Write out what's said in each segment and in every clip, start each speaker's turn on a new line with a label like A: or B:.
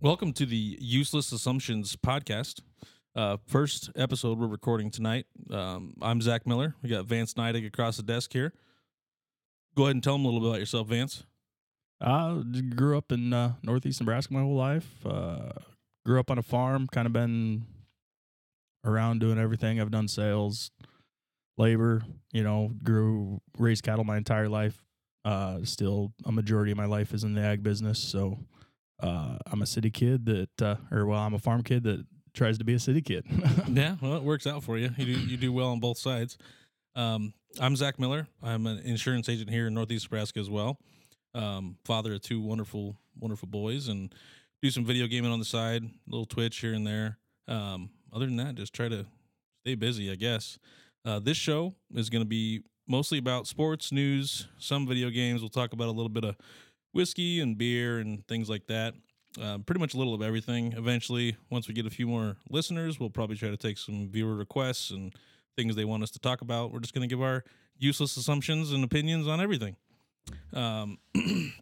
A: Welcome to the Useless Assumptions podcast. Uh, first episode we're recording tonight. Um, I'm Zach Miller. We got Vance Neidig across the desk here. Go ahead and tell them a little bit about yourself, Vance.
B: I grew up in uh, northeast Nebraska my whole life. Uh, grew up on a farm, kind of been around doing everything. I've done sales, labor, you know, grew, raised cattle my entire life. Uh, still, a majority of my life is in the ag business. So uh, I'm a city kid that, uh, or well, I'm a farm kid that tries to be a city kid.
A: Yeah, well, it works out for you. You do, you do well on both sides. Um, I'm Zach Miller. I'm an insurance agent here in Northeast Nebraska as well. Um, father of two wonderful, wonderful boys, and do some video gaming on the side, a little Twitch here and there. Um, other than that, just try to stay busy, I guess. Uh, this show is going to be mostly about sports, news, some video games. We'll talk about a little bit of whiskey and beer and things like that. Um, pretty much a little of everything. Eventually, once we get a few more listeners, we'll probably try to take some viewer requests and things they want us to talk about. We're just going to give our useless assumptions and opinions on everything. Um,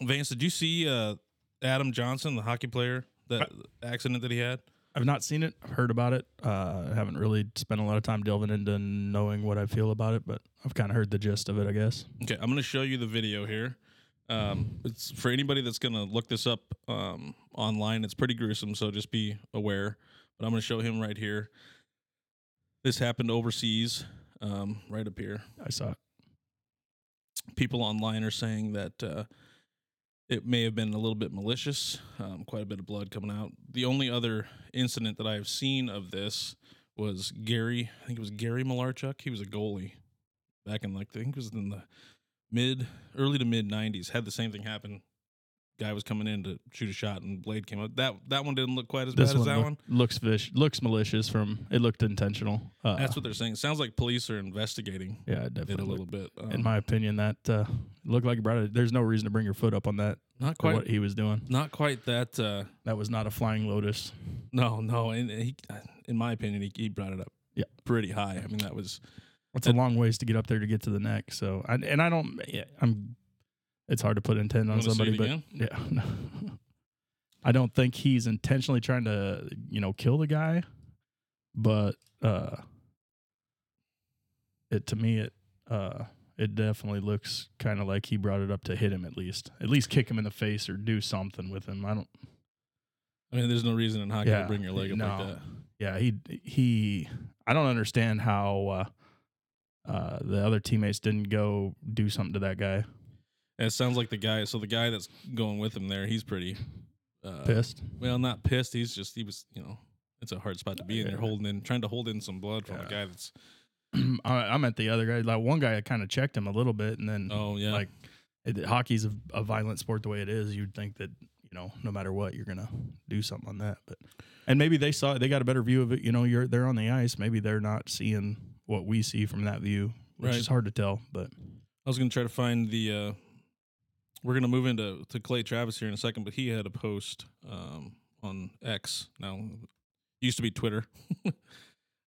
A: Vance, did you see uh, Adam Johnson, the hockey player, that accident that he had?
B: I've not seen it. I've heard about it. Uh, I haven't really spent a lot of time delving into knowing what I feel about it, but I've kind of heard the gist of it, I guess.
A: Okay, I'm going to show you the video here. Um, it's for anybody that's going to look this up um, online. It's pretty gruesome, so just be aware. But I'm going to show him right here. This happened overseas, um, right up here.
B: I saw it.
A: people online are saying that uh, it may have been a little bit malicious, um, quite a bit of blood coming out. The only other incident that I have seen of this was Gary. I think it was Gary Malarchuk. He was a goalie back in like I think it was in the mid, early to mid '90s. Had the same thing happen. Guy was coming in to shoot a shot, and blade came out. That that one didn't look quite as bad as that
B: look-
A: one.
B: looks fish looks malicious. From it looked intentional. Uh,
A: That's what they're saying. sounds like police are investigating
B: yeah, it
A: it a
B: definitely.
A: little bit.
B: looked-
A: Um,
B: in my opinion, that uh, looked like it brought it. There's no reason to bring your foot up on that.
A: not
B: for
A: quite,
B: What he was doing.
A: not quite that. Uh,
B: That was not a flying lotus.
A: No, no, and he, uh, in my opinion, he, he brought it up.
B: Yeah.
A: pretty high. I mean, that was
B: It's a long ways to get up there to get to the neck. So, I, and I don't. Yeah, I'm. It's hard to put intent on
A: Wanna see
B: somebody,
A: it
B: but
A: again?
B: yeah, no. I don't think he's intentionally trying to, you know, kill the guy, but uh, it to me it uh it definitely looks kind of like he brought it up to hit him at least, at least kick him in the face or do something with him. I don't.
A: I mean, there's no reason in hockey to
B: Yeah,
A: bring your leg up like
B: no.
A: that.
B: Yeah, he he. I don't understand how uh, uh, the other teammates didn't go do something to that guy.
A: And it sounds like the guy. So the guy that's going with him there, he's pretty uh,
B: Pissed.
A: Well, not pissed. He's just he was. You know, it's a hard spot to be in. They're
B: Yeah.
A: holding in, trying to hold in some blood from a
B: Yeah.
A: guy that's.
B: I, I meant the other guy. Like one guy, I kind of checked him a little bit, and then
A: Oh yeah,
B: Mm-hmm. like it, hockey's a, a violent sport the way it is. You'd think that you know, no matter what, you're gonna do something on that. But and maybe they saw it. They got a better view of it. You know, you're they're on the ice. Maybe they're not seeing what we see from that view, which
A: Right.
B: is hard to tell. But
A: I was gonna try to find the. uh We're gonna move into to Clay Travis here in a second, but he had a post um on X now, used to be Twitter,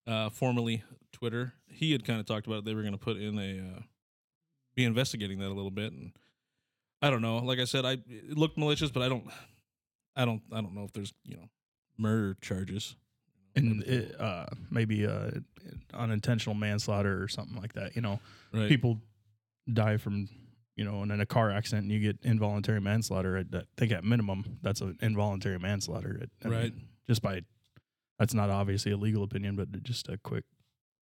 A: uh, formerly Twitter. He had kind of talked about it. They were gonna put in a, uh, be investigating that a little bit, and I don't know. Like I said, I it looked malicious, but I don't, I don't, I don't know if there's you know murder charges.
B: and it, uh, maybe uh, unintentional manslaughter or something like that. You know,
A: Right.
B: people die from you know, and in a car accident, and you get involuntary manslaughter. I I think at minimum, that's an involuntary manslaughter. It- I mean,
A: Right.
B: just by that's not obviously a legal opinion, but just a quick,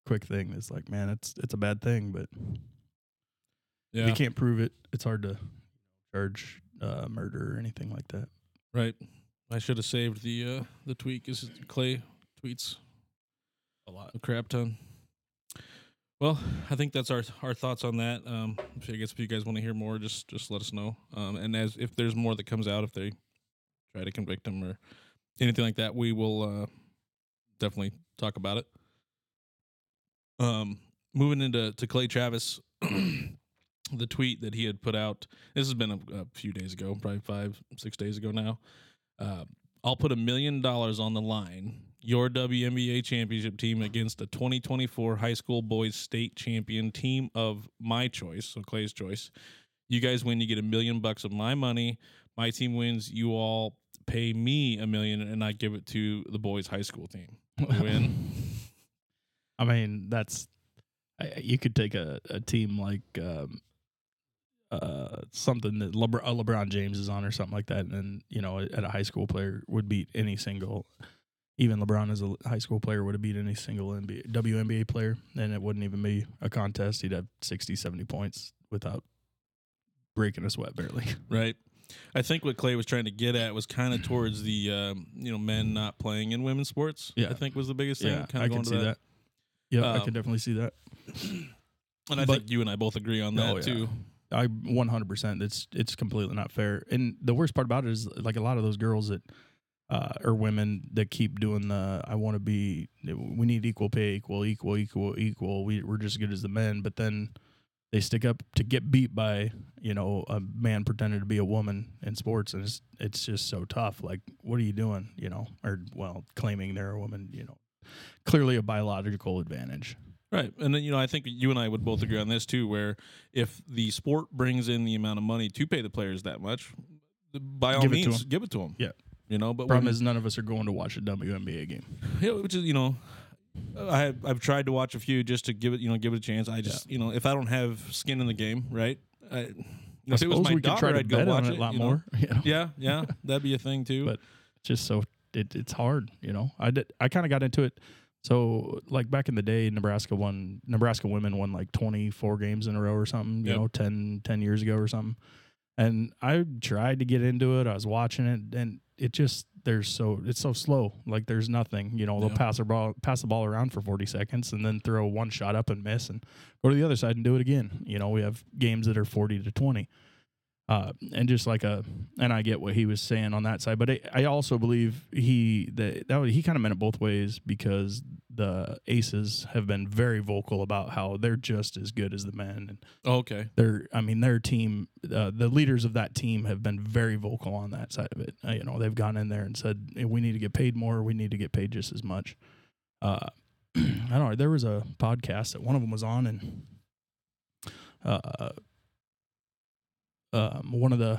B: quick thing that's like, man, it's it's a bad thing, but if
A: Yeah.
B: you can't prove it. It's hard to charge uh, murder or anything like that.
A: Right. I should have saved the uh the tweet because Clay tweets a lot, a crap ton. Well, I think that's our our thoughts on that. Um, if I guess if you guys want to hear more, just just let us know. Um, and as if there's more that comes out, if they try to convict him or anything like that, we will uh, definitely talk about it. Um, moving into to Clay Travis, the tweet that he had put out. This has been a, a few days ago, probably five six days ago now. Uh, I'll put a million dollars on the line. Your WNBA championship team against the 2024 high school boys state champion team of my choice, so Clay's choice. You guys win, you get a million bucks of my money. My team wins, you all pay me a million and I give it to the boys' high school team. Win.
B: I mean, that's I- you could take a, a team like um, uh, something that Lebr- a LeBron James is on or something like that, and then you know, at a high school player would beat any single. Even LeBron as a high school player would have beat any single NBA, WNBA player, and it wouldn't even be a contest. He'd have 60, 70 points without breaking a sweat barely.
A: Right. I think what Clay was trying to get at was kind of towards the um, you know men not playing in women's sports.
B: Yeah.
A: I think was the biggest thing. kind of
B: I can
A: going to
B: see that. Yeah, I
A: Um,
B: can definitely see that.
A: And I
B: But-
A: think you and I both agree on that
B: Oh, yeah.
A: too.
B: I 100%. It's it's completely not fair. And the worst part about it is like a lot of those girls that uh, or women that keep doing the I want to be we need equal pay, equal, equal, equal, equal. We we're just as good as the men, but then they stick up to get beat by you know a man pretending to be a woman in sports, and it's it's just so tough. Like, what are you doing? You know, or well, claiming they're a woman. You know, clearly a biological advantage.
A: Right. And then, you know, I think you and I would both agree on this too, where if the sport brings in the amount of money to pay the players that much, by all
B: Give it to
A: means,
B: 'em.
A: give it to them.
B: Yeah.
A: You know, but
B: Problem
A: when-
B: is, none of us are going to watch a WNBA game.
A: yeah, which is, you know, I I've tried to watch a few just to give it, you know, give it a chance. I just, you know, if I don't have skin in the game, right? I, you know,
B: I
A: if it was
B: suppose
A: my
B: we
A: daughter,
B: could try to
A: I'd go
B: bet
A: watch
B: on it,
A: it
B: a lot
A: you know?
B: more. You know?
A: Yeah, yeah, that'd be a thing too.
B: But- Just so it, it's hard, you know. I did, I kind of got into it. So like back in the day, Nebraska won. Nebraska women won like twenty four games in a row or something. You
A: Yep.
B: know, 10, 10 years ago or something. And I tried to get into it. I was watching it, and it just there's so it's so slow. Like there's nothing. You know, they'll
A: Yeah.
B: pass the ball pass the ball around for forty seconds, and then throw one shot up and miss, and go to the other side and do it again. You know, we have games that are forty to twenty. uh, and just like a and I get what he was saying on that side, but I I also believe he that that was, he kind of meant it both ways because the aces have been very vocal about how they're just as good as the men and
A: oh, okay,
B: their I mean their team uh, the leaders of that team have been very vocal on that side of it. Uh, you know they've gone in there and said "Hey, we need to get paid more, we need to get paid just as much. Uh, I don't know. There was a podcast that one of them was on and uh, um, one of the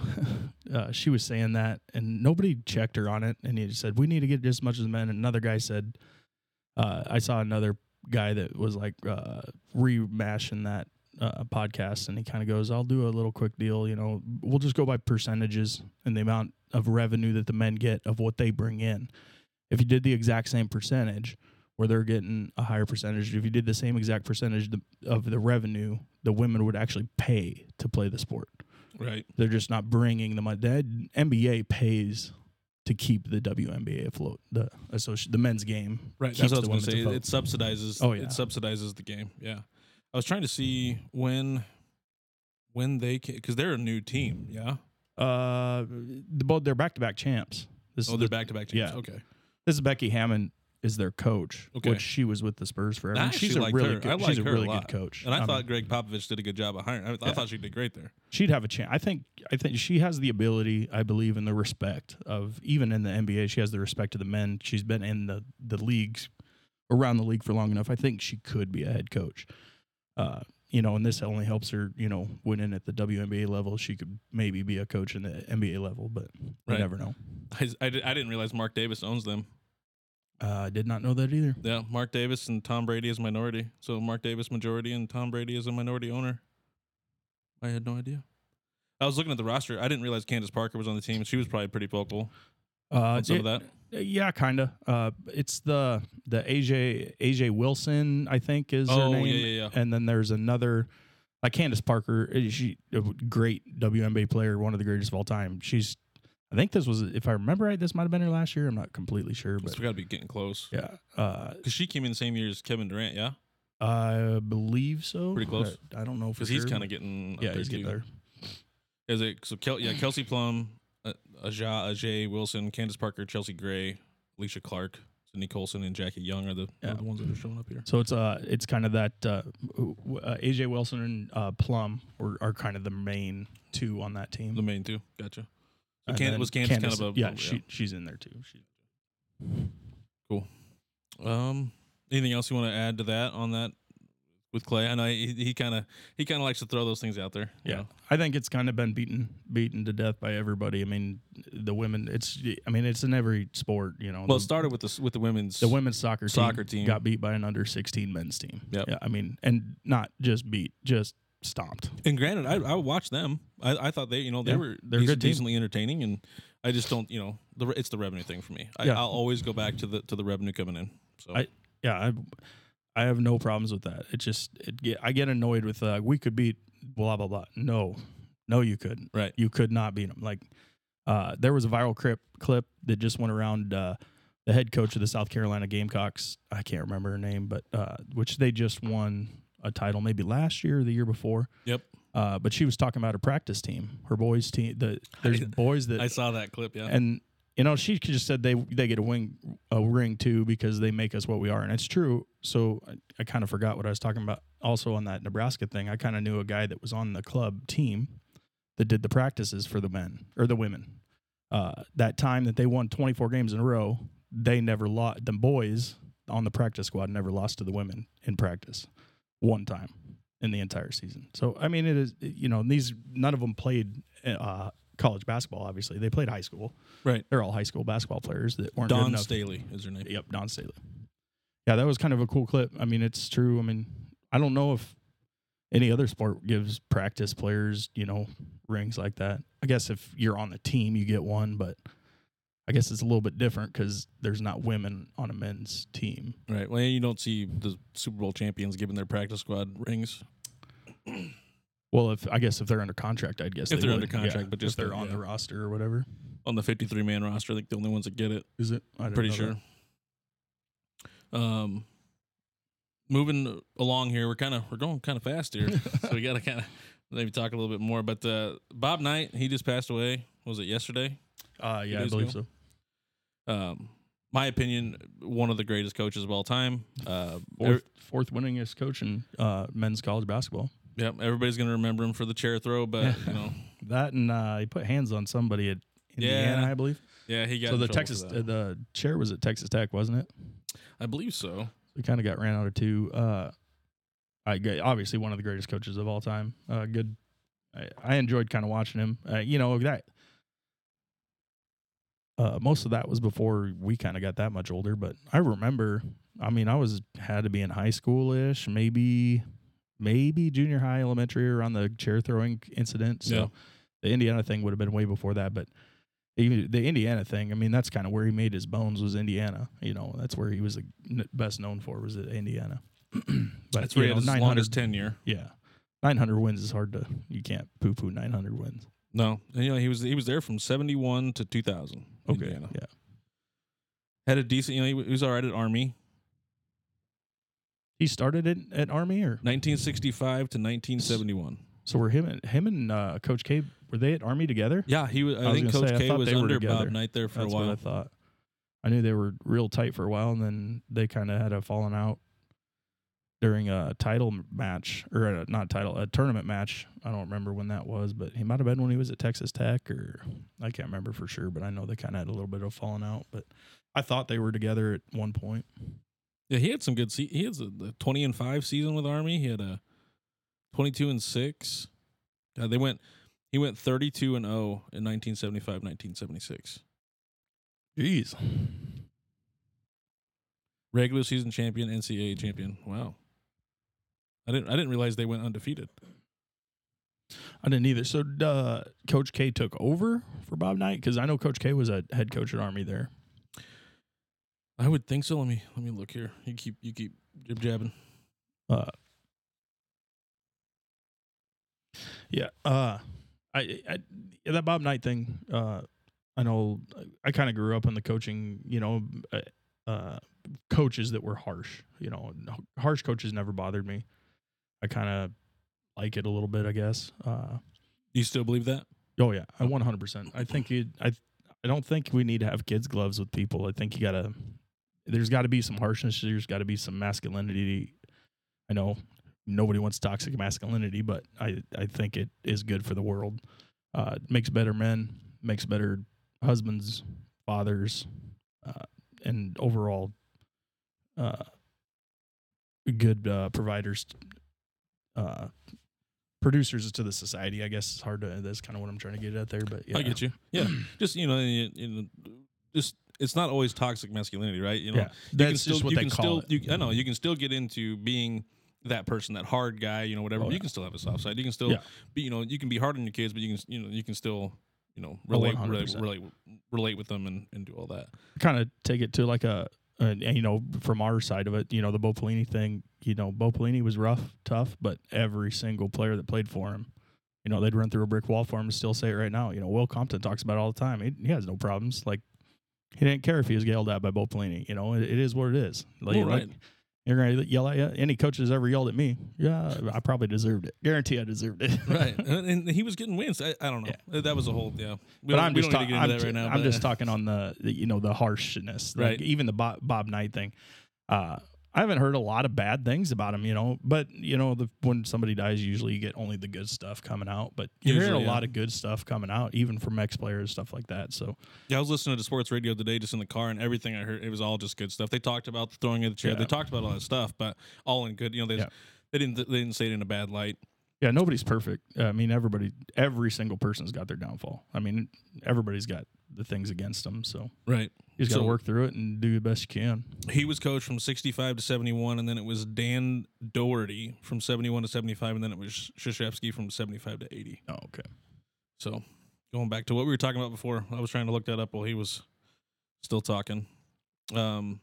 B: uh, she was saying that and nobody checked her on it and he just said we need to get just as much as the men. And another guy said uh, I saw another guy that was like uh, remashing that uh, podcast and he kind of goes, I'll do a little quick deal. You know, we'll just go by percentages and the amount of revenue that the men get of what they bring in. If you did the exact same percentage where they're getting a higher percentage, if you did the same exact percentage th- of the revenue, the women would actually pay to play the sport.
A: right,
B: They're just not bringing the money. The NBA pays to keep the WNBA afloat, the, associ- the men's game.
A: right. That's
B: keeps
A: what I was
B: the
A: going
B: women's
A: to say. It,
B: afloat.
A: it subsidizes.
B: Oh, yeah.
A: it subsidizes the game. Yeah, I was trying to see when when they because they're a new team. Yeah.
B: Uh, the, both they're back to back champs. This
A: Oh,
B: is
A: they're
B: the
A: back to back teams.
B: yeah.
A: Okay.
B: This is Becky Hammond is their coach,
A: Okay.
B: which she was with the Spurs forever.
A: I
B: And she's
A: actually
B: a
A: liked
B: really
A: her.
B: good,
A: I
B: she's
A: liked
B: a
A: her a
B: really
A: lot.
B: good coach.
A: And I,
B: mean,
A: thought Greg Popovich did a good job of hiring. I, I
B: Um, Yeah.
A: thought she did great there.
B: she'd have a chance. I think I think she has the ability, I believe, and the respect of even in the NBA, she has the respect of the men. She's been in the the leagues around the league for long enough. I think she could be a head coach. Uh, you know, and this only helps her, you know, winning at the WNBA level. She could maybe be a coach in the NBA level, but
A: Right.
B: you never know.
A: I, I, di- I didn't realize Mark Davis owns them.
B: Uh, I did not know that either.
A: Yeah, Mark Davis and Tom Brady is minority. So Mark Davis majority and Tom Brady is a minority owner. I had no idea. I was looking at the roster. I didn't realize Candace Parker was on the team. She was probably pretty vocal
B: Uh,
A: on some of
B: it-
A: that.
B: Yeah, kind of. Uh, it's the the AJ AJ Wilson, I think, is
A: Oh,
B: her name.
A: yeah, yeah, yeah.
B: And then there's another, like Candace Parker. uh, She a great WNBA player, one of the greatest of all time. She's, I think this was, if I remember right, this might have been her last year. I'm not completely sure,
A: It's
B: but
A: got to be getting close.
B: yeah, uh,
A: Because she came in the same year as Kevin Durant, yeah?
B: I believe so.
A: Pretty close.
B: I, I don't know for
A: Because
B: sure.
A: he's kind of getting. Up
B: yeah,
A: there
B: he's getting
A: too.
B: there.
A: Is it so? Kel- yeah, Kelsey Plum, uh, Aja, Ajay Wilson, Candace Parker, Chelsea Gray, Alicia Clark, Sydney Colson, and Jackie Young are the, are
B: Yeah.
A: the ones that are showing up here.
B: So it's uh it's kind of that uh, w- w- uh, AJ Wilson and uh, Plum were, are kind of the main two on that team.
A: The main two, gotcha. So
B: And
A: Can-
B: then
A: was Candace kind of a
B: yeah, She, she's in there too. She,
A: Um, anything else you want to add to that on that with Clay. I know he he kind of he kind of likes to throw those things out there. you
B: Yeah,
A: know.
B: I think it's kind of been beaten beaten to death by everybody. I mean, the women. It's I mean, it's in every sport. You know,
A: Well, it
B: the,
A: started with the s- with the women's.
B: the women's soccer team
A: soccer team.
B: got beat by an under sixteen men's team.
A: Yep.
B: Yeah, I mean, and not just beat, just stomped.
A: and granted, I I watched them. I, I thought they you know they
B: Yeah,
A: were
B: they're a
A: dec-
B: good team.
A: decently entertaining, and I just don't you know the re- it's the revenue thing for me. I,
B: Yeah.
A: I'll always go back to the to the revenue coming in. So
B: I- Yeah, I, I have no problems with that. It just it get, I get annoyed with uh, we could beat blah blah blah. No, no, you couldn't.
A: Right.
B: you could not beat them. Like uh, there was a viral clip clip that just went around. Uh, the head coach of the South Carolina Gamecocks, I can't remember her name, but uh, which they just won a title maybe last year or the year before.
A: Yep.
B: Uh, but she was talking about her practice team, her boys team. The there's
A: I-
B: boys that
A: I saw that clip. Yeah,
B: and you know she just said they they get a wing a ring too because they make us what we are and it's true so i, I kind of forgot what i was talking about also on that nebraska thing i kind of knew a guy that was on the club team that did the practices for the men or the women uh, that time that they won 24 games in a row they never lost the boys on the practice squad never lost to the women in practice one time in the entire season so i mean it is you know these none of them played uh, college basketball obviously they played high school
A: right.
B: they're all high school basketball players that weren't good
A: Dawn
B: enough.
A: Staley is her name.
B: Yep, Don Staley. Yeah, that was kind of a cool clip. I mean, it's true. I mean, I don't know if any other sport gives practice players, you know, rings like that. I guess if you're on the team, you get one, but I guess it's a little bit different because there's not women on a men's team.
A: Right. Well, you don't see the Super Bowl champions giving their practice squad rings.
B: Well, if I guess if they're under contract, I'd guess
A: If
B: they
A: they're
B: would.
A: under contract,
B: Yeah,
A: but just
B: if they're
A: the-
B: on
A: yeah.
B: the roster or whatever.
A: on the 53 man roster. I think the only ones that get it.
B: Is it? I didn't
A: Pretty
B: know that.
A: sure. Um, moving along here, we're kind of we're going kind of fast here, so we got to kind of maybe talk a little bit more. But uh, Bob Knight, he just passed away. Was it yesterday?
B: Uh, yeah, I
A: days
B: believe
A: ago.
B: so.
A: Um, my opinion, one of the greatest coaches of all time. Uh,
B: Fourth, fourth winningest coach in uh, men's college basketball.
A: ev- yep, everybody's gonna remember him for the chair throw, but you know,
B: That and uh, he put hands on somebody at Indiana,
A: Yeah.
B: I believe.
A: yeah, he got
B: so
A: in
B: the
A: trouble for
B: Texas,
A: that.
B: uh, the chair was at Texas Tech, wasn't it?
A: I believe so.
B: We kind of got ran out of two. Uh, I g- obviously one of the greatest coaches of all time. Uh, good. I, I enjoyed kind of watching him. Uh, you know that. Uh, most of that was before we kind of got that much older, but I remember. I mean, I was had to be in high school ish, maybe, maybe junior high, elementary, around the chair throwing incident. So
A: Yeah.
B: the Indiana thing would have been way before that, but even the Indiana thing, I mean, that's kind of where he made his bones was Indiana. You know, that's where he was the n- best known for was at Indiana. but
A: That's where
B: you
A: he
B: know,
A: had his longest tenure.
B: yeah, nine hundred wins is hard to you can't poo poo nine hundred wins.
A: No, and, you know he was he was there from 71 to 2000. Indiana.
B: yeah,
A: had a decent. You know, he w- he was all right at Army.
B: he started it at Army or
A: 1965 to 1971.
B: so were him and him and uh, Coach K were they at Army together?
A: Yeah, he was. I,
B: I was
A: think
B: gonna
A: Coach
B: say, I
A: K
B: thought
A: was
B: they were
A: under
B: together.
A: Bob Knight there for
B: That's
A: a
B: what I
A: while.
B: thought. I knew they were real tight for a while, and then they kind of had a falling out during a title m- match or a, not title a tournament match. I don't remember when that was, but he might have been when he was at Texas Tech, or I can't remember for sure. But I know they kind of had a little bit of falling out. But I thought they were together at one point.
A: Yeah, he had some good. Se- he had a, the 20 and five season with Army. He had a 22 and six. God, they went. He went 32 and 0 in 1975, 1976.
B: Jeez,
A: Regular season champion, NCAA champion. Wow. I didn't. I didn't realize they went undefeated.
B: I didn't either. So uh, Coach K took over for Bob Knight because I know Coach K was a head coach at Army there.
A: I would think so. Let me let me look here. You keep you keep jib jabbing.
B: Uh, yeah. Uh, I, I yeah, that Bob Knight thing. Uh, I know I kind of grew up in the coaching. You know, uh, uh, coaches that were harsh. You know, no- harsh coaches never bothered me. I kind of like it a little bit, I guess. Uh,
A: Do you still believe that?
B: oh yeah, I one hundred percent. I think you. I I don't think we need to have kids gloves with people. I think you gotta. There's got to be some harshness. There's got to be some masculinity. I know nobody wants toxic masculinity, but I I think it is good for the world. Uh, it makes better men, makes better husbands, fathers, uh, and overall uh, good uh, providers uh, producers to the society. I guess it's hard to. That's kind of what I'm trying to get at there. But yeah,
A: I get you. Yeah, just you know, you, you know, just it's not always toxic masculinity, right? You know,
B: yeah,
A: you
B: that's
A: can still,
B: just what
A: you
B: they
A: can
B: call
A: still,
B: it.
A: You, I know you can still get into being that person, that hard guy, you know, whatever.
B: Oh,
A: but
B: yeah.
A: You can still have a soft side. You can still,
B: Yeah.
A: be, you know, you can be hard on your kids, but you can, you know, you can still, you
B: Oh,
A: know, relate, relate,
B: 100%.
A: relate, relate with them and, and do all that.
B: kind of take it to like a, an and, you know, from our side of it, you know, the Bo Pelini thing, you know, Bo Pelini was rough, tough, but every single player that played for him, you know, they'd run through a brick wall for him and still say it right now. You know, Will Compton talks about it all the time. He, he has no problems. Like, he didn't care if he was yelled at by Bo Pelini. You know, it, it is what it is. Like,
A: Well,
B: like,
A: right.
B: you're going to yell at you. Any coach that's ever yelled at me, yeah, I probably deserved it. Guarantee I deserved it.
A: right, and, and he was getting wins. I, I don't know. That was a whole yeah. We
B: but
A: don't-
B: I'm
A: we
B: just
A: don't need to
B: talking.
A: get
B: I'm,
A: into that
B: ju-
A: right now.
B: I'm
A: but-
B: just talking on the, the you know the harshness, like
A: Right.
B: Even the Bob, Bob Knight thing. Uh, I haven't heard a lot of bad things about him, you know. But you know, the, when somebody dies, usually you get only the good stuff coming out. But you hear a
A: Usually, yeah.
B: lot of good stuff coming out, even from ex players, stuff like that. So
A: Yeah, I was listening to sports radio today, just in the car, and everything I heard, it was all just good stuff. They talked about the throwing of the chair.
B: Yeah.
A: They talked about all that stuff, but all in good. You know, they
B: Yeah.
A: they didn't they didn't say it in a bad light.
B: yeah, nobody's perfect. I mean, everybody, every single person's got their downfall. I mean, everybody's got the things against them. So
A: Right.
B: you just got to
A: So-
B: work through it and do the best you can.
A: He was coached from sixty five to seventy one, and then it was Dan Doherty from seventy one to seventy five, and then it was Shashevsky from seventy five to eighty.
B: Oh, okay.
A: So going back to what we were talking about before, I was trying to look that up while he was still talking. Um,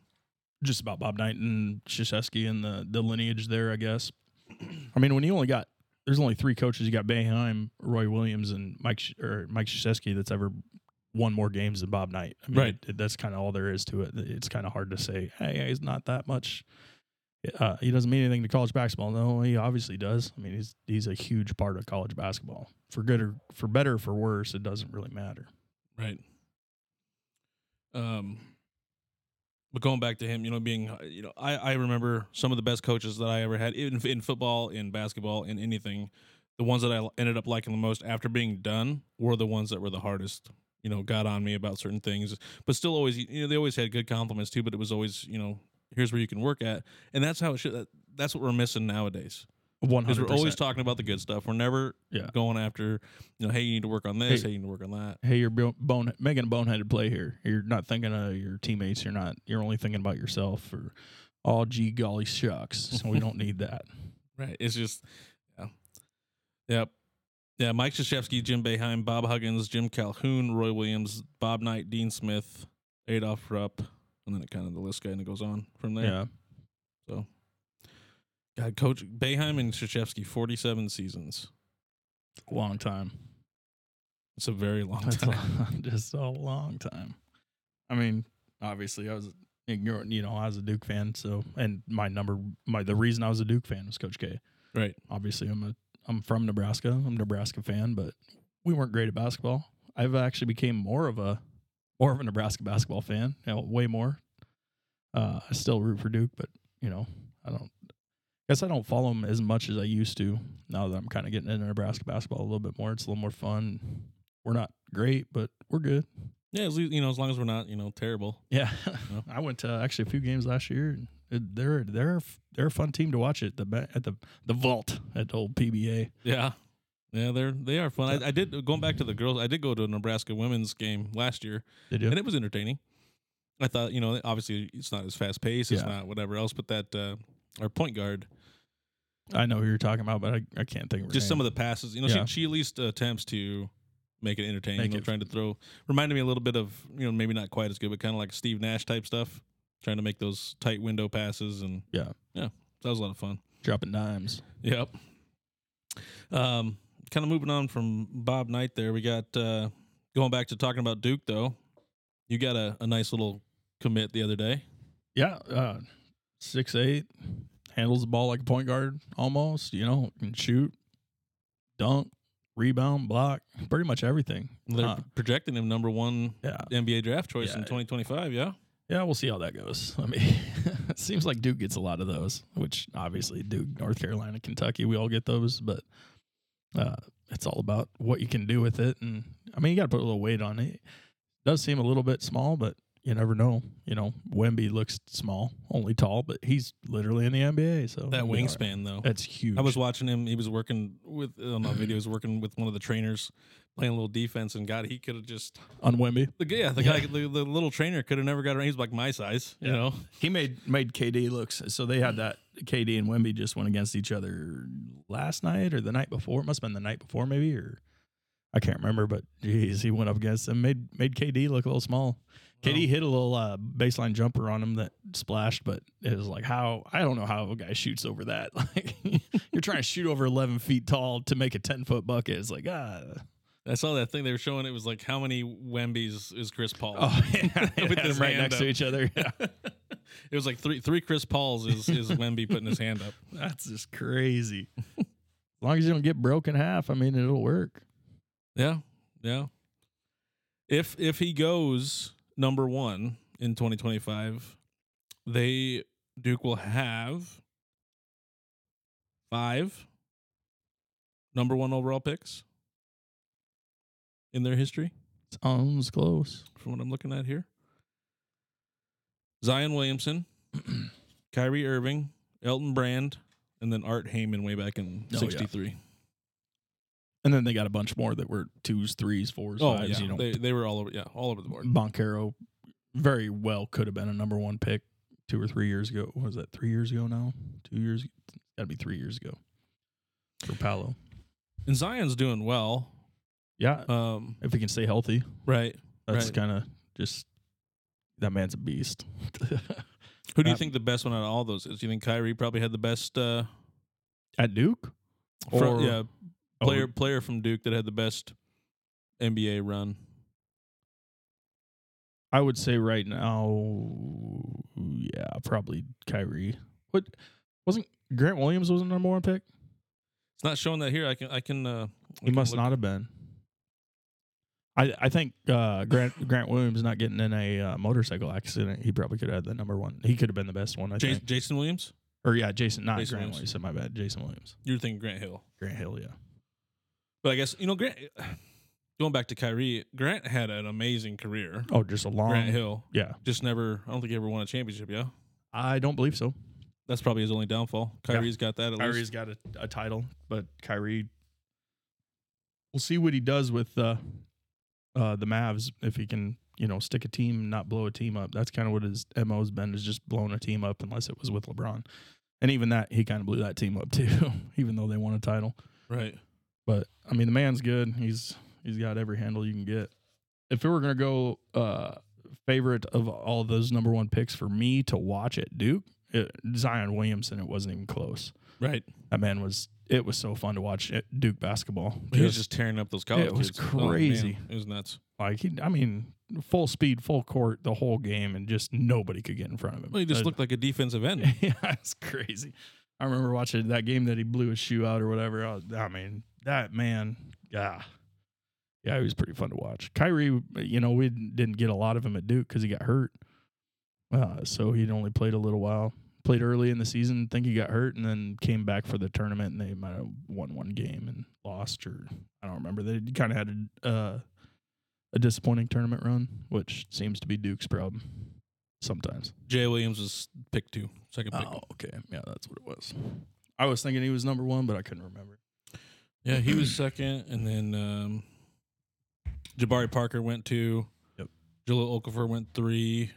B: just about Bob Knight and Krzyzewski and the the lineage there, I guess. I mean, when you only got there's only three coaches. You got Bayheim, Roy Williams, and Mike Sh- or Mike Krzyzewski that's ever won more games than Bob Knight. I mean,
A: Right.
B: it- that's kind of all there is to it. It's kind of hard to say, hey, he's not that much. Uh, he doesn't mean anything to college basketball. No, he obviously does. I mean, he's he's a huge part of college basketball. For good or for better or for worse, it doesn't really matter.
A: Right. Um, but going back to him, you know, being, uh, you know, I, I remember some of the best coaches that I ever had in, in football, in basketball, in anything. The ones that I ended up liking the most after being done were the ones that were the hardest, you know, got on me about certain things, but still always, you know, they always had good compliments too, but it was always, you know, here's where you can work at. And that's how it should, that's what we're missing nowadays.
B: One
A: Because
B: hundred
A: we're always talking about the good stuff. We're never
B: Yeah.
A: going after, you know, hey, you need to work on this,
B: Hey.
A: hey, you need to work on that.
B: hey, you're bo- bone making a boneheaded play here. You're not thinking of your teammates. You're not. You're only thinking about yourself. Or, oh, gee, golly shucks. So we don't need that.
A: Right. It's just, yeah. Yep. Yeah. Mike Krzyzewski, Jim Beheim, Bob Huggins, Jim Calhoun, Roy Williams, Bob Knight, Dean Smith, Adolph Rupp, and then it kind of the list kind of goes on from there.
B: Yeah.
A: God, Coach Beheim and Krzyzewski, 47 seasons.
B: Long time.
A: It's a very long
B: That's
A: time.
B: a- just a long time. I mean, obviously, I was ignorant. You know, I was a Duke fan. So, and my number, my the reason I was a Duke fan was Coach K.
A: Right.
B: Obviously, I'm a I'm from Nebraska. I'm a Nebraska fan, but we weren't great at basketball. I've actually became more of a more of a Nebraska basketball fan. You know, way more. Uh, I still root for Duke, but you know, I don't. guess I don't follow them as much as I used to. Now that I'm kind of getting into Nebraska basketball a little bit more, it's a little more fun. We're not great, but we're good.
A: Yeah. As, le- you know, as long as we're not, you know, terrible.
B: Yeah,
A: Well.
B: I went to actually a few games last year. And it- they're they're they're a fun team to watch at the ba- at the the vault at old PBA.
A: Yeah. Yeah. They're, they are fun. I, I did, going back to the girls, I did go to a Nebraska women's game last year.
B: They do.
A: and it was entertaining. I thought, you know, obviously it's not as fast paced, it's
B: Yeah.
A: not whatever else, but that uh, our point guard,
B: I know who you're talking about, but I, I can't think of her
A: just some of the passes, you know,
B: Yeah.
A: she, she at least attempts to make it entertaining.
B: Make
A: you know,
B: it-
A: trying to throw, reminded me a little bit of, you know, maybe not quite as good, but kind of like Steve Nash type stuff, trying to make those tight window passes, and
B: Yeah.
A: yeah, that was a lot of fun.
B: dropping dimes.
A: Yep. Um, kind of moving on from Bob Knight there. We got uh, going back to talking about Duke though. You got a, a nice little commit the other day.
B: Yeah, uh, six eight, handles the ball like a point guard almost. You know, can shoot, dunk, rebound, block, pretty much everything.
A: They're
B: Uh,
A: projecting him number one
B: yeah,
A: NBA draft choice
B: Yeah,
A: in
B: it-
A: 2025. Yeah,
B: yeah, we'll see how that goes. I mean, it seems like Duke gets a lot of those, which obviously Duke, North Carolina, Kentucky, we all get those, but uh, it's all about what you can do with it. And I mean, you got to put a little weight on it. Does seem a little bit small, but you never know. You know, Wemby looks small, only tall, but he's literally in the NBA. So
A: That
B: he'll be all right.
A: wingspan though.
B: That's huge.
A: I was watching him. He was working with uh, on a video. He was working with one of the trainers, playing a little defense. And God, he could have just
B: on Wemby.
A: the yeah the guy
B: Yeah.
A: the, the little trainer could have never got around. He's like my size, you
B: Yeah.
A: know.
B: He made made KD looks. So they had that KD and Wemby just went against each other last night or the night before. It must have been the night before, maybe, or I can't remember. But geez, he went up against him, made made KD look a little small. KD hit a little uh, baseline jumper on him that splashed, but it was like how I don't know how a guy shoots over that. Like you're trying to shoot over 11 feet tall to make a 10 foot bucket. It's like ah,
A: I saw that thing they were showing. It was like how many Wembies is Chris Paul?
B: oh yeah,
A: With
B: with
A: his
B: them right
A: hand
B: next
A: up.
B: to each other. Yeah.
A: it was like three three Chris Pauls is is Wemby putting his hand up.
B: That's just crazy. as long as you don't get broke in half, I mean, it'll work.
A: Yeah, yeah. If if he goes number one in 2025, they Duke will have five number one overall picks in their history,
B: Sounds close.
A: from what I'm looking at here. Zion Williamson, Kyrie Irving, Elton Brand, and then Art Heyman way back in
B: Oh, yeah.
A: '63.
B: And then they got a bunch more that were twos, threes, fours,
A: Oh,
B: fives.
A: yeah,
B: You know, Mm.
A: they they were all over, yeah, all over the board.
B: Boncaro very well could have been a number one pick two or three years ago. What was that three years ago now? Two years? Got to be three years ago for Paolo.
A: And Zion's doing well.
B: Yeah,
A: Um,
B: if he can stay healthy,
A: right.
B: that's
A: Right.
B: kind of just that man's a beast.
A: Who do you
B: Uh,
A: think the best one out of all those is? Do you think Kyrie probably had the best uh,
B: At Duke,
A: fr-
B: Or-
A: yeah,
B: Oh,
A: player player from Duke that had the best NBA run?
B: I would say right now, yeah, probably Kyrie. But wasn't Grant Williams was a number one pick?
A: It's not showing that here. I can I can. Uh, I
B: He
A: can
B: must
A: look-
B: not have been. I I think uh, Grant Grant Williams not getting in a uh, motorcycle accident. He probably could have had the number one. He could have been the best one. I
A: Ja-
B: think.
A: Jason Williams.
B: Or yeah, Jason, not
A: Jason
B: Grant
A: Williams.
B: Williams. My bad, Jason Williams.
A: You're thinking Grant Hill,
B: Grant Hill. Yeah.
A: but I guess you know Grant. Going back to Kyrie, Grant had an amazing career.
B: Oh, just a long.
A: Grant Hill
B: Yeah,
A: just never. I don't think he ever won a championship. Yeah,
B: I don't believe so.
A: that's probably his only downfall.
B: Yeah.
A: Kyrie's got that at
B: Kyrie's
A: least.
B: got a, a title, but Kyrie. We'll see what he does with uh, uh, the Mavs if he can, you know, stick a team, not blow a team up. That's kind of what his mo's been is just blowing a team up, unless it was with LeBron, and even that he kind of blew that team up too, even though they won a title.
A: Right.
B: But I mean, the man's good. He's he's got every handle you can get. If it were gonna go uh, favorite of all those number one picks for me to watch at Duke, it, Zion Williamson, it wasn't even close
A: Right.
B: that man was it was so fun to watch at Duke basketball.
A: He was
B: Just,
A: just tearing up those college.
B: it was
A: kids. Oh, man,
B: crazy.
A: it was nuts.
B: like he, I mean, full speed, full court, the whole game, and just nobody could get in front of him.
A: Well, he just
B: Uh,
A: looked like a defensive end.
B: yeah, it's crazy. I remember watching that game that he blew his shoe out or whatever. I, was- I mean, that man, yeah, yeah, he was pretty fun to watch. Kyrie, you know, we didn't get a lot of him at Duke because he got hurt, uh, so he'd only played a little while. Played early in the season, think he got hurt, and then came back for the tournament, and they might have won one game and lost, or I don't remember. They kind of had a uh, a disappointing tournament run, which seems to be Duke's problem sometimes.
A: Jay Williams was pick two, second pick.
B: Oh, okay. Yeah, that's what it was. I was thinking he was number one, but I couldn't remember.
A: Yeah, he was second, and then um, Jabari Parker went two.
B: Yep.
A: Jaleel Okafor went three.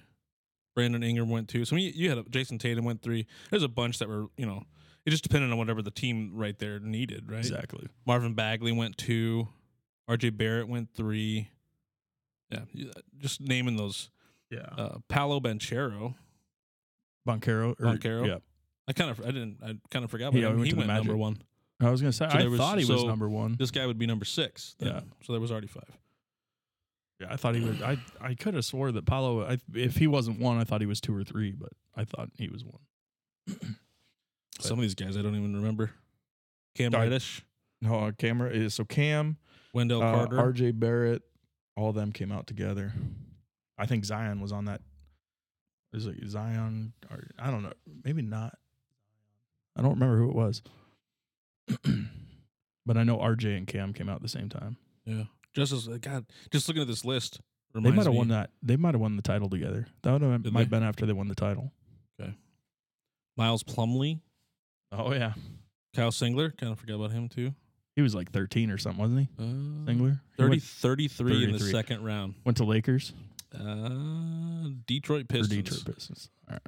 A: Brandon Ingram went two. So you, you had a, Jason Tatum went three. There's a bunch that were you know it just depended on whatever the team right there needed, right?
B: Exactly.
A: Marvin Bagley went two. R.J. Barrett went three. Yeah, you- just naming those.
B: Yeah.
A: Uh, Paolo Banchero.
B: Boncaro. Or,
A: Boncaro?
B: Yeah.
A: I kind of I didn't I kind of forgot, but
B: Yeah,
A: I
B: we
A: mean,
B: went
A: he
B: to the
A: went number
B: Magic.
A: one.
B: I was gonna say
A: So
B: I
A: there was-
B: thought he was
A: so-
B: number one.
A: This guy would be number six. then.
B: Yeah.
A: So there was already five.
B: Yeah, I thought he was. I I could have swore that Paolo. I, if he wasn't one, I thought he was two or three, but I thought he was one. But-
A: Some of these guys I don't even remember. Cam
B: Sorry.
A: Reddish, Oh,
B: No, uh, camera is so Cam,
A: Wendell
B: uh,
A: Carter.
B: R.J. Barrett, all them came out together. I think Zion was on that. Is it Zion? Or, I don't know. Maybe not. I don't remember who it was. but I know RJ and Cam came out at the same time.
A: yeah. Just as God, just uh, looking at this list
B: They
A: Reminds
B: might have
A: me-
B: won that. They might have won the title together. That would have
A: Did
B: might
A: they?
B: have been after they won the title.
A: Miles Plumley,
B: Oh yeah,
A: Kyle Singler. Kind of forgot about him too.
B: he was like 13 or something, wasn't he?
A: Uh,
B: Singler. He
A: 30,
B: went,
A: 33, in the
B: 33.
A: second round.
B: went to Lakers
A: Uh, Detroit Pistons.
B: or Detroit Pistons. All right.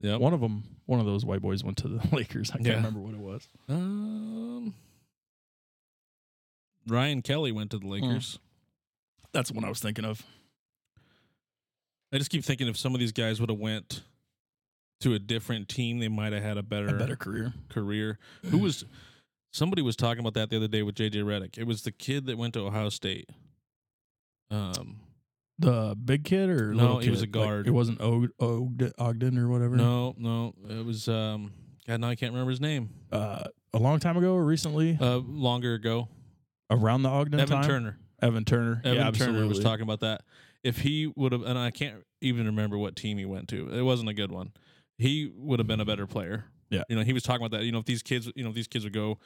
A: Yep.
B: One of them, one of those white boys went to the Lakers. I can't
A: Yeah.
B: remember what it was.
A: Um, Ryan Kelly went
B: Hmm.
A: to the Lakers.
B: That's the one I was thinking of.
A: I just keep thinking if some of these guys would have went to a different team, they might have had a better,
B: A better career.
A: career.
B: Mm.
A: Who was somebody was talking about that the other day with JJ Redick. It was the kid that went to Ohio State. Um,
B: The big kid or
A: No,
B: little
A: he was
B: kid?
A: a guard.
B: Like, it wasn't Og- Og- Ogden or whatever.
A: no, no, it was um. God, now I can't remember his name.
B: Uh, a long time ago or recently,
A: Uh, longer ago,
B: around the Ogden
A: Evan
B: time.
A: Turner.
B: Evan Turner.
A: Evan
B: yeah,
A: Turner was
B: absolutely.
A: talking about that. If he would have, and I can't even remember what team he went to. It wasn't a good one. He would have been a better player.
B: Yeah.
A: you know, he was talking about that. You know, if these kids, you know, if these kids would go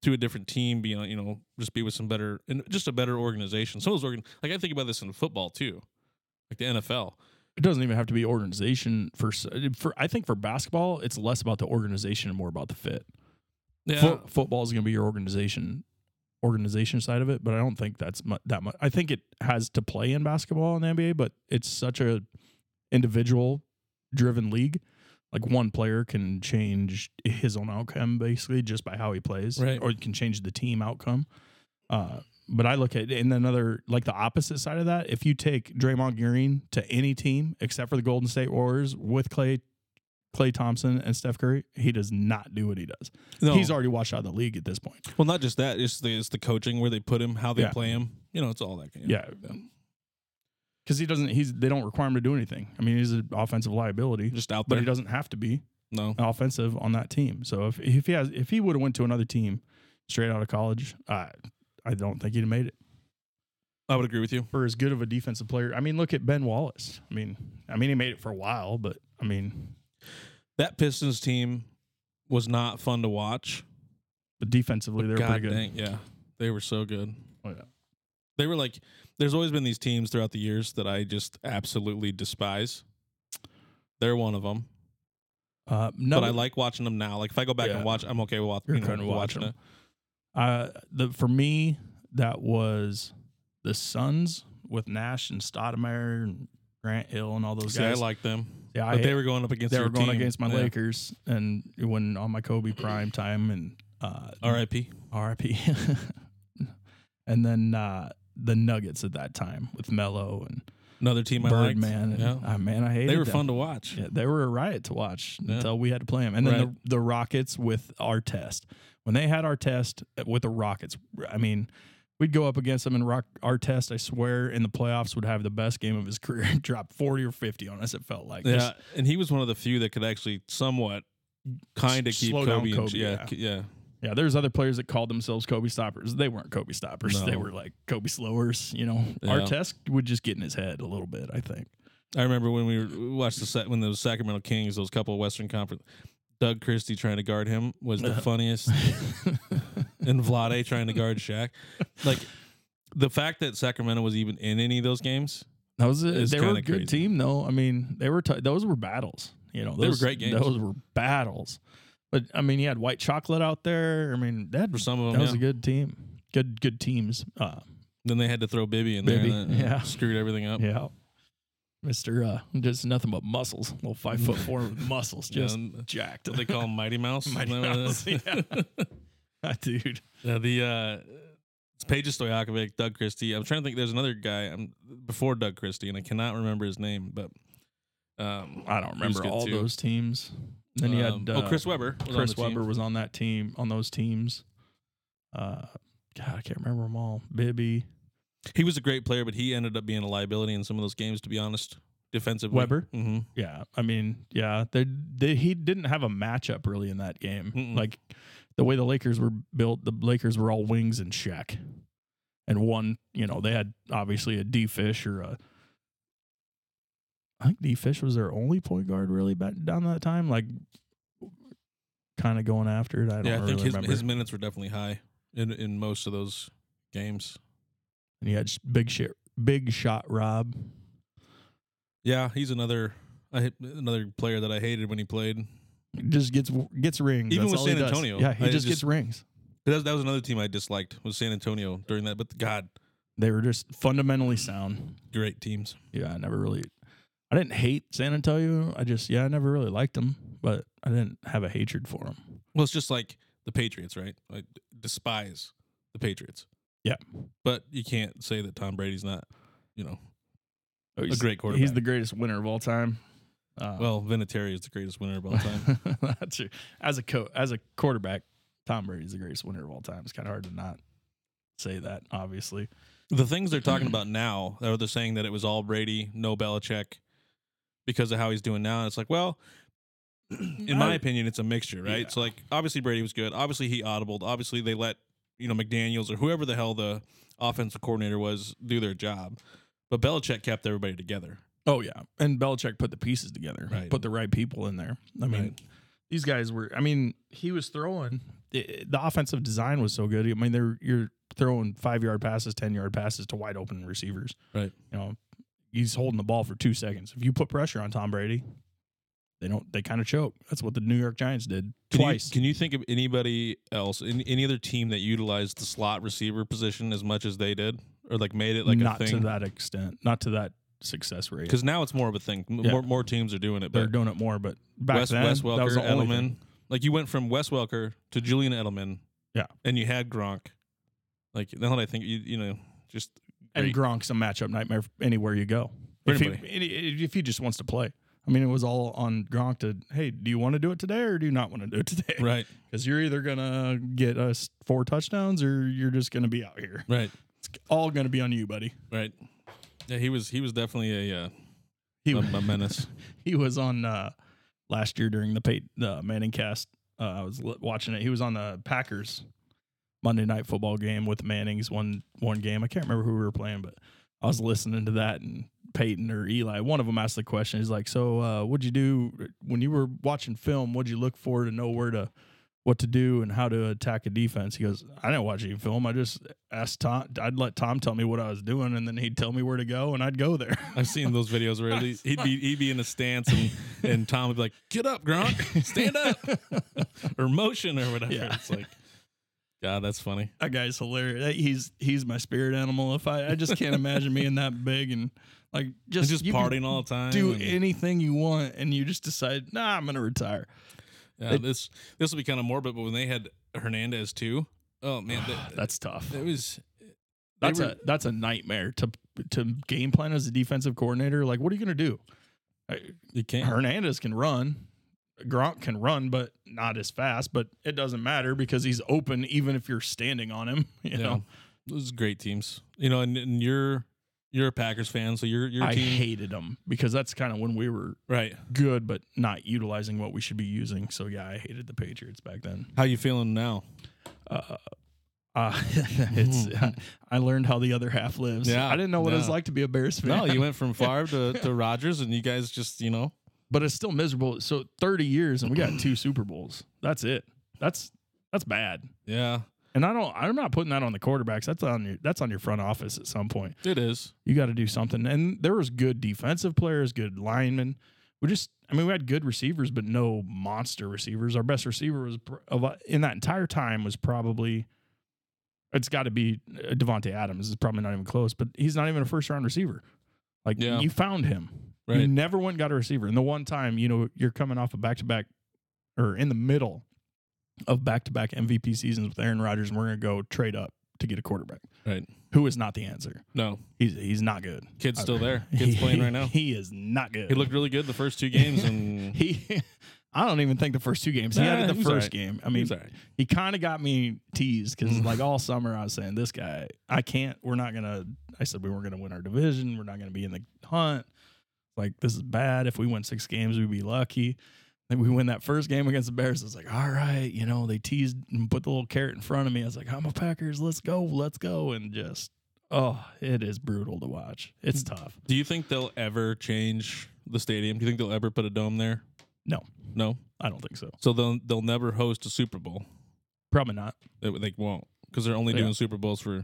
A: to a different team, be on, you know, just be with some better and just a better organization. Some of those organ, like I think about this in football too, like the NFL.
B: It doesn't even have to be organization for s- for. I think for basketball, it's less about the organization and more about the fit.
A: Yeah,
B: Fo- football is going to be your organization organization side of it, but I don't think that's mu- that much. I think it has to play in basketball in the NBA, but it's such a individual driven league. Like one player can change his own outcome basically just by how he plays,
A: Right.
B: or it can change the team outcome. Uh, but I look at in another like the opposite side of that. If you take Draymond Green to any team except for the Golden State Warriors with Clay, Clay Thompson and Steph Curry, he does not do what he does.
A: no.
B: He's already washed out of the league at this point.
A: well, not just that. It's the it's the coaching where they put him, how they
B: Yeah.
A: play him. You know, it's all that. Kind
B: Yeah. Because he doesn't, he's, they don't require him to do anything. I mean, he's an offensive liability,
A: just out
B: but
A: there.
B: he doesn't have to be
A: no,
B: offensive on that team. So if, if he has, if he would have went to another team straight out of college, I, I don't think he'd have made it.
A: I would agree with you.
B: For as good of a defensive player, I mean, look at Ben Wallace. I mean, I mean, he made it for a while, but I mean,
A: That Pistons team was not fun to watch.
B: but defensively, they're
A: God
B: pretty good.
A: dang, yeah, they were so good.
B: Oh, yeah.
A: They were like, there's always been these teams throughout the years that I just absolutely despise. They're one of them,
B: Uh, no,
A: but I like watching them now. Like if I go back
B: Yeah.
A: and watch, I'm okay with wa-
B: You're
A: you know,
B: kind of
A: watching
B: watching them.
A: it.
B: Uh, the for me that was the Suns with Nash and Stoudemire and Grant Hill and all those
A: See, I
B: guys.
A: like them.
B: yeah,
A: but
B: I,
A: they were going up against.
B: they
A: your
B: were going
A: team.
B: against my
A: Yeah.
B: Lakers and when on my Kobe prime time and uh,
A: R.I.P.
B: RIP, and then uh, the Nuggets at that time with Melo and
A: Another team I liked.
B: Birdman.
A: Yeah.
B: and, uh, man, I hated
A: They were
B: them.
A: fun to watch.
B: Yeah, they were a riot to watch
A: Yeah.
B: until we had to play them. And then
A: Right.
B: the, the Rockets with our test. When they had our test with the Rockets, I mean, we'd go up against them and rock our test, I swear, in the playoffs would have the best game of his career and drop 40 or 50 on us, it felt like.
A: Yeah,
B: Just
A: and he was one of the few that could actually somewhat kind of
B: S-
A: keep
B: slow
A: Kobe.
B: down
A: in-
B: Kobe,
A: yeah,
B: yeah.
A: c- yeah.
B: yeah, there's other players that called themselves Kobe stoppers. They weren't Kobe stoppers.
A: No.
B: They were like Kobe slowers, you know.
A: Yeah.
B: Our test would just get in his head a little bit, I think.
A: I remember when we were- we watched the set when the Sacramento Kings, those couple of Western Conference, Doug Christie trying to guard him was the funniest, and Vlade trying to guard Shaq. Like the fact that Sacramento was even in any of those games,
B: That was it.
A: It's
B: They were a
A: kinda
B: good
A: crazy.
B: team, though. I mean, they were. T- those were battles. You know,
A: They were
B: those-
A: great games.
B: Those were battles. But I mean, you had white chocolate out there. I mean, that
A: for some of
B: that
A: them,
B: was
A: yeah.
B: a good team. Good, good teams. Uh,
A: then they had to throw Bibby in
B: Bibby,
A: there, and that
B: yeah.
A: screwed everything up.
B: yeah, Mister, uh, just nothing but muscles. Little five foot four with muscles,
A: Yeah,
B: just
A: and-
B: jacked.
A: what they call him Mighty Mouse. Is
B: Mighty
A: that what it
B: Mouse,
A: is?
B: yeah. dude.
A: Yeah, the uh it's Paige Stojakovic, Doug Christie. I'm trying to think there's another guy um before Doug Christie and I cannot remember his name, but um
B: I don't
A: He was
B: remember
A: good,
B: all
A: too.
B: those teams. Then you
A: um,
B: had uh,
A: oh Chris Webber. was on
B: Chris
A: the team.
B: Webber was on that team, on those teams. Uh, God, I can't remember them all. Bibby
A: He was a great player, but he ended up being a liability in some of those games. To be honest, defensively,
B: Weber.
A: hmm
B: Yeah, I mean, yeah, they, they he didn't have a matchup really in that game.
A: Mm-mm.
B: Like the way the Lakers were built, the Lakers were all wings and Shaq, and one, you know, they had obviously a D Fish or a. I think D Fish was their only point guard really back down that time, like kind of going after it. I don't
A: yeah, I
B: really
A: think his,
B: remember.
A: his minutes were definitely high in in most of those games.
B: and you had sh- big shit Big Shot Rob.
A: Yeah, he's another I, another player that I hated when he played.
B: Just gets gets rings.
A: Even
B: That's
A: with
B: all he
A: San
B: does.
A: Antonio,
B: Yeah, he
A: I
B: just,
A: just-
B: gets rings.
A: That was, that was another team I disliked was San Antonio during that. But God,
B: They were just fundamentally sound.
A: great teams.
B: Yeah, I never really I didn't hate San Antonio. I just yeah, I never really liked them, but I didn't have a hatred for them.
A: Well, it's just like the Patriots, right? I despise the Patriots.
B: Yeah.
A: but you can't say that Tom Brady's not, you know, a great quarterback.
B: He's the greatest winner of all time. Uh,
A: well, Vinatieri is the greatest winner of all time.
B: that's true. As a co- as a quarterback, Tom Brady's the greatest winner of all time. It's kind of hard to not say that, obviously.
A: the things they're talking
B: Mm-hmm.
A: about now, or they're saying that it was all Brady, no Belichick, because of how he's doing now. And it's like, well, in my
B: I-
A: opinion, it's a mixture, right?
B: Mm-hmm. Yeah.
A: So like, obviously Brady was good. Obviously he audibled. Obviously they let you know McDaniel's or whoever the hell the offensive coordinator was do their job. But Belichick kept everybody together.
B: Oh yeah, and Belichick put the pieces together,
A: Right.
B: put the right people in there. I mean,
A: Right.
B: these guys were. I mean, he was throwing. The the offensive design was so good. I mean, they're you're throwing five yard passes, ten yard passes to wide open receivers.
A: Right.
B: You know, he's holding the ball for two seconds. If you put pressure on Tom Brady, they don't. They kind of choke. That's what the New York Giants did
A: Can you-
B: twice.
A: can you think of anybody else, any, any other team that utilized the slot receiver position as much as they did, or like made it like
B: not
A: a
B: to
A: thing?
B: that extent, not to that success rate.
A: Because now it's more of a thing. M-
B: Yeah.
A: More, more teams are doing it.
B: they're
A: But
B: doing it more, but back
A: Wes,
B: then
A: Wes
B: that
A: Welker,
B: was the only
A: Edelman.
B: thing.
A: Like you went from Wes Welker to Julian Edelman.
B: Yeah.
A: And you had Gronk. Like now that I think you you know just
B: and
A: Great.
B: Gronk's a matchup nightmare f- anywhere you go.
A: For
B: If he,
A: anybody.
B: any- if he just wants to play, I mean, it was all on Gronk to, hey, do you want to do it today or do you not want to do it today?
A: right
B: Because you're either gonna get us four touchdowns or you're just gonna be out here.
A: right
B: It's all gonna be on you, buddy.
A: right. Yeah, he was he was definitely a uh,
B: He
A: a, a menace.
B: he was on uh, last year during the Pey- the Manning cast. Uh, I was li- watching it. He was on the Packers Monday night football game with Manning's one one game. I can't remember who we were playing, but I was listening to that and Peyton or Eli. One of them asked the question. He's like, "So, uh, what'd you do when you were watching film? What'd you look for to know where to?" What to do and how to attack a defense? He goes. I didn't watch any film. I just asked Tom. I'd let Tom tell me what I was doing, and then he'd tell me where to go, and I'd go there.
A: I've seen those videos where he'd, he'd be he'd be in a stance and and Tom would be like, "Get up, Gronk, stand up," or motion or whatever.
B: Yeah.
A: It's like, God, that's funny.
B: That guy's hilarious. That- He's he's my spirit animal. If I I just can't imagine being that big and like
A: Just,
B: just
A: just
B: you can
A: partying all the time.
B: Do
A: and-
B: anything you want, and you just decide, nah, I'm gonna retire.
A: yeah, this this will be kind of morbid, but when they had Hernandez too, oh man, that,
B: That's tough.
A: it was. they
B: That's
A: were-
B: a that's a nightmare to to game plan as a defensive coordinator. Like, what are you gonna do? I-
A: you can't
B: Hernandez can run, Gronk can run, but not as fast. But it doesn't matter because he's open, even if you're standing on him. You
A: yeah.
B: know,
A: Those are great teams. You know, and, and you're you're a Packers fan, so your your
B: I
A: team
B: hated him because that's kind of when we were
A: right.
B: good, but not utilizing what we should be using. So yeah, I hated the Patriots back then.
A: How you feeling now?
B: Uh, uh, it's uh, I learned how the other half lives.
A: Yeah,
B: I didn't know what it was
A: yeah.
B: like to be a Bears fan.
A: No, you went from Favre to, to Rodgers and you guys just, you know.
B: but it's still miserable. So thirty years and we got two Super Bowls. That's it. That's that's bad.
A: Yeah.
B: And I don't. I'm not putting that on the quarterbacks. That's on your. That's on your front office at some point.
A: It is.
B: You got to do something. And there was good defensive players, good linemen. We just, I mean, we had good receivers, but no monster receivers. Our best receiver was pr- of- in that entire time was probably. It's got to be uh, Devonte Adams. It's probably not even close, but he's not even a first round receiver. Like
A: Yeah.
B: you found him, you
A: Right.
B: never went and got a receiver. And the one time, you know, you're coming off a back to back, or in the middle of back to back MVP seasons with Aaron Rodgers, and we're gonna go trade up to get a quarterback.
A: Right.
B: Who is not the answer?
A: No.
B: He's he's not good.
A: Kid's still there. Kid's
B: He-
A: playing right now.
B: He is not good.
A: He looked really good the first two games and
B: He, I don't even think the first two games. He
A: Nah,
B: had it
A: he
B: the
A: was
B: first
A: alright.
B: game. I
A: he
B: mean,
A: was all right.
B: he kind of got me teased because
A: Mm.
B: like all summer I was saying this guy, I can't. We're not gonna. I said we weren't gonna win our division. We're not gonna be in the hunt. Like this is bad. If we win six games, we'd be lucky. Then we win that first game against the Bears. I was like, all right, you know, they teased and put the little carrot in front of me. I was like, I'm a Packers. Let's go. Let's go. And just, oh, it is brutal to watch. It's tough.
A: Do you think they'll ever change the stadium? Do you think they'll ever put a dome there?
B: No,
A: No.
B: I don't think so.
A: So they'll they'll never host a Super Bowl.
B: Probably not.
A: They, they won't because they're only
B: Yeah.
A: doing Super Bowls for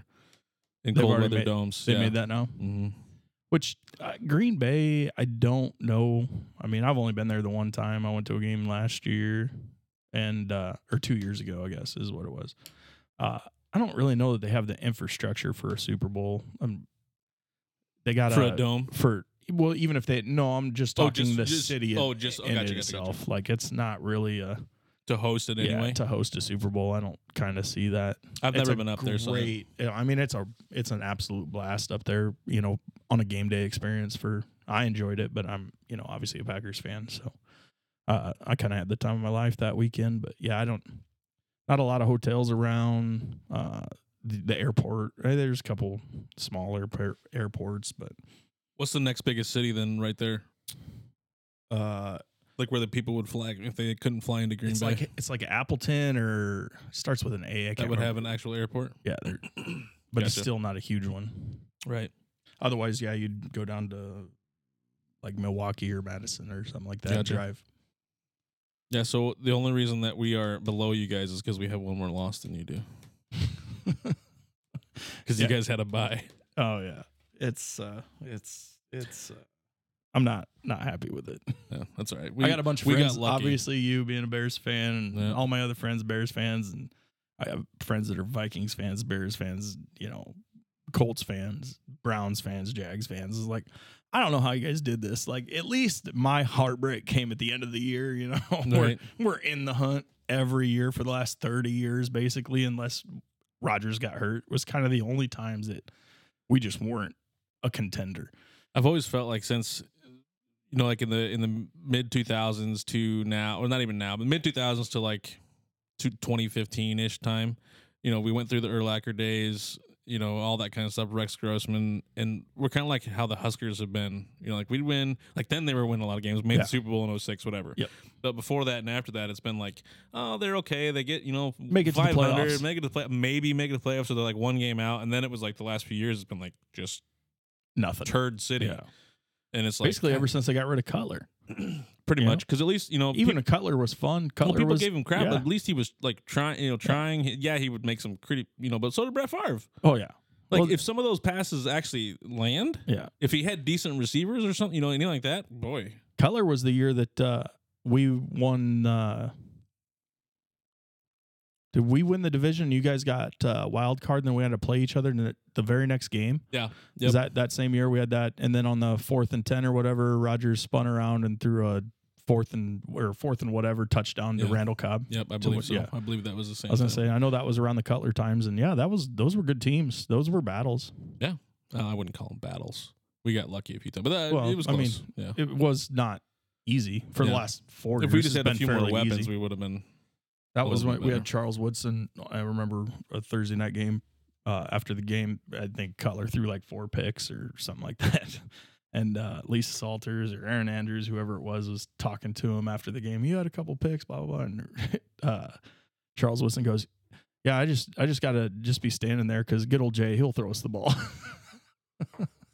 A: in
B: They've
A: cold
B: already
A: weather
B: made-
A: domes.
B: They
A: yeah.
B: made that now.
A: hmm
B: Which uh, Green Bay, I don't know. I mean, I've only been there the one time. I went to a game last year, and uh, or two years ago, I guess is what it was. Uh, I don't really know that they have the infrastructure for a Super Bowl. Um, they got
A: For a dome.
B: for well, even if they no, I'm just
A: Oh,
B: talking
A: just-
B: the
A: just-
B: city
A: oh, just- oh,
B: in
A: gotcha, gotcha,
B: itself. Like it's not really a
A: To host it
B: yeah,
A: anyway.
B: to host a Super Bowl. I don't kind of see that.
A: I've
B: It's
A: never
B: a
A: been up there, so that-
B: Great. yeah, I mean, it's a it's an absolute blast up there. You know, on a game day experience. For I enjoyed it, but I'm you know obviously a Packers fan, so uh, I kind of had the time of my life that weekend. But yeah, I don't. Not a lot of hotels around uh, the, the airport. Eh, There's a couple smaller airpor- airports, but
A: What's the next biggest city then, right there?
B: uh,
A: Like where the people would fly if they couldn't fly into Green
B: it's
A: Bay.
B: like it's like Appleton or starts with an A. I
A: that
B: can't
A: would have
B: remember.
A: an actual airport.
B: yeah, they're- but it's
A: Gotcha.
B: still not a huge one.
A: Right.
B: Otherwise, yeah, you'd go down to like Milwaukee or Madison or something like that.
A: Gotcha.
B: Drive.
A: Yeah. So the only reason that we are below you guys is because we have one more loss than you do. Because
B: Yeah.
A: you guys had a bye.
B: Oh yeah, it's uh, it's it's. Uh, I'm not not happy with it.
A: Yeah, that's all right. We,
B: I got a bunch of
A: we
B: friends.
A: got lucky.
B: Obviously, you being a Bears fan, and
A: Yeah.
B: all my other friends Bears fans, and I have friends that are Vikings fans, Bears fans, you know, Colts fans, Browns fans, Jags fans. It's like, I don't know how you guys did this. Like, at least my heartbreak came at the end of the year. You know, we're
A: Right.
B: we're in the hunt every year for the last thirty years, basically, unless Rogers got hurt. Was kind of the only times that we just weren't a contender.
A: I've always felt like since you know, like in the in the mid two thousands to now, or not even now, but mid two thousands to like to twenty fifteen ish time. You know, we went through the Erlacher days. You know, all that kind of stuff. Rex Grossman, and we're kind of like how the Huskers have been. You know, like we'd win, like then they were winning a lot of games, made
B: Yeah.
A: the Super Bowl in 06, whatever.
B: Yep.
A: But before that and after that, it's been like, oh, they're okay. They get you know,
B: Make it to the
A: 500,
B: playoffs.
A: make it to the play, maybe make it to the playoffs. So they're like one game out, and then it was like the last few years, it's been like just
B: Nothing.
A: turd city,
B: Yeah.
A: and it's like
B: basically, ever since they got rid of Cutler.
A: pretty
B: you know?
A: much because at least you know
B: even
A: peop-
B: a Cutler was fun. Cutler
A: well, people
B: was,
A: gave him crap,
B: yeah.
A: but at least he was like trying, you know, trying. Yeah, he would make some pretty, you know, but so did Brett Favre.
B: oh yeah,
A: Like
B: Well-
A: if some of those passes actually land,
B: yeah.
A: if he had decent receivers or something, you know, anything like that, boy,
B: Cutler was the year that uh, we won. Uh, did we win the division? You guys got uh, wild card, and then we had to play each other in the, the very next game.
A: yeah,
B: Is that that same year we had that? And then on the fourth and ten or whatever, Rogers spun around and threw a fourth and or fourth and whatever touchdown to
A: Yeah.
B: Randall Cobb.
A: yep, I
B: So
A: believe
B: what-
A: so.
B: yeah.
A: I believe that was the same.
B: I was gonna
A: thing.
B: say, I know that was around the Cutler times, and yeah, that was those were good teams. Those were battles.
A: Uh, I wouldn't call them battles. We got lucky a few times, but uh,
B: Well,
A: it was
B: I mean,
A: close. yeah,
B: It was not easy for the
A: Yeah.
B: last four.
A: if
B: years,
A: we just
B: it's
A: had a
B: been
A: few more
B: fairly
A: weapons,
B: easy.
A: we would have been.
B: That was
A: little
B: when
A: bit
B: we had
A: better.
B: Charles Woodson. I remember a Thursday night game. Uh, after the game, I think Cutler threw like four picks or something like that. And uh, Lisa Salters or Aaron Andrews, whoever it was, was talking to him after the game. You had a couple picks, blah blah blah. And uh, Charles Woodson goes, "Yeah, I just I just gotta just be standing there because good old Jay, he'll throw us the ball."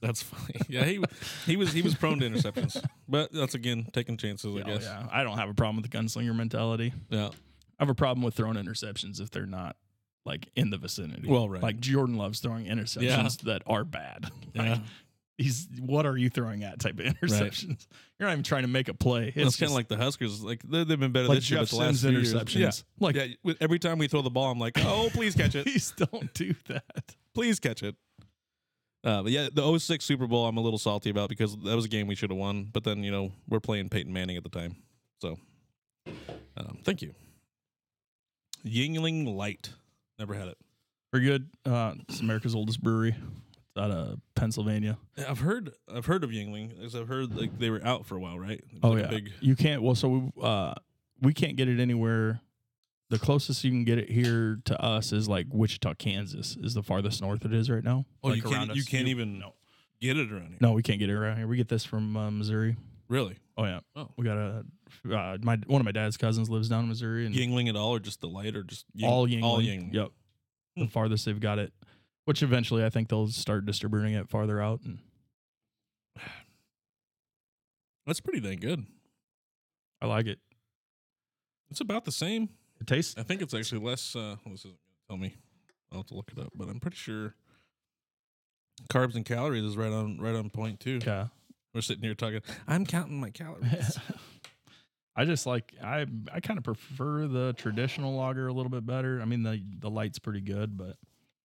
A: That's funny. Yeah, he he was he was prone to interceptions, but that's again taking chances, I
B: Oh,
A: guess.
B: yeah, I don't have a problem with the gunslinger mentality.
A: yeah.
B: I have a problem with throwing interceptions if they're not like in the vicinity.
A: Well, right.
B: Like Jordan loves throwing interceptions that are bad.
A: Yeah.
B: Like, he's what are you throwing at type of interceptions? You're not even trying to make a play.
A: It's
B: It's
A: kind of
B: just
A: like the Huskers. Like they- they've been better
B: like
A: this year,
B: Jeff
A: but the last
B: Sims
A: few years-
B: interceptions. Like
A: Yeah, yeah. with- Every time we throw the ball, I'm like, oh, please catch it,
B: please don't do that.
A: please catch it. Uh, but yeah, the 06 Super Bowl, I'm a little salty about because that was a game we should have won. But then you know we're playing Peyton Manning at the time, so um, thank you. Yingling Light, never had it.
B: We're good. Uh, it's America's oldest brewery. It's out of Pennsylvania.
A: Yeah, I've heard, I've heard of Yingling. 'cause I've heard like they were out for a while, right? It was
B: Oh
A: like a
B: yeah.
A: big-
B: You can't. Well, so we uh, we can't get it anywhere. The closest you can get it here to us is like Wichita, Kansas, is the farthest north it is right now.
A: oh,
B: Like
A: you
B: around
A: can't, you
B: us.
A: can't even
B: no.
A: get it around here.
B: No, we can't get it around here. We get this from uh, Missouri.
A: Really,
B: Oh yeah.
A: Oh.
B: We got a uh, my one of my dad's cousins lives down in Missouri and
A: Yingling at all, or just the light, or just Ying- Hmm.
B: all Yingling.
A: all Yingling.
B: Yep. The farthest they've got it, which eventually I think they'll start distributing it farther out. And
A: That's pretty dang good.
B: I like it.
A: It's about the same.
B: It tastes
A: I uh, think it's actually less. Uh, well, this isn't going to tell me. I'll have to look it up, but I'm pretty sure Carbs and calories is right on right on point too.
B: Okay.
A: We're sitting here talking. I'm counting my calories.
B: I just like I I kind of prefer the traditional lager a little bit better. I mean the the light's pretty good, but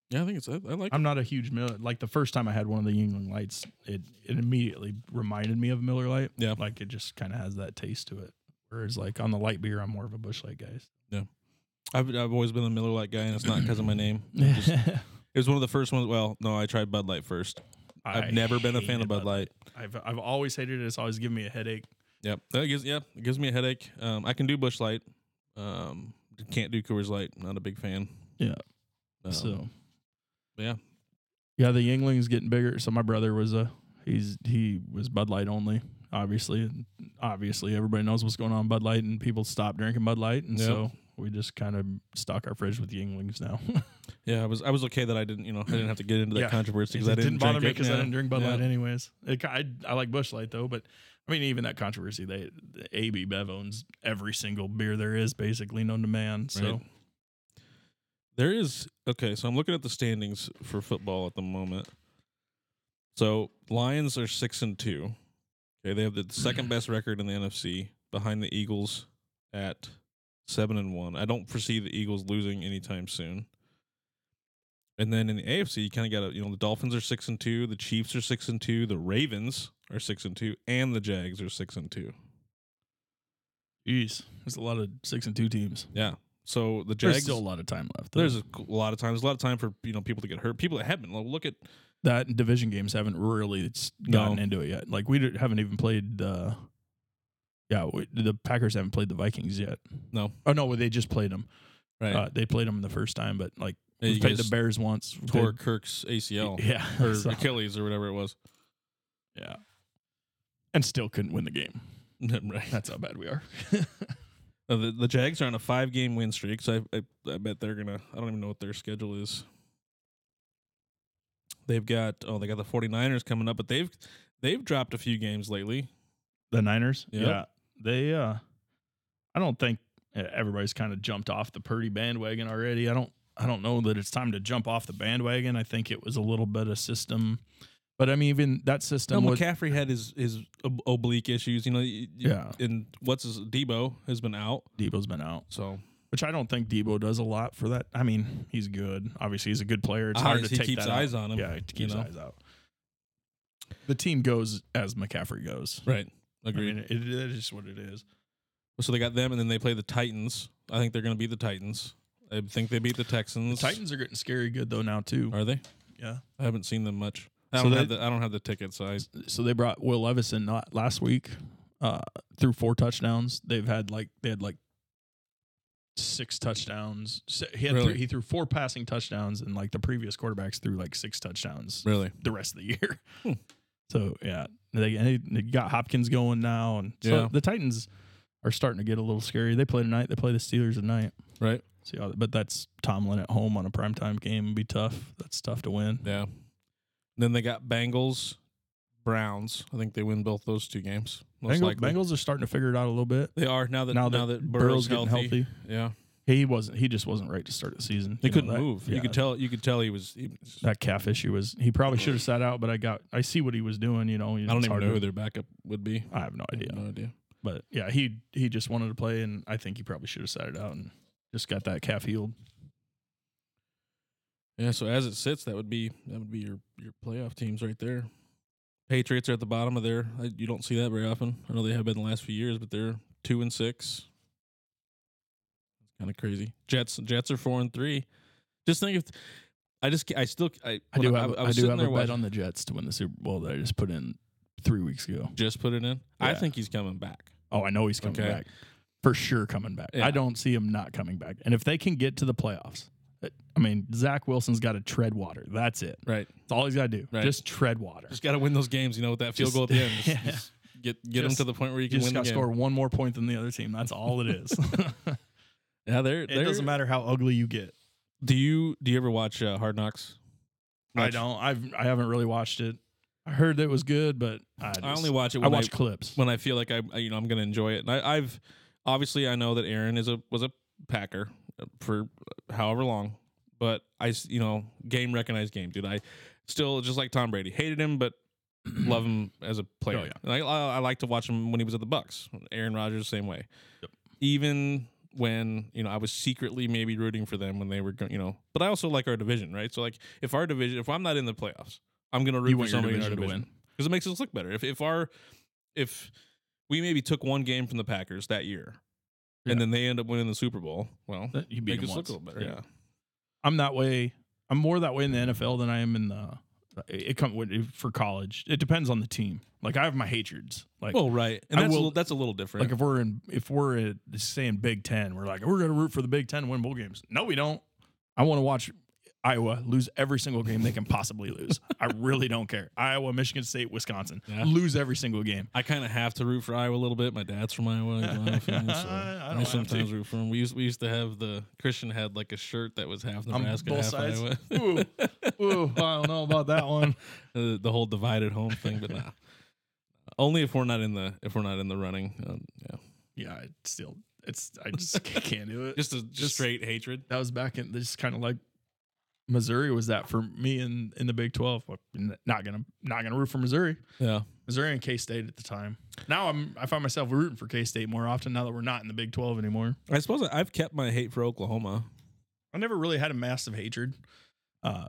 A: yeah, I think it's. I, I like.
B: I'm not a huge Miller. Like the first time I had one of the Yingling Lights, it it immediately reminded me of Miller Light.
A: Yeah.
B: like it just kind of has that taste to it. Whereas like on the light beer, I'm more of a Bush Light guy.
A: I've I've always been a Miller Lite guy, and it's not because of my name. I'm just- It was one of the first ones. Well, no, I tried Bud Light first. I've
B: I
A: never been a fan
B: hated
A: of Bud Light.
B: I've I've always hated it. It's always given me a headache.
A: Yep. That gives yeah, it gives me a headache. Um, I can do Bush Light. Um, can't do Coors Light. Not a big fan.
B: Yeah.
A: Um,
B: so
A: but yeah.
B: yeah, the Yingling's getting bigger. So my brother was a he's he was Bud Light only. Obviously, and obviously everybody knows what's going on in Bud Light, and people stopped drinking Bud Light, and
A: Yep.
B: so we just kind of stock our fridge with Yinglings now.
A: Yeah, I was I was okay that I didn't you know I didn't have to get into that
B: Yeah.
A: controversy because
B: it
A: I didn't,
B: didn't bother me
A: drink it.
B: because I
A: Yeah.
B: didn't drink Bud
A: Yeah.
B: Light anyways. It, ki- I I like Bush Light though, but I mean even that controversy, they the AB Bev owns every single beer there is basically known to man. So
A: Right. There is okay, so I'm looking at the standings for football at the moment. So Lions are six and two. Okay, they have the
B: Mm.
A: second best record in the NFC behind the Eagles at seven and one. I don't foresee the Eagles losing anytime soon. And then in the AFC, you kind of got to, you know, the Dolphins are six and two, the Chiefs are six and two, the Ravens are six and two, and the Jags are six and two.
B: jeez, there's a lot of six and two teams.
A: Yeah. So the
B: There's
A: Jags,
B: still a lot of time left. though.
A: there's a lot of times, a lot of time for you know people to get hurt. People that have been look at
B: that and division games haven't really s-
A: No.
B: gotten into it yet. Like we d- haven't even played. Uh, yeah, we, the Packers haven't played the Vikings yet.
A: No.
B: Oh no, well, they just played them.
A: Right.
B: Uh, they played them the first time, but like
A: Yeah,
B: we
A: you
B: played the
A: guys
B: Bears once. we
A: tore
B: played-
A: Kirk's ACL
B: Yeah.
A: or
B: so-
A: Achilles or whatever it was.
B: yeah. And still couldn't win the game.
A: right.
B: That's how bad we are.
A: Uh, the, the Jags are on a five game win streak, so I, I I bet they're gonna. I don't even know what their schedule is. They've got oh they got the 49ers coming up, but they've they've dropped a few games lately.
B: The Niners.
A: Yep.
B: Yeah. They. uh I don't think uh, everybody's kind of jumped off the Purdy bandwagon already. I don't. I don't know that it's time to jump off the bandwagon. I think it was a little bit of system, but I mean, even that
A: No,
B: system was.
A: McCaffrey had his his ob- oblique issues, you know. y- y-
B: Yeah.
A: and what's his Debo has been out,
B: Debo's been out,
A: so
B: which I don't think Debo does a lot for that. I mean, he's good. Obviously, he's a good player. It's hard to
A: Obviously,
B: take
A: Ah, he keeps
B: that out.
A: eyes on him.
B: Yeah, he
A: you
B: keeps
A: know?
B: eyes out. The team goes as McCaffrey goes.
A: Right,
B: I
A: agreed.
B: mean, it, it is just what it is.
A: So they got them, and then they play the Titans. I think they're going to beat the Titans. I think they beat the
B: The
A: Texans.
B: Titans are getting scary good though now too.
A: are they?
B: Yeah.
A: I haven't seen them much. I
B: So
A: don't
B: they-
A: have the I don't have the tickets. I
B: so they brought Will Levison not last week uh, through four touchdowns. They've had like they had like six touchdowns. So he had
A: Really?
B: three, he threw four passing touchdowns, and like the previous quarterbacks threw like six touchdowns
A: really
B: the rest of the year.
A: Hmm.
B: So yeah, they, and they they got Hopkins going now, and so
A: Yeah.
B: the Titans are starting to get a little scary. They play tonight. They play the Steelers tonight.
A: right.
B: See how, but that's Tomlin at home on a primetime game would be tough. That's tough to win.
A: Yeah. Then they got Bengals, Browns. I think they win both those two games. Most
B: Bengals,
A: likely,
B: Bengals are starting to figure it out a little bit.
A: they are now that
B: now that, Burrow's, getting healthy.
A: Yeah,
B: He wasn't. He just wasn't right to start the season.
A: he
B: You know,
A: couldn't
B: that-
A: move. You
B: yeah,
A: could tell. You could tell he was. He, was-
B: that calf issue was. He probably should have sat out, but I got. I see what he was doing. You know.
A: I don't even know who their backup would be.
B: I have no
A: I have
B: idea.
A: no idea.
B: But yeah, he he just wanted to play, and I think he probably should have sat it out and just got that calf healed.
A: Yeah. So as it sits, that would be that would be your your playoff teams right there. Patriots are at the bottom of their. I, you don't see that very often. I know they have been the last few years, but they're two and six. Kind of crazy. Jets Jets are four and three. Just think if I just I still I
B: I do
A: when
B: have.
A: I,
B: I,
A: was
B: do
A: sitting
B: have a
A: there
B: bet
A: watching-
B: on the Jets to win the Super Bowl that I just put in three weeks ago.
A: Just put it in. I
B: Yeah.
A: think he's coming back.
B: Oh, I know he's coming
A: Okay.
B: back. For sure coming back.
A: Yeah.
B: I don't see him not coming back. And if they can get to the playoffs, it- I mean, Zach Wilson's got to tread water. That's it.
A: Right.
B: That's all he's got to do.
A: Right.
B: Just tread water.
A: Just got to win those games. You know, with that field
B: Just-
A: goal at the end. Just-
B: yeah.
A: just get get
B: Just-
A: them to the point where you
B: You
A: can win
B: just
A: the
B: got to
A: game.
B: score one more point than the other team. That's all it is.
A: Yeah, they're,
B: it
A: they're
B: doesn't matter how ugly you get.
A: Do you do you ever watch uh, Hard Knocks?
B: I
A: Much?
B: don't. I've I haven't really watched it. I heard that it was good, but I, just,
A: I only watch it
B: I
A: when I,
B: watch clips.
A: when I feel like I I- you know I'm gonna enjoy it. And I, I've obviously I know that Aaron is a was a Packer uh, for however long, but I s- you know game recognized game, dude. I still just like Tom Brady. Hated him, but love him as a player.
B: Oh, yeah.
A: And I, I, I like to watch him when he was at the Bucks. Aaron Rodgers, same way.
B: Yep.
A: Even when you know I was secretly maybe rooting for them when they were, go- you know, but I also like our division, right? So like if our division, if I'm not in the playoffs, I'm gonna root
B: You
A: for
B: want your
A: somebody in our
B: division to
A: division because it makes us look better. If if our if we maybe took one game from the Packers that year,
B: Yeah.
A: and then they end up winning the Super Bowl, well,
B: That- You beat
A: make
B: him
A: us look
B: once.
A: a little better. Yeah.
B: I'm that way. I'm more that way in the NFL than I am in the. It come with- for college. It depends on the team. Like I have my hatreds. Like
A: Well, right, and
B: I
A: that's a
B: will-
A: little, that's a little different.
B: like if we're in if we're at saying Big Ten, we're like we're gonna root for the Big Ten to win bowl games. No, we don't. I want to watch Iowa lose every single game they can possibly lose. I really don't care. Iowa, Michigan State, Wisconsin
A: Yeah.
B: lose every single game.
A: I kind of have to root for Iowa a little bit. My dad's from Iowa. He's an Iowa fan, so
B: I
A: I,
B: don't have
A: sometimes root for him. We used we used to have the Christian had like a shirt that was half
B: On
A: Nebraska,
B: both
A: half
B: sides?
A: Iowa.
B: Ooh, ooh, I don't know about that one.
A: the, the whole divided home thing, but nah. Only if we're not in the if we're not in the running. Um, yeah,
B: Yeah, I still, it's I just can't do it.
A: just a
B: Just-
A: straight hatred.
B: that was back in this kind of like Missouri was that for me in in the Big Twelve. Like, n- Not gonna not gonna root for Missouri.
A: Yeah,
B: Missouri and K State at the time. Now I'm I find myself rooting for K State more often now that we're not in the Big Twelve anymore.
A: I suppose I- I've kept my hate for Oklahoma.
B: I never really had a massive hatred. Uh,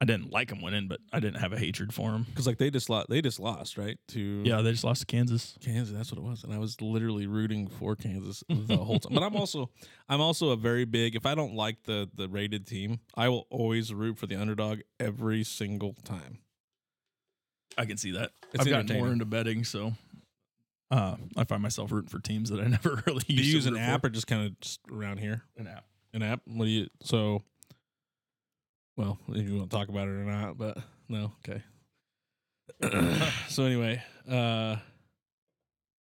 B: I didn't like them winning, but I didn't have a hatred for them.
A: because like they just lost, they just lost right to
B: Yeah, they just lost to Kansas.
A: Kansas. That's what it was, and I was literally rooting for Kansas the whole time. But I'm also I'm also a very big. If I don't like the the rated team, I will always root for the underdog every single time.
B: I can see that.
A: It's
B: I've gotten more
A: entertaining.
B: into betting, so uh, I find myself rooting for teams that I never really
A: Do
B: used
A: you
B: to
A: use an
B: root
A: app
B: for.
A: or just kind of just around here?
B: an app?
A: An app? What do you so? Well, if you want to talk about it or not, but no, okay. so anyway, uh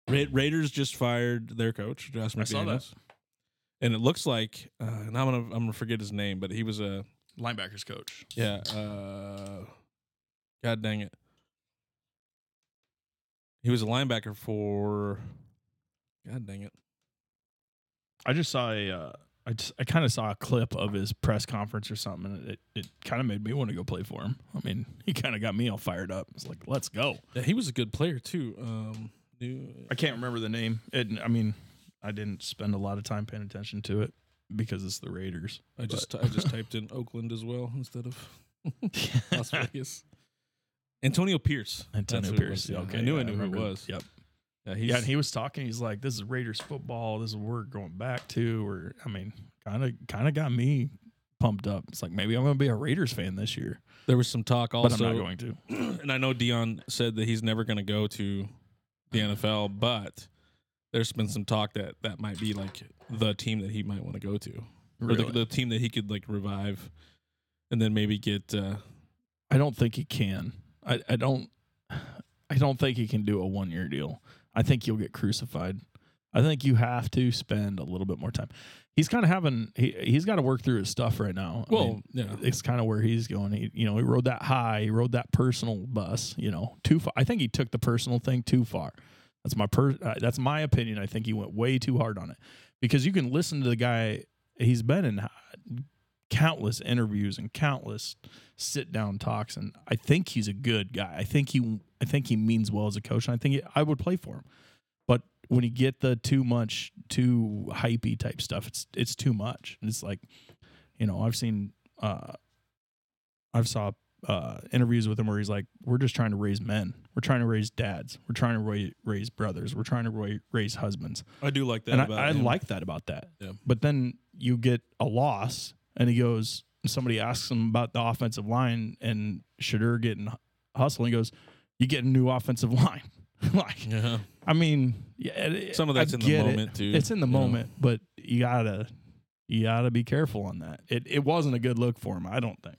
A: Ra- Raiders just fired their coach, Josh McDaniels.
B: I saw that.
A: And it looks like, uh, and I'm gonna I'm gonna forget his name, but he was a
B: Linebackers coach.
A: yeah. Uh, God dang it, he was a linebacker for. God dang it,
B: I just saw a, uh, I just, I kind of saw a clip of his press conference or something, and it, it kind of made me want to go play for him. I mean, he kind of got me all fired up. It's like, let's go.
A: yeah, he was a good player too. Um, new-
B: I can't remember the name. It, I mean, I didn't spend a lot of time paying attention to it because it's the Raiders.
A: I just I just typed in Oakland as well instead of Las Vegas. Antonio Pierce.
B: Antonio
A: That's what it
B: Pierce.
A: was, yeah.
B: Okay,
A: I knew
B: yeah,
A: I knew who it
B: remember.
A: was.
B: Yep.
A: Yeah, he's,
B: yeah, and he was talking. He's like, "This is Raiders football. This is what we're going back to." Or, I mean, kind of, kind of got me pumped up. It's like maybe I'm going to be a Raiders fan this year,
A: there was some talk
B: but
A: also,
B: I'm not going to.
A: and I know Dion said that he's never going to go to the NFL, but there's been some talk that that might be like the team that he might want to go to, or
B: Really.
A: the, the team that he could like revive, and then maybe get. Uh,
B: I don't think he can. I, I don't I don't think he can do a one year deal. I think you'll get crucified. I think you have to spend a little bit more time. He's kind of having he he's got to work through his stuff right now. I
A: well,
B: mean,
A: yeah,
B: it's kind of where he's going. He you know he rode that high, he rode that personal bus. You know too far. I think he took the personal thing too far. That's my per. Uh, that's my opinion. I think he went way too hard on it because you can listen to the guy. He's been in uh, countless interviews and countless sit down talks, and I think he's a good guy. I think he I think he means well as a coach, and I think he, I would play for him. But when you get the too much, too hypey type stuff, it's it's too much. And it's like, you know, I've seen uh, I've saw uh, interviews with him where he's like, "We're just trying to raise men. We're trying to raise dads. We're trying to ra- raise brothers. We're trying to ra- raise husbands."
A: I do like that.
B: and
A: about
B: I, I
A: him.
B: like that about that.
A: Yeah.
B: But then you get a loss, and he goes. Somebody asks him about the offensive line, and Shadur getting hustled. And he goes, "You get a new offensive line." like,
A: Yeah.
B: I mean, yeah, it-
A: Some of that's
B: I
A: in the
B: get it.
A: moment, too,
B: It's in the
A: you know?
B: moment, but you gotta you gotta be careful on that. It it wasn't a good look for him, I don't think.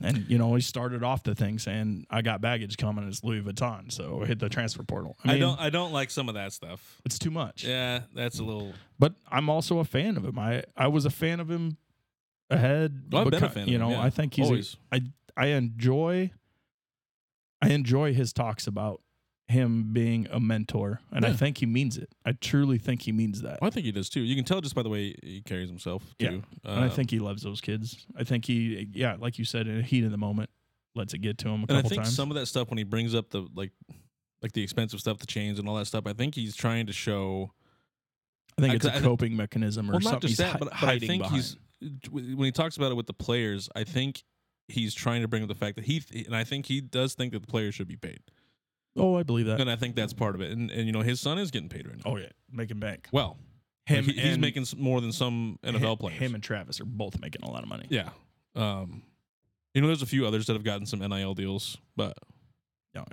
B: And you know, he started off the thing saying, "I got baggage coming. It's Louis Vuitton, so hit the transfer portal." I,
A: I
B: mean,
A: don't I don't like some of that stuff.
B: It's too much.
A: Yeah, that's a little.
B: But I'm also a fan of him. I I was a fan of him ahead.
A: Well, I've been a
B: becau-
A: fan of
B: You
A: him,
B: know,
A: yeah,
B: I think he's a,
A: always.
B: I enjoy I enjoy his talks about him being a mentor, and I
A: Yeah.
B: think he means it. I truly think he means that,
A: Well, I think he does too. You can tell just by the way he carries himself
B: Yeah.
A: too.
B: and I
A: Uh,
B: think he loves those kids. I think he, yeah, like you said, in the heat of the moment, lets it get to him a
A: and I
B: couple
A: think
B: times.
A: some of that stuff when he brings up the like, like the expensive stuff, the chains and all that stuff. I think he's trying to show.
B: I think
A: I-
B: it's a
A: I-
B: coping mechanism or
A: Well,
B: something.
A: not just
B: he's
A: that,
B: hi-
A: but, but I
B: hiding
A: think
B: behind.
A: he's when he talks about it with the players. I think he's trying to bring up the fact that he th- and I think he does think that the players should be paid,
B: Oh, I believe that.
A: and I think that's part of it. And and you know his son is getting paid right now.
B: oh yeah, making bank.
A: Well,
B: Him
A: like, he- he's
B: and-
A: making s- more than some NFL
B: him,
A: players.
B: Him and Travis are both making a lot of money.
A: yeah. Um, you know, there's a few others that have gotten some NIL deals, but
B: Yeah.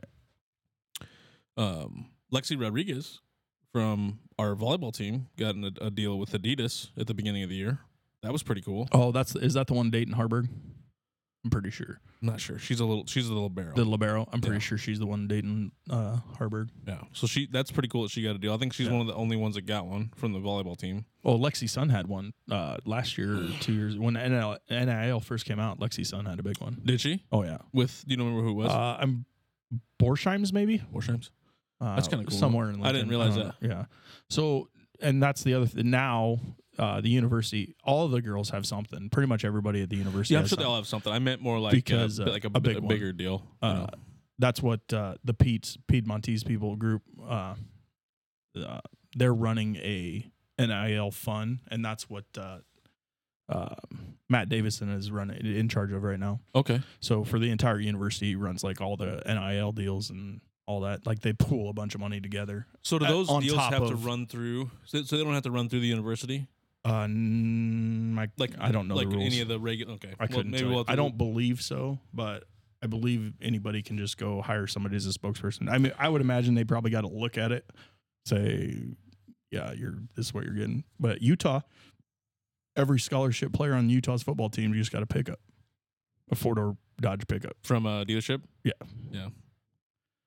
A: um, Lexi Rodriguez from our volleyball team got an, a deal with Adidas at the beginning of the year. That was pretty cool.
B: Oh, that's is that the one Dayton Harburg? I'm pretty sure
A: I'm not sure. She's a little. She's a little barrel.
B: the libero. I'm pretty
A: Yeah.
B: sure she's the one Dayton uh, Harburg.
A: yeah. So she. That's pretty cool. That she got a deal. I think she's
B: Yeah.
A: one of the only ones that got one from the volleyball team.
B: Oh, Lexi Sun had one uh, last year, or two years when NIL, NIL first came out. Lexi Sun had a big one.
A: Did she?
B: Oh yeah,
A: With do you remember who it was?
B: uh, I'm Borsheim's maybe.
A: Warshimes.
B: Uh,
A: That's kinda cool.
B: Somewhere in
A: I
B: Lincoln.
A: didn't realize
B: don't know. Yeah. So, and that's the other thing. Now, uh, the university, all the girls have something. Pretty much everybody at the university.
A: Yeah, I'm
B: has
A: sure they
B: something.
A: all have something. I meant more like
B: Because,
A: a,
B: uh,
A: like a,
B: a big
A: a
B: one.
A: bigger deal. you know.
B: Uh, that's what uh, the Pete's Piedmontese people group. Uh, uh, they're running a NIL fund, and that's what uh, uh, Matt Davison is running in charge of right now.
A: Okay.
B: So for the entire university, he runs like all the NIL deals and all that. Like they pool a bunch of money together.
A: So do
B: Uh,
A: those
B: on
A: deals
B: top
A: have to
B: of-
A: run through? So, so they don't have to run through the university,
B: Uh, n- I,
A: like
B: I don't know
A: like
B: the rules.
A: any of the regular. Okay,
B: I couldn't. tell you.
A: have to
B: I
A: look-
B: don't believe so, but I believe anybody can just go hire somebody as a spokesperson. I mean, I would imagine they probably got to look at it, say, yeah, you're this is what you're getting. But Utah, every scholarship player on Utah's football team, you just got to pick up a four door Dodge pickup,
A: from a dealership.
B: Yeah.
A: yeah,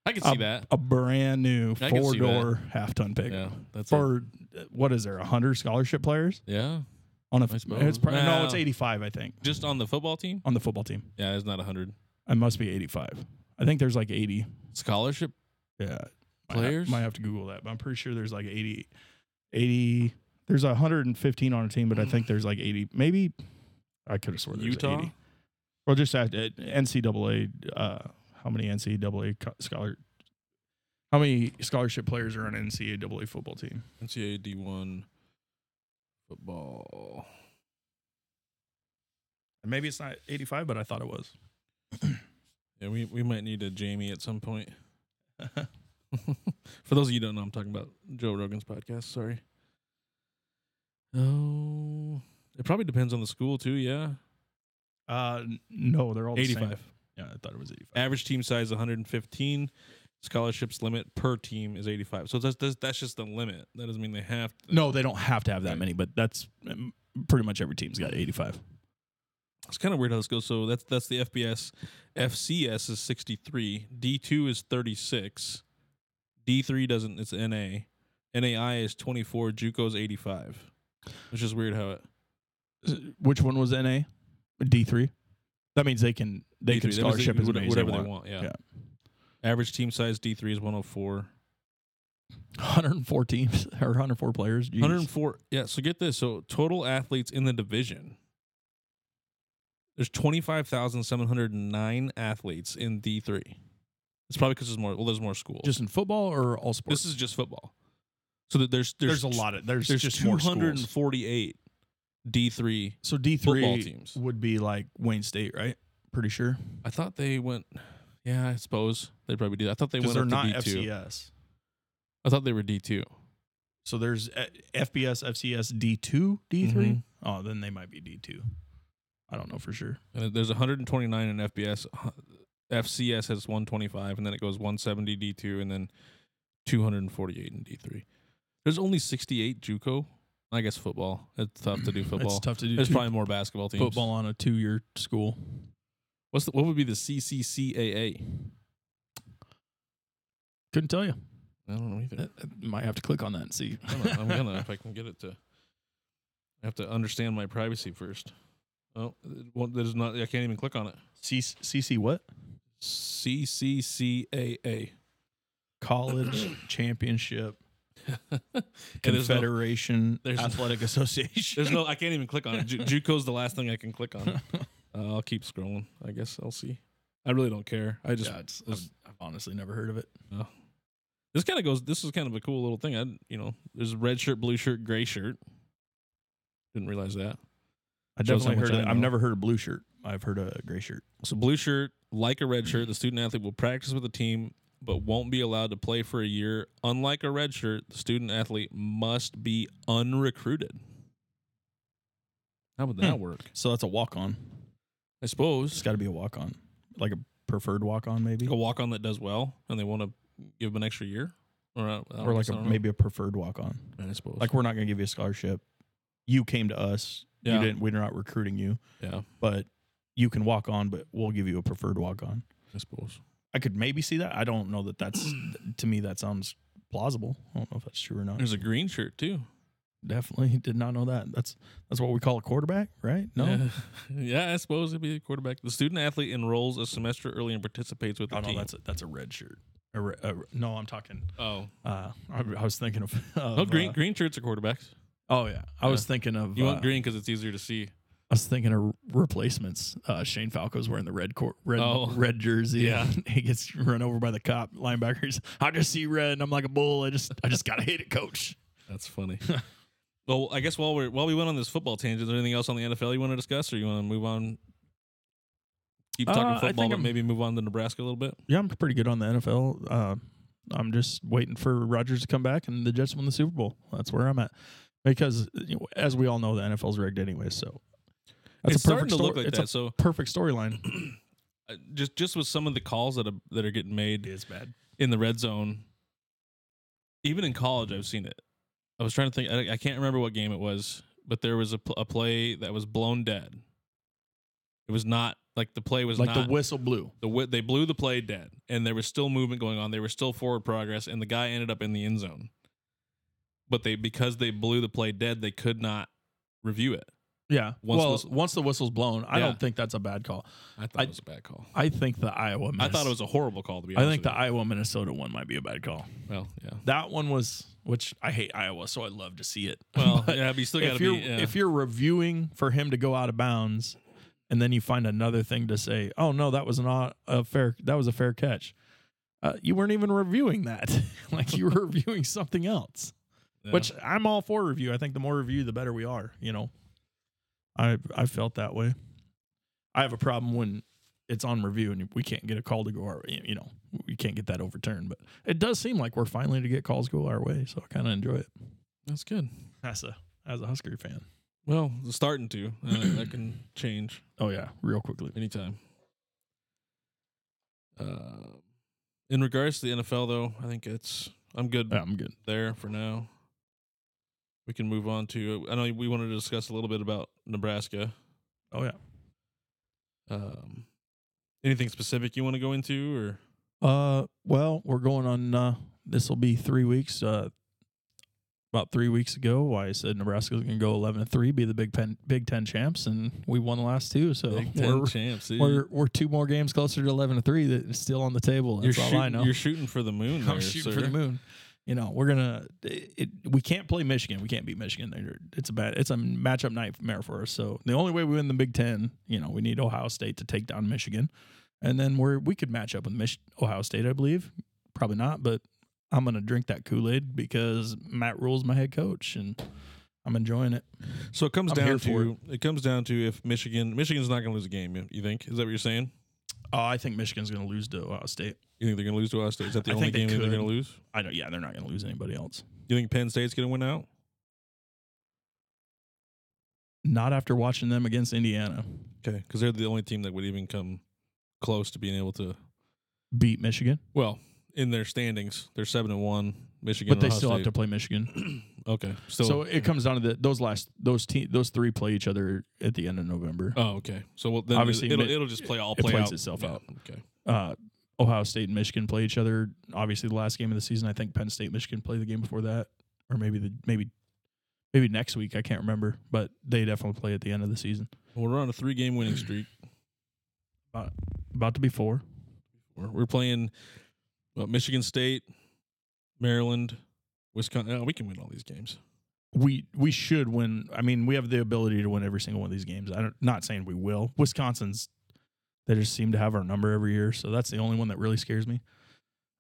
A: I can see
B: Um,
A: that.
B: a brand new
A: I can
B: four
A: see that.
B: door half ton pickup.
A: Yeah, that's it.
B: For uh, what is there, 100 scholarship players?
A: yeah.
B: On
A: I
B: a, it's
A: suppose.
B: probably, no, it's
A: Well.
B: 85, I think,
A: Just on the football team.
B: on the football team.
A: Yeah, it's not hundred
B: I must be 85. I think there's like 80
A: scholarship.
B: Yeah.
A: Players?
B: Might, have- might have to Google that, but I'm pretty sure there's like 80, 80 there's 115 on a team, but I think there's like 80, maybe I could have sworn there's
A: Utah?
B: 80. Well, just at, at NCAA, uh, how many NCAA co- scholar, how many scholarship players are on an NCAA football team?
A: NCAA D one football.
B: And maybe it's not 85, but I thought it was.
A: Yeah, we we might need a Jamie at some point.
B: Uh,
A: For those of you who don't know, I'm talking about Joe Rogan's podcast. Sorry. Oh, it probably depends on the school too. Yeah,
B: Uh, n- no, they're all the same.
A: 85.
B: Yeah, I thought it was 85.
A: Average team size 115. Scholarships limit per team is 85. So that's that's, that's just the limit. That doesn't mean they have. To.
B: No, they don't have to have that many, but that's um, pretty much every team's got 85.
A: It's kind of weird how this goes. So that's that's the FBS. FCS is 63. D2 is 36. D3 doesn't. It's NA. NAI is 24. JUCO is 85. Which is weird how it.
B: Which one was NA? D three. That means they can they can
A: D3, that means
B: scholarship
A: can
B: as
A: whate-
B: many as
A: whatever
B: they
A: they
B: want.
A: want. yeah. Average team size D3 is 104.
B: 104 teams or 104 players. Jeez.
A: 104. Yeah, so get this. So total athletes in the division. There's 25,709 athletes in D3. It's probably because there's more well there's more schools.
B: just in football or all sports.
A: this is just football. So that there's there's
B: of there's,
A: there's
B: more
A: 248 D3.
B: So D
A: football
B: three
A: teams.
B: would be like Wayne State, right? Pretty sure
A: I thought they went yeah, I suppose they probably did. I thought they
B: because
A: went
B: they're
A: up to
B: not
A: D2.
B: FCS.
A: I thought they were D2.
B: So there's uh, FBS, FCS, D two, D 3
A: Mhm.
B: Oh, then they might be D two. I don't know for sure.
A: And there's 129 in FBS. FCS has 125, and then it goes 170 D2, and then 248 in D3. There's only 68 JUCO. I guess football. It's tough to do football.
B: It's tough to do
A: There's
B: two-
A: probably more basketball teams.
B: football on a two year school.
A: What's the, what would be the CCCAA?
B: Couldn't tell you.
A: I don't know
B: Uh,
A: either.
B: uh, Might have to click on that and see.
A: I'm gonna, I'm gonna if I can get it to. I have to understand my privacy first. Oh, it won't- there's not. I can't even click on it.
B: C- CC what?
A: CCCAA.
B: College Championship
A: And there's no-
B: Confederation
A: there's no-
B: Athletic Association.
A: There's no, I can't even click on it. Ju- JUCO's the last thing I can click on. Uh, I'll keep scrolling. I guess I'll see. I really don't care. I just
B: Yeah, it's- I've, I've honestly never heard of it.
A: this kind of goes. This is kind of a cool little thing. I you know there's red shirt, blue shirt, gray shirt. Didn't realize that.
B: I
A: Shows how
B: definitely
A: much
B: heard. Of
A: I
B: it. I've
A: know.
B: never heard of blue shirt. I've heard of gray shirt.
A: So blue shirt, like a red shirt, the student athlete will practice with the team but won't be allowed to play for a year. Unlike a red shirt, the student athlete must be unrecruited. How would that
B: Hmm.
A: work?
B: So that's a walk on.
A: I
B: It's
A: suppose
B: got to be a walk on, like a preferred walk on, maybe,
A: a walk on that does well and they want to give them an extra year, or, uh, I- I don't
B: or like
A: guess I
B: a,
A: don't know.
B: maybe a preferred walk on.
A: I suppose
B: Like we're not going to give you a scholarship. You came to us.
A: Yeah.
B: You didn't. We're not recruiting you,
A: yeah,
B: but you can walk on. But we'll give you a preferred walk on.
A: I suppose
B: I could maybe see that. I don't know that that's to me that sounds plausible. I don't know if that's true or not.
A: there's a green shirt too.
B: Definitely did not know that. That's that's what we call a quarterback, right? No,
A: Yeah, Yeah, I suppose it'd be a quarterback. The student athlete enrolls a semester early and participates with the
B: oh no,
A: team.
B: that's a, that's a red shirt. A re, a, re- no, I'm talking.
A: oh,
B: Uh, I, I was thinking of, of
A: no, Oh, green
B: uh,
A: green shirts are quarterbacks.
B: oh yeah, I was thinking of.
A: You
B: uh,
A: want green because it's easier to see.
B: I was thinking of replacements. Uh, Shane Falco's wearing the red cor- red
A: Oh.
B: red jersey.
A: Yeah.
B: he gets run over by the cop linebackers. I just see red, and I'm like a bull. I just I just gotta hit it, coach.
A: That's funny. well, I guess while we're while we went on this football tangent, is there anything else on the NFL you want to discuss, or you want to move on? Keep
B: Uh,
A: talking
B: I
A: football,
B: think
A: but
B: I'm-
A: maybe move on to Nebraska a little bit.
B: Yeah, I'm pretty good on the NFL. Uh, I'm just waiting for Rodgers to come back and the Jets win the Super Bowl. That's where I'm at. Because you know, as we all know, the NFL's rigged anyway. So that's
A: it's starting to
B: sto-
A: look like
B: it's
A: that.
B: a
A: so
B: perfect storyline.
A: uh, just just with some of the calls that are, that are getting made
B: is bad.
A: in the red zone, even in college, I've seen it. I was trying to think. I, I can't remember what game it was, but there was a, pl- a play that was blown dead. It was not like the play was
B: Like
A: not,
B: the whistle blew.
A: The whi they blew the play dead, and there was still movement going on. They were still forward progress, and the guy ended up in the end zone. But they because they blew the play dead, they could not review it.
B: Yeah.
A: Once
B: well,
A: whistle-
B: once the whistle's blown, I
A: Yeah.
B: don't think that's a bad call.
A: I thought
B: I-
A: it was a bad call.
B: I think the Iowa.
A: I thought it was a horrible call to be
B: I
A: honest.
B: think the
A: with
B: Iowa Minnesota one might be a bad call.
A: you. well, yeah,
B: That one was, which I hate Iowa, so I love to see it.
A: well,
B: But-
A: yeah, but you still got to
B: if
A: be.
B: you're
A: yeah.
B: if you're reviewing for him to go out of bounds, and then you find another thing to say, oh no, that was not a fair that was a fair catch. Uh, you weren't even reviewing that, like you were reviewing something else.
A: yeah.
B: Which I'm all for review. I think the more review, the better we are. You know, I I felt that way. I have a problem when it's on review and we can't get a call to go our way. You know, we can't get that overturned. But it does seem like we're finally to get calls go our way, so I kind of enjoy it
A: that's good.
B: as a as a Husker fan.
A: Well, it's starting to uh, that can change.
B: Oh yeah, real quickly.
A: anytime. Uh, in regards to the NFL, though, I think it's I'm good
B: Yeah, I'm good.
A: there for now. We can move on to. I know we wanted to discuss a little bit about Nebraska.
B: Oh yeah.
A: Um, anything specific you want to go into, or
B: Uh, well, we're going on. Uh, this will be three weeks. Uh, about three weeks ago, I said Nebraska's going to go eleven and three, be the Big Ten Big Ten champs, and we won the last two. So
A: Big Ten
B: we're,
A: champs? dude.
B: we're we're two more games closer to eleven and three that is still on the table.
A: you're
B: That's all
A: shooting,
B: I know.
A: you're shooting for the moon. There,
B: I'm shooting
A: sir.
B: for the moon. You know, we're gonna. It, it, we can't play Michigan. We can't beat Michigan. They're- It's a bad. It's a matchup nightmare for us. So the only way we win the Big Ten, you know, we need Ohio State to take down Michigan, and then we're we could match up with Mich- Ohio State, I believe. Probably not, but I'm gonna drink that Kool Aid because Matt Rule's my head coach, and I'm enjoying it.
A: So it comes
B: I'm
A: down
B: here for
A: to it. comes down to if Michigan Michigan's not going to lose a game. you- You think is that what you're saying?
B: Oh, I think Michigan's gonna lose to Ohio State.
A: You think they're going to lose to Ohio State? Is that the
B: I
A: only
B: think they
A: game that they're
B: could.
A: going to lose?
B: I don't. Yeah, they're not gonna lose anybody else.
A: You think Penn State's going to win out?
B: Not after watching them against Indiana
A: Okay, because they're the only team that would even come close to being able to.
B: beat Michigan,
A: Well, in their standings, they're seven and one. Michigan,
B: but they still have to play Michigan.
A: to. Okay, still.
B: so it comes down to the, those last those te- those three play each other at the end of November.
A: Oh, okay. So well, then
B: Obviously,
A: obviously it'll,
B: mid-
A: it'll just play all
B: it
A: play
B: plays
A: out.
B: itself out.
A: Okay.
B: Uh, Ohio State and Michigan play each other. Obviously, the last game of the season. I think Penn State Michigan play the game before that, or maybe the maybe maybe next week. I can't remember, but they definitely play at the end of the season.
A: Well, we're on a three-game winning streak.
B: About to be four.
A: We're, we're playing well, Michigan State, Maryland, Wisconsin. Oh, we can win all these games.
B: We we should win. I mean, we have the ability to win every single one of these games. I don't not saying we will. Wisconsin's They just seem to have our number every year. So that's the only one that really scares me.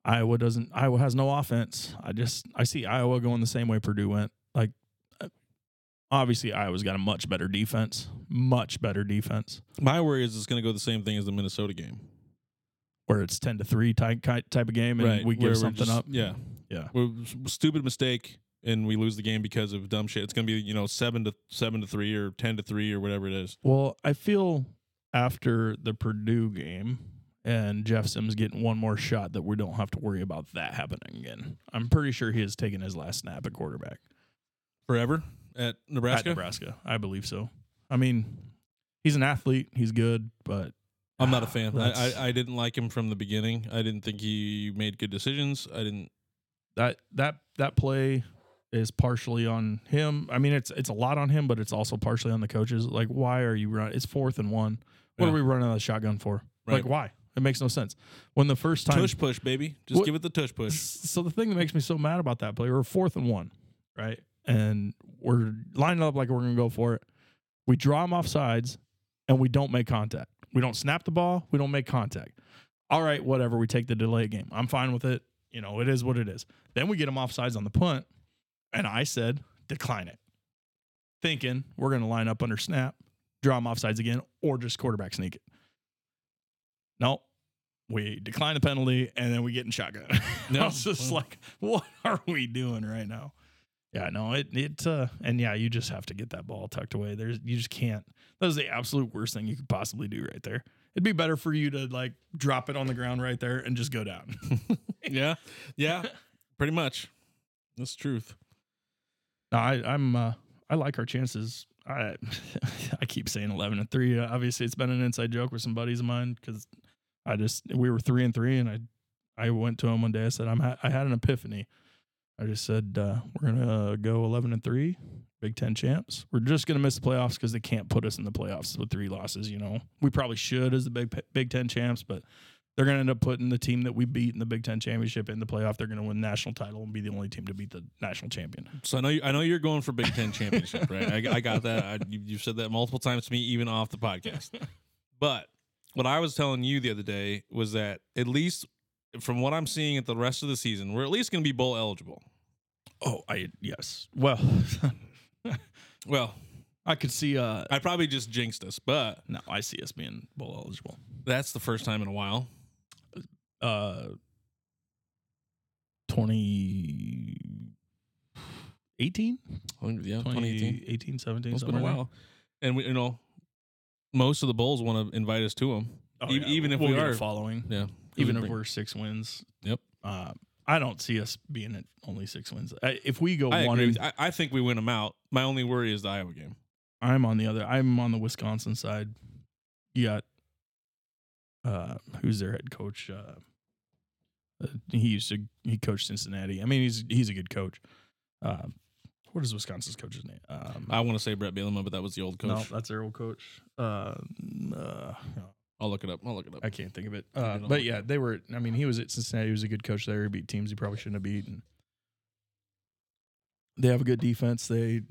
B: Iowa doesn't. Iowa has no offense. I just I see Iowa going the same way Purdue went. Like uh, obviously Iowa's got a much better defense, much better defense.
A: My worry is it's going to go the same thing as the Minnesota game.
B: Where it's ten to three type ki- type of game, and
A: where
B: we give
A: we're
B: something
A: just-
B: up.
A: Yeah.
B: Yeah.
A: We're, stupid mistake and we lose the game because of dumb shit. It's going to be, you know, 7 to 7 to 3 or 10 to 3 or whatever it is.
B: Well, I feel after the Purdue game and Jeff Sims getting one more shot that we don't have to worry about that happening again. I'm pretty sure he has taken his last snap at quarterback
A: Forever at Nebraska.
B: at Nebraska. I believe so. I mean, he's an athlete. He's good, but
A: I'm not a fan. I,
B: That's-
A: I I didn't like him from the beginning. I didn't think he made good decisions. I didn't
B: that that that play is partially on him. I mean, it's it's a lot on him, but it's also partially on the coaches. Like, why are you running? It's fourth and one. What
A: Yeah.
B: are we running out of the shotgun for?
A: Right.
B: Like, why? It makes no sense. When the first time
A: tush push, baby. Just
B: What-
A: give it the tush push.
B: So the thing that makes me so mad about that play, we're fourth and one, right? And we're lined up like we're gonna go for it. We draw them off sides, and we don't make contact. We don't snap the ball. We don't make contact. All right, whatever. We take the delay game. I'm fine with it. You know, it is what it is. Then we get them off sides on the punt, and I said decline it, thinking we're gonna line up under snap, draw them off sides again, or just quarterback sneak it. Nope. We decline the penalty, and then we get in shotgun.
A: No.
B: I was just like, what are we doing right now? Yeah, no, it it uh, and yeah, you just have to get that ball tucked away. There's you just can't. That is the absolute worst thing you could possibly do right there. It'd be better for you to like drop it on the ground right there and just go down.
A: yeah. Yeah. Pretty much. That's truth.
B: No, I, I'm uh, I like our chances. I I keep saying eleven and three. Uh, Obviously, it's been an inside joke with some buddies of mine because I just we were three and three, and I I went to him one day. I said I'm ha- I had an epiphany. I just said uh, we're gonna go eleven and three, Big Ten champs. We're just gonna miss the playoffs because they can't put us in the playoffs with three losses. You know, we probably should as the Big Pe- Big Ten champs, but. They're going to end up putting the team that we beat in the Big Ten championship in the playoff. They're going to win national title and be the only team to beat the national champion.
A: So I know you, I know you're going for Big Ten championship, right? I, I got that. I, you, you've said that multiple times to me, even off the podcast. But what I was telling you the other day was that at least from what I'm seeing at the rest of the season, we're at least going to be bowl eligible.
B: Oh, I yes. Well,
A: Well,
B: I could see. uh
A: I probably just jinxed us, but
B: No, I see us being bowl eligible.
A: that's the first time in a while.
B: Uh, twenty eighteen.
A: Oh, Yeah,
B: 2018, 18, 17,
A: It's been
B: somewhere
A: a
B: in there.
A: while, and we, you know, most of the bowls want to invite us to them.
B: Oh,
A: E-
B: yeah,
A: even if
B: we'll
A: we
B: get a
A: are-
B: following,
A: Yeah,
B: even if we're six wins.
A: Yep.
B: Uh, I don't see us being at only six wins. I, if we go
A: I
B: one,
A: agree.
B: and-
A: With, I, I think we win them out. My only worry is the Iowa game.
B: I'm on the other. I'm on the Wisconsin side. You got uh, who's their head coach? Uh, uh, he used to he coached Cincinnati. I mean, he's he's a good coach. Uh, what is Wisconsin's coach's name? Um,
A: I want to say Brett Bielema, but that was the old coach.
B: No, that's their old coach. Uh, uh,
A: I'll look it up. I'll look it up.
B: I can't think of it.
A: I
B: Uh,
A: don't
B: but
A: like
B: yeah, they were. I mean, he was at Cincinnati. He was a good coach there. He beat teams he probably shouldn't have beaten. They have a good defense. They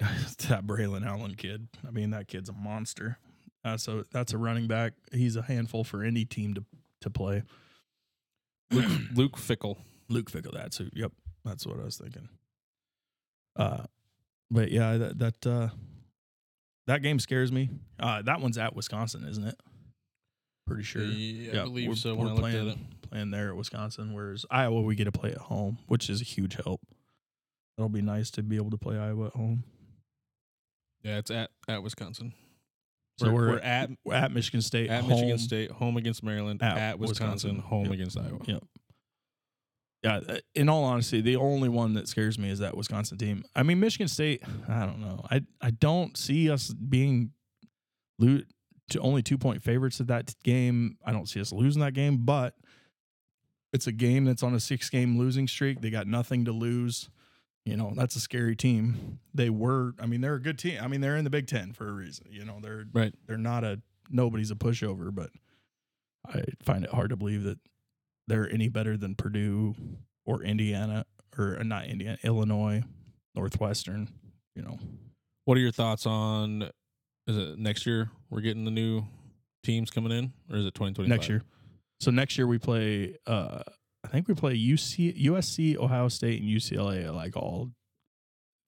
B: that Braylon Allen kid. I mean, that kid's a monster. Uh, so that's a running back. He's a handful for any team to to play.
A: Luke, Luke Fickle.
B: Luke Fickle. That's who. Yep, that's what I was thinking. Uh, but yeah, that that uh, that game scares me. Uh, that one's at Wisconsin, isn't it? Pretty sure.
A: Yeah, I
B: Yeah,
A: believe
B: we're-
A: so. When
B: we're
A: I looked
B: playing,
A: at it,
B: playing there at Wisconsin, whereas Iowa we get to play at home, which is a huge help. It'll be nice to be able to play Iowa at home.
A: yeah, it's at at Wisconsin.
B: So
A: we're,
B: we're,
A: we're at
B: we're at Michigan State,
A: at
B: home.
A: Michigan State, home against Maryland, at,
B: At
A: Wisconsin,
B: Wisconsin.
A: home
B: Yep.
A: against Iowa.
B: Yep. Yeah, uh, in all honesty, the only one that scares me is that Wisconsin team. I mean, Michigan State. I don't know. I I don't see us being loot to only two point favorites of that game. I don't see us losing that game, but it's a game that's on a six game losing streak. They got nothing to lose. You know, that's a scary team. They were. I mean, they're a good team. I mean, they're in the Big Ten for a reason. You know, they're
A: Right.
B: they're not a nobody's a pushover, but I find it hard to believe that they're any better than Purdue or Indiana or uh, not Indiana, Illinois, Northwestern. You know,
A: What are your thoughts on? Is it next year? We're getting the new teams coming in, or is it twenty twenty
B: next year. So next year we play. Uh, I think we play UC, USC, Ohio State, and UCLA like all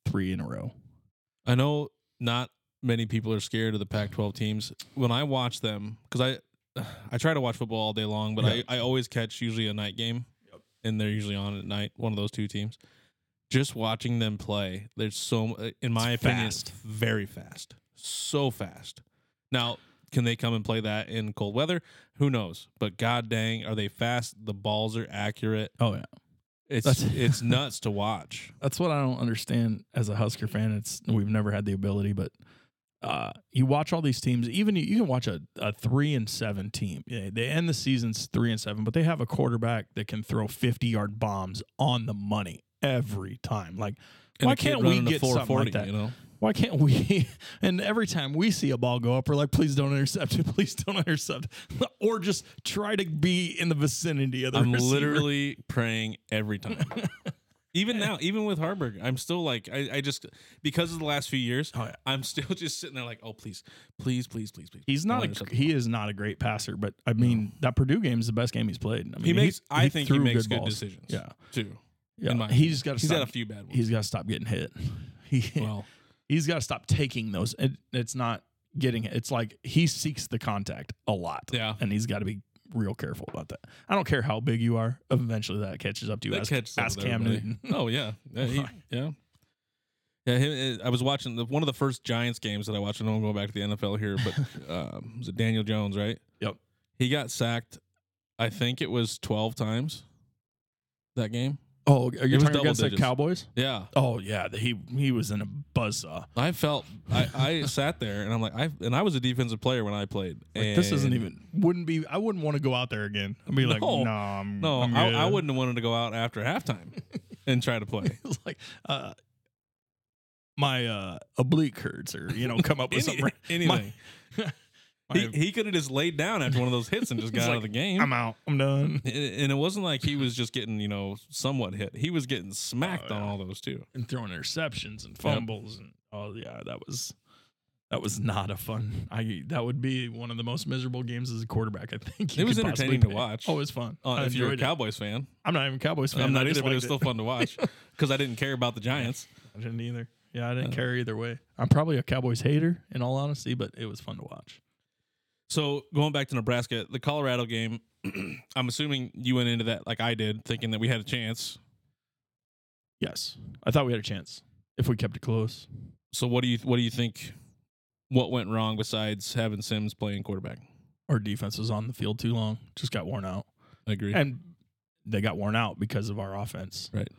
B: three in a row.
A: I know not many people are scared of the Pac twelve teams. When I watch them, because I I try to watch football all day long, but
B: Yeah.
A: I, I always catch usually a night game, and they're usually on at night. One of those two teams. Just watching them play, there's so uh, in my
B: It's
A: opinion,
B: fast.
A: very fast, so fast. Now, can they come and play that in cold weather? Who knows? But god dang, are they fast? The balls are accurate.
B: Oh yeah,
A: It's
B: That's-
A: it's nuts to watch.
B: that's what I don't understand as a Husker fan. It's we've never had the ability, but uh, you watch all these teams. Even you, you can watch a, a three and seven team. Yeah, they end the season's three and seven, but they have a quarterback that can throw fifty yard bombs on the money every time. Like
A: And
B: Why
A: a kid
B: can't we
A: running a
B: get something like
A: 440,
B: that?
A: You know.
B: why can't we? And every time we see a ball go up, we're like, please don't intercept it, please don't intercept, it." or just try to be in the vicinity of the
A: I'm
B: receiver.
A: literally praying every time. even now, even with Harburg, I'm still like I, I just because of the last few years,
B: Oh, yeah.
A: I'm still just sitting there like, oh please, please, please, please, please.
B: He's
A: Don't
B: not
A: intercept
B: a
A: the
B: he is not a great passer, but I mean that Purdue game is the best game he's played. I mean,
A: He makes. I think he
B: threw
A: makes good,
B: balls.
A: decisions.
B: Yeah,
A: too.
B: yeah.
A: In my
B: he's got to
A: He's had a
B: stop.
A: few bad ones.
B: he's got to stop getting hit. He
A: well,
B: he's got to stop taking those. It, it's not getting. It's like he seeks the contact a lot.
A: Yeah.
B: and he's got to be real careful about that. I don't care how big you are. Eventually, that catches up to you.
A: that
B: ask
A: catches up
B: ask
A: with
B: Cam
A: everybody.
B: Newton.
A: Oh yeah, yeah, he- yeah. Yeah, him, eh, I was watching the, one of the first Giants games that I watched. I know I'm going back to the NFL here, but um, was it Daniel Jones? Right.
B: Yep.
A: He got sacked. I think it was 12 times. That game.
B: Oh, are you
A: was
B: talking
A: double
B: against the
A: digits.
B: Cowboys?
A: Yeah,
B: Oh yeah, he he was in a buzzsaw.
A: I felt I, I sat there and I'm like I and I was a defensive player when I played.
B: Like, this isn't
A: and-
B: even wouldn't be. I wouldn't want to go out there again. I'd be like,
A: No.
B: no, I'm,
A: no.
B: I'm
A: I,
B: good."
A: I wouldn't have wanted to go out after halftime and try to play.
B: It's like, uh, my uh, oblique hurts, or you know, come up with
A: Any-
B: something.
A: anything.
B: My-
A: he he could have just laid down after one of those hits and just got
B: He's
A: out
B: like,
A: of the game.
B: I'm out. I'm done.
A: and and it wasn't like he was just getting you know somewhat hit. He was getting smacked
B: Oh,
A: on
B: yeah.
A: all those too.
B: And throwing interceptions and fumbles and oh yeah, that was that was not a fun. I that would be one of the most miserable games as a quarterback. I think you
A: It was
B: could possibly
A: entertaining to
B: pick.
A: watch.
B: Oh, it was fun.
A: Uh,
B: I
A: if you're a
B: enjoyed it.
A: Cowboys fan,
B: I'm not even a Cowboys fan.
A: I'm
B: I
A: not
B: just
A: either, but it was
B: liked
A: still fun to watch because I didn't care about the Giants.
B: I didn't either. Yeah, I didn't
A: Yeah.
B: care either way. I'm probably a Cowboys hater in all honesty, but it was fun to watch.
A: So going back to Nebraska, the Colorado game, I'm assuming you went into that like I did, thinking that we had a chance.
B: Yes, I thought we had a chance if we kept it close.
A: So what do you what do you think? What went wrong besides having Sims playing quarterback?
B: Our defense was on the field too long, just got worn out,
A: I agree.
B: and they got worn out because of our offense.
A: Right.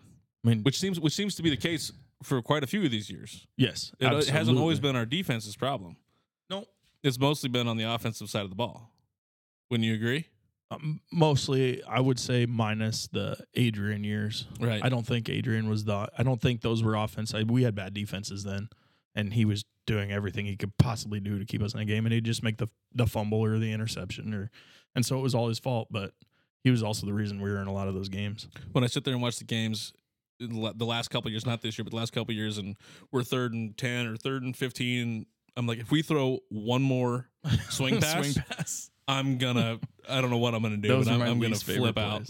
B: I mean,
A: which seems which seems to be the case for quite a few of these years.
B: yes,
A: It uh, hasn't always
B: absolutely.
A: been our defense's problem.
B: No.
A: it's mostly been on the offensive side of the ball. Wouldn't you agree?
B: Um, mostly, I would say minus the Adrian years.
A: Right.
B: I don't think Adrian was the. I don't think those were offense. I, we had bad defenses then, and he was doing everything he could possibly do to keep us in the game, and he'd just make the the fumble or the interception, or and so it was all his fault. But he was also the reason we were in a lot of those games.
A: when I sit there and watch the games, la- the last couple years, not this year, but the last couple years, and we're third and ten or third and fifteen. I'm like, if we throw one more swing pass,
B: pass.
A: I'm gonna, I don't know what I'm gonna do,
B: Those
A: but
B: are
A: I'm,
B: my
A: I'm gonna
B: least favorite
A: flip out.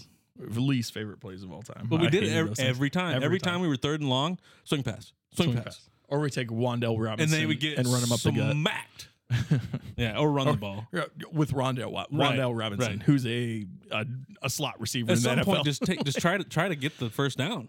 B: plays. Least favorite plays of all time.
A: But we
B: I
A: did it
B: hated
A: every,
B: those things.
A: every time. Every,
B: Every
A: time.
B: time.
A: we were third and long, swing pass, swing, pass.
B: or we take Wandell
A: and
B: Robinson
A: they would get
B: and run him up the
A: smacked.
B: gut.
A: Yeah, or run
B: Or-
A: the ball.
B: Yeah, with Rondell Wa-
A: Right,
B: Rondell Robinson,
A: right.
B: who's a, a a slot receiver
A: At
B: in the
A: some
B: NFL.
A: point, just take, just try to try to get the first down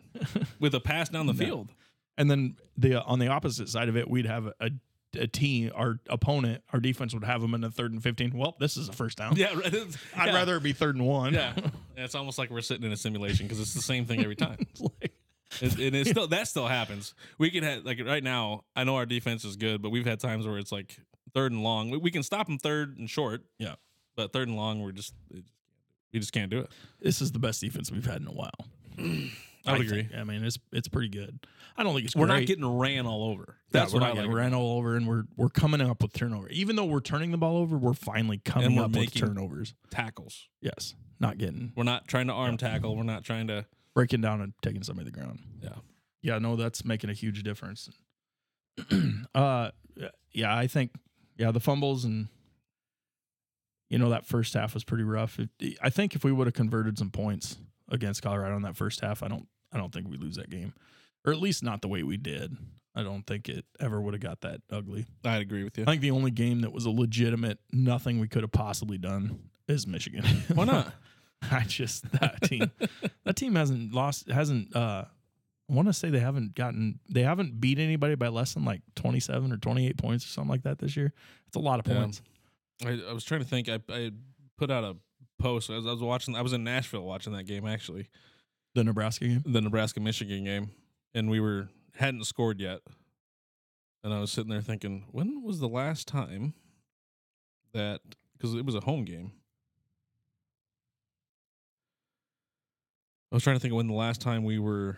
A: with a pass down the field.
B: and then the on the opposite side of it, we'd have a, a team, our opponent, our defense would have them in the third and fifteen. Well, this is a first down.
A: Yeah, right. It's-
B: I'd
A: yeah.
B: rather it be third and one.
A: Yeah, it's almost like we're sitting in a simulation because it's the same thing every time.
B: It's like-
A: It, and it's still that still happens. We can have like right now. I know our defense is good, but we've had times where it's like third and long. We, we can stop them third and short.
B: Yeah.
A: but third and long, we're just it, we just can't do it.
B: this is the best defense we've had in a while.
A: I would agree.
B: think. I mean, it's it's pretty good. I don't think it's
A: We're
B: great.
A: not getting ran all over.
B: Yeah,
A: That's
B: we're
A: what
B: not
A: I
B: getting
A: like.
B: ran all over, and we're we're coming up with turnover. Even though we're turning the ball over, we're finally coming
A: we're
B: up
A: making-
B: with turnovers.
A: Tackles.
B: Yes, not getting
A: We're not trying to arm tackle. We're not trying to.
B: breaking down and taking somebody to the ground.
A: Yeah.
B: Yeah, no, that's making a huge difference. uh yeah, I think yeah, the fumbles and you know that first half was pretty rough. If- I think if we would have converted some points against Colorado in that first half, I don't I don't think we lose that game, or at least not the way we did. I don't think it ever would have got that ugly.
A: I'd agree with you.
B: I think the only game that was a legitimate nothing we could have possibly done is Michigan.
A: Why not?
B: I just that team that team hasn't lost hasn't uh I want to say they haven't gotten they haven't beat anybody by less than like 27 or 28 points or something like that this year. It's a lot of
A: Yeah.
B: points.
A: I, I was trying to think. I, I put out a post. I was, I was watching. I was in Nashville watching that game actually,
B: The Nebraska game.
A: the Nebraska Michigan game, and we were hadn't scored yet. And I was sitting there thinking, when was the last time that? Because it was a home game. I was trying to think of when the last time we were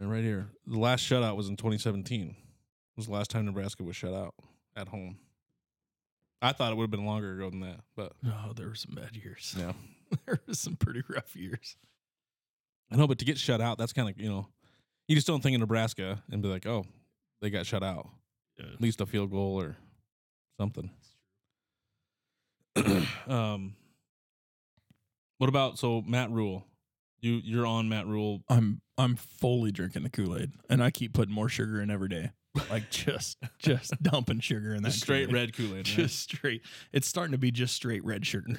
A: and right here. The last shutout was in 2017. was the last time Nebraska was shut out at home. I thought it would have been longer ago than that, but
B: Oh, there were some bad years.
A: Yeah.
B: there were some pretty rough years.
A: I know, but to get shut out, that's kind of you know, you just don't think of Nebraska and be like, oh, they got shut out.
B: Yeah.
A: At least a field goal or something. um, what about so Matt Rule? You you're on Matt Rule.
B: I'm I'm fully drinking the Kool-Aid and I keep putting more sugar in every day. Like just just dumping sugar in that
A: Just straight
B: Kool-Aid.
A: red Kool Aid.
B: Just straight. It's starting to be just straight red sugar.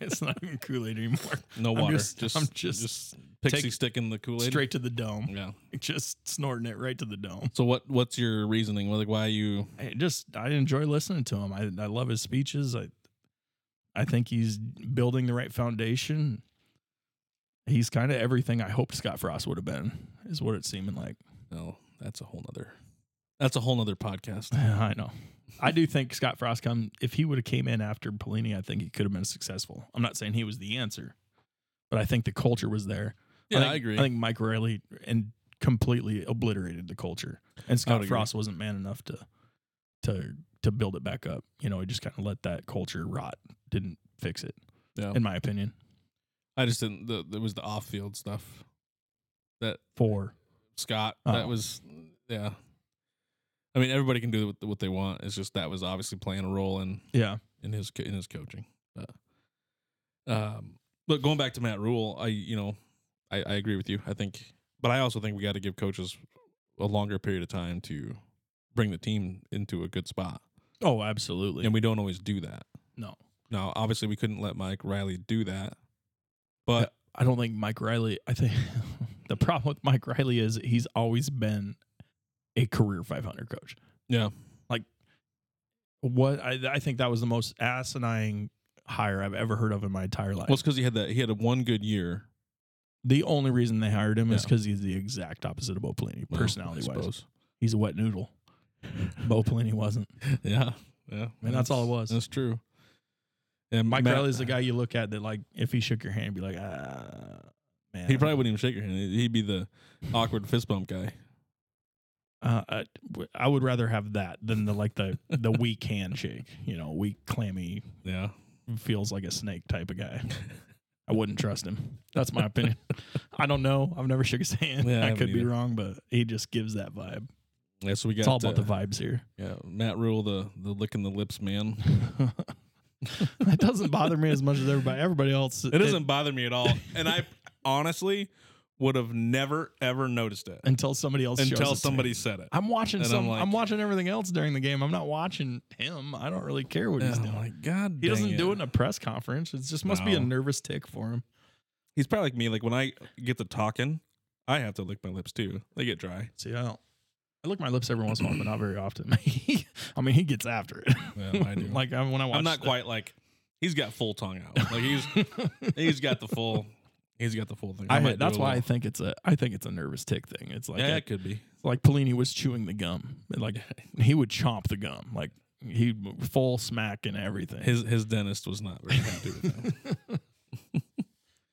B: it's not even Kool-Aid anymore.
A: no
B: I'm
A: water.
B: just-
A: just,
B: I'm
A: just
B: just-
A: pixie
B: take-
A: stick in the Kool Aid.
B: Straight to the dome.
A: Yeah.
B: Just snorting it right to the dome.
A: So what what's your reasoning? Like why you?
B: I just I enjoy listening to him. I I love his speeches. I I think he's building the right foundation. He's kind of everything I hoped Scott Frost would have been, is what it's seeming like.
A: No, that's a whole nother. That's a whole nother podcast.
B: I know. I do think Scott Frost come if he would have came in after Pelini, I think he could have been successful. I'm not saying he was the answer, but I think the culture was there.
A: Yeah, I,
B: think-
A: agree.
B: I think Mike Riley and completely obliterated the culture, and Scott
A: agree.
B: Frost wasn't man enough to to to build it back up. You know, he just kind of let that culture rot, didn't fix it,
A: yeah.
B: in my opinion.
A: I just didn't. The, it was the off field stuff that
B: For
A: Scott.
B: Oh.
A: That was yeah. I mean, everybody can do what, what they want. It's just that was obviously playing a role in
B: yeah,
A: in his co- in his coaching. But, um, but going back to Matt Rule, I you know, I, I agree with you. I think, but I also think we got to give coaches a longer period of time to bring the team into a good spot,
B: oh, absolutely,
A: and we don't always do that.
B: no.
A: Now, obviously, we couldn't let Mike Riley do that, but
B: I don't think Mike Riley. I think the problem with Mike Riley is he's always been a career 500 coach.
A: yeah,
B: What I, I think that was the most asinine hire I've ever heard of in my entire life.
A: well, it's because he had that he had a one good year
B: the only reason they hired him is
A: Yeah.
B: because he's the exact opposite of Bo Pelini,
A: Well, I
B: personality wise.
A: suppose.
B: He's a wet noodle. Bo Pelini wasn't.
A: Yeah, yeah. I
B: mean, that's all it was.
A: That's true. And
B: Mike
A: Matt-
B: Riley's the guy you look at that, like, if he shook your hand, be like, ah, man.
A: He probably wouldn't even shake your hand. He'd be the awkward fist bump guy.
B: Uh, I, I would rather have that than the like the the weak handshake. You know, weak, clammy,
A: Yeah.
B: feels like a snake type of guy. I wouldn't trust him. That's my opinion. I don't know. I've never shook his hand.
A: Yeah, I
B: I could
A: haven't
B: be
A: either.
B: wrong, but he just gives that vibe.
A: Yeah. So we got
B: It's all about
A: uh,
B: the vibes here.
A: yeah Matt Rule the the licking the lips man.
B: that doesn't bother me as much as everybody everybody else.
A: It doesn't bother me at all, and I honestly would have never ever noticed it
B: until somebody else shows it to
A: until
B: me.
A: somebody said it.
B: I'm watching
A: And I'm
B: some. I'm,
A: like-
B: watching everything else during the game. I'm not watching him. I don't really care what he's
A: Oh
B: doing.
A: my god!
B: he doesn't
A: dang
B: do it in a press conference. It just must be a
A: No.
B: nervous tick for him.
A: He's probably like me. Like when I get to talking, I have to lick my lips too. They get dry.
B: See, I don't. I look at my lips every once in a while, but not very often. I mean, he gets after it.
A: Yeah, I do.
B: like I, when I watch.
A: I'm not
B: the-
A: quite like he's got full tongue out. Like he's he's got the full he's got the full thing.
B: I,
A: might do
B: that's
A: a
B: why I
A: little-
B: think it's a. I think it's a nervous tick thing. It's like
A: yeah,
B: a-
A: it could be.
B: like Pelini was chewing the gum. And, Like he would chomp the gum. Like he full smack and everything.
A: His his dentist was not very happy with him.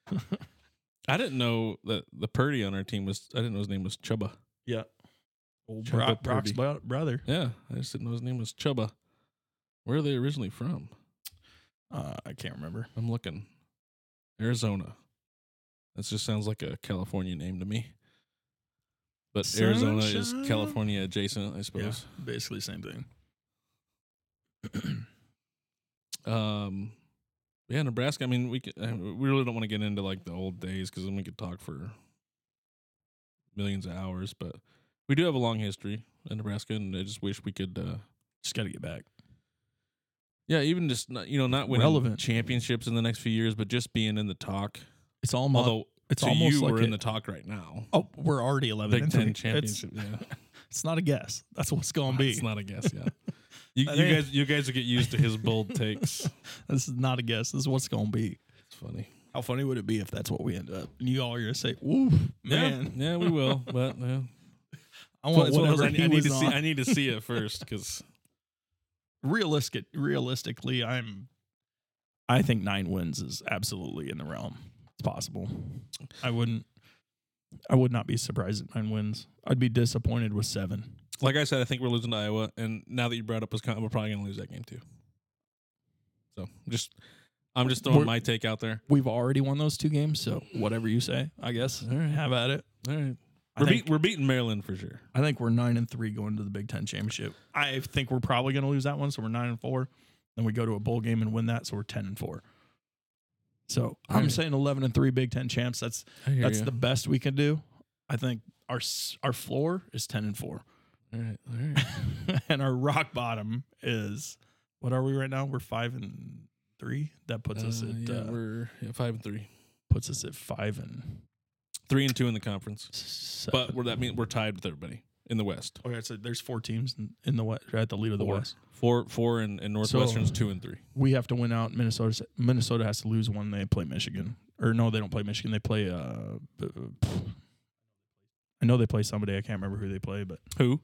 A: I didn't know that the Purdy on our team was. I didn't know his name was Chuba.
B: yeah. Old
A: Chumbo
B: Brock, Brock's
A: Purdy.
B: bro- brother.
A: Yeah, I just didn't know his name was Chuba. Where are they originally from?
B: Uh, I can't remember.
A: I'm looking. Arizona. That just sounds like a California name to me. But Arizona is
B: Sunshine.
A: California adjacent, I suppose.
B: basically same thing.
A: Um, Yeah, Nebraska. I mean, we could, uh, we really don't want to get into like the old days because then we could talk for millions of hours. But we do have a long history in Nebraska, and I just wish we could. Uh,
B: Just got to get back.
A: yeah, even just not, you know not winning
B: Relevant.
A: championships in the next few years, but just being in the talk.
B: It's almost
A: Although
B: it's
A: to
B: almost
A: you,
B: like
A: we're
B: it-
A: in the talk right now.
B: oh, we're already eleven
A: Big
B: and
A: Ten
B: three. It's-
A: championship. yeah,
B: It's not a guess. That's what's going to be.
A: it's not a guess. Yeah, you,
B: That
A: you
B: ain't-
A: guys, you guys will get used to his bold takes.
B: this is not a guess. This is what's going to be.
A: It's funny.
B: How funny would it be if that's what we end up? And you all are going to say, "Ooh, man,
A: Yeah, yeah, we will. But yeah.
B: I want
A: It's one of those
B: whatever
A: I,
B: he
A: I need
B: was
A: to see.
B: on."
A: I need to see it first because
B: realistic realistically i'm i think nine wins is absolutely in the realm it's possible i wouldn't i would not be surprised at nine wins i'd be disappointed with seven
A: like I said, I think we're losing to Iowa, and now that you brought up Wisconsin, we're probably going to lose that game too. So just, I'm just throwing
B: We're-
A: my take out there.
B: we've already won those two games so whatever you say i guess
A: All right.
B: have at it
A: All right,
B: I
A: we're,
B: think,
A: beat, we're beating Maryland for sure.
B: I think we're nine and three going to the big ten championship i think we're probably going to lose that one so we're nine and four then we go to a bowl game and win that so we're ten and four so i'm
A: Alright.
B: saying 11 and three big ten champs that's That's the best we can do. I think our s- our floor is ten and four,
A: all right, all right.
B: and our rock bottom is what are we right now? We're five and three. That puts us
A: Uh,
B: at
A: yeah,
B: uh,
A: we're yeah, five and three,
B: puts us at five and
A: three and two in the conference.
B: seven.
A: But we're that mean we're tied with everybody in the West.
B: okay, so there's four teams in, in the west at the lead of the
A: Four.
B: west.
A: Four, four, and, and Northwestern's two and three.
B: We have to win out. Minnesota Minnesota has to lose one. They play Michigan, or no, they don't play Michigan. They play. Uh, b- b- I know they play somebody. I can't remember who they play, but
A: Who?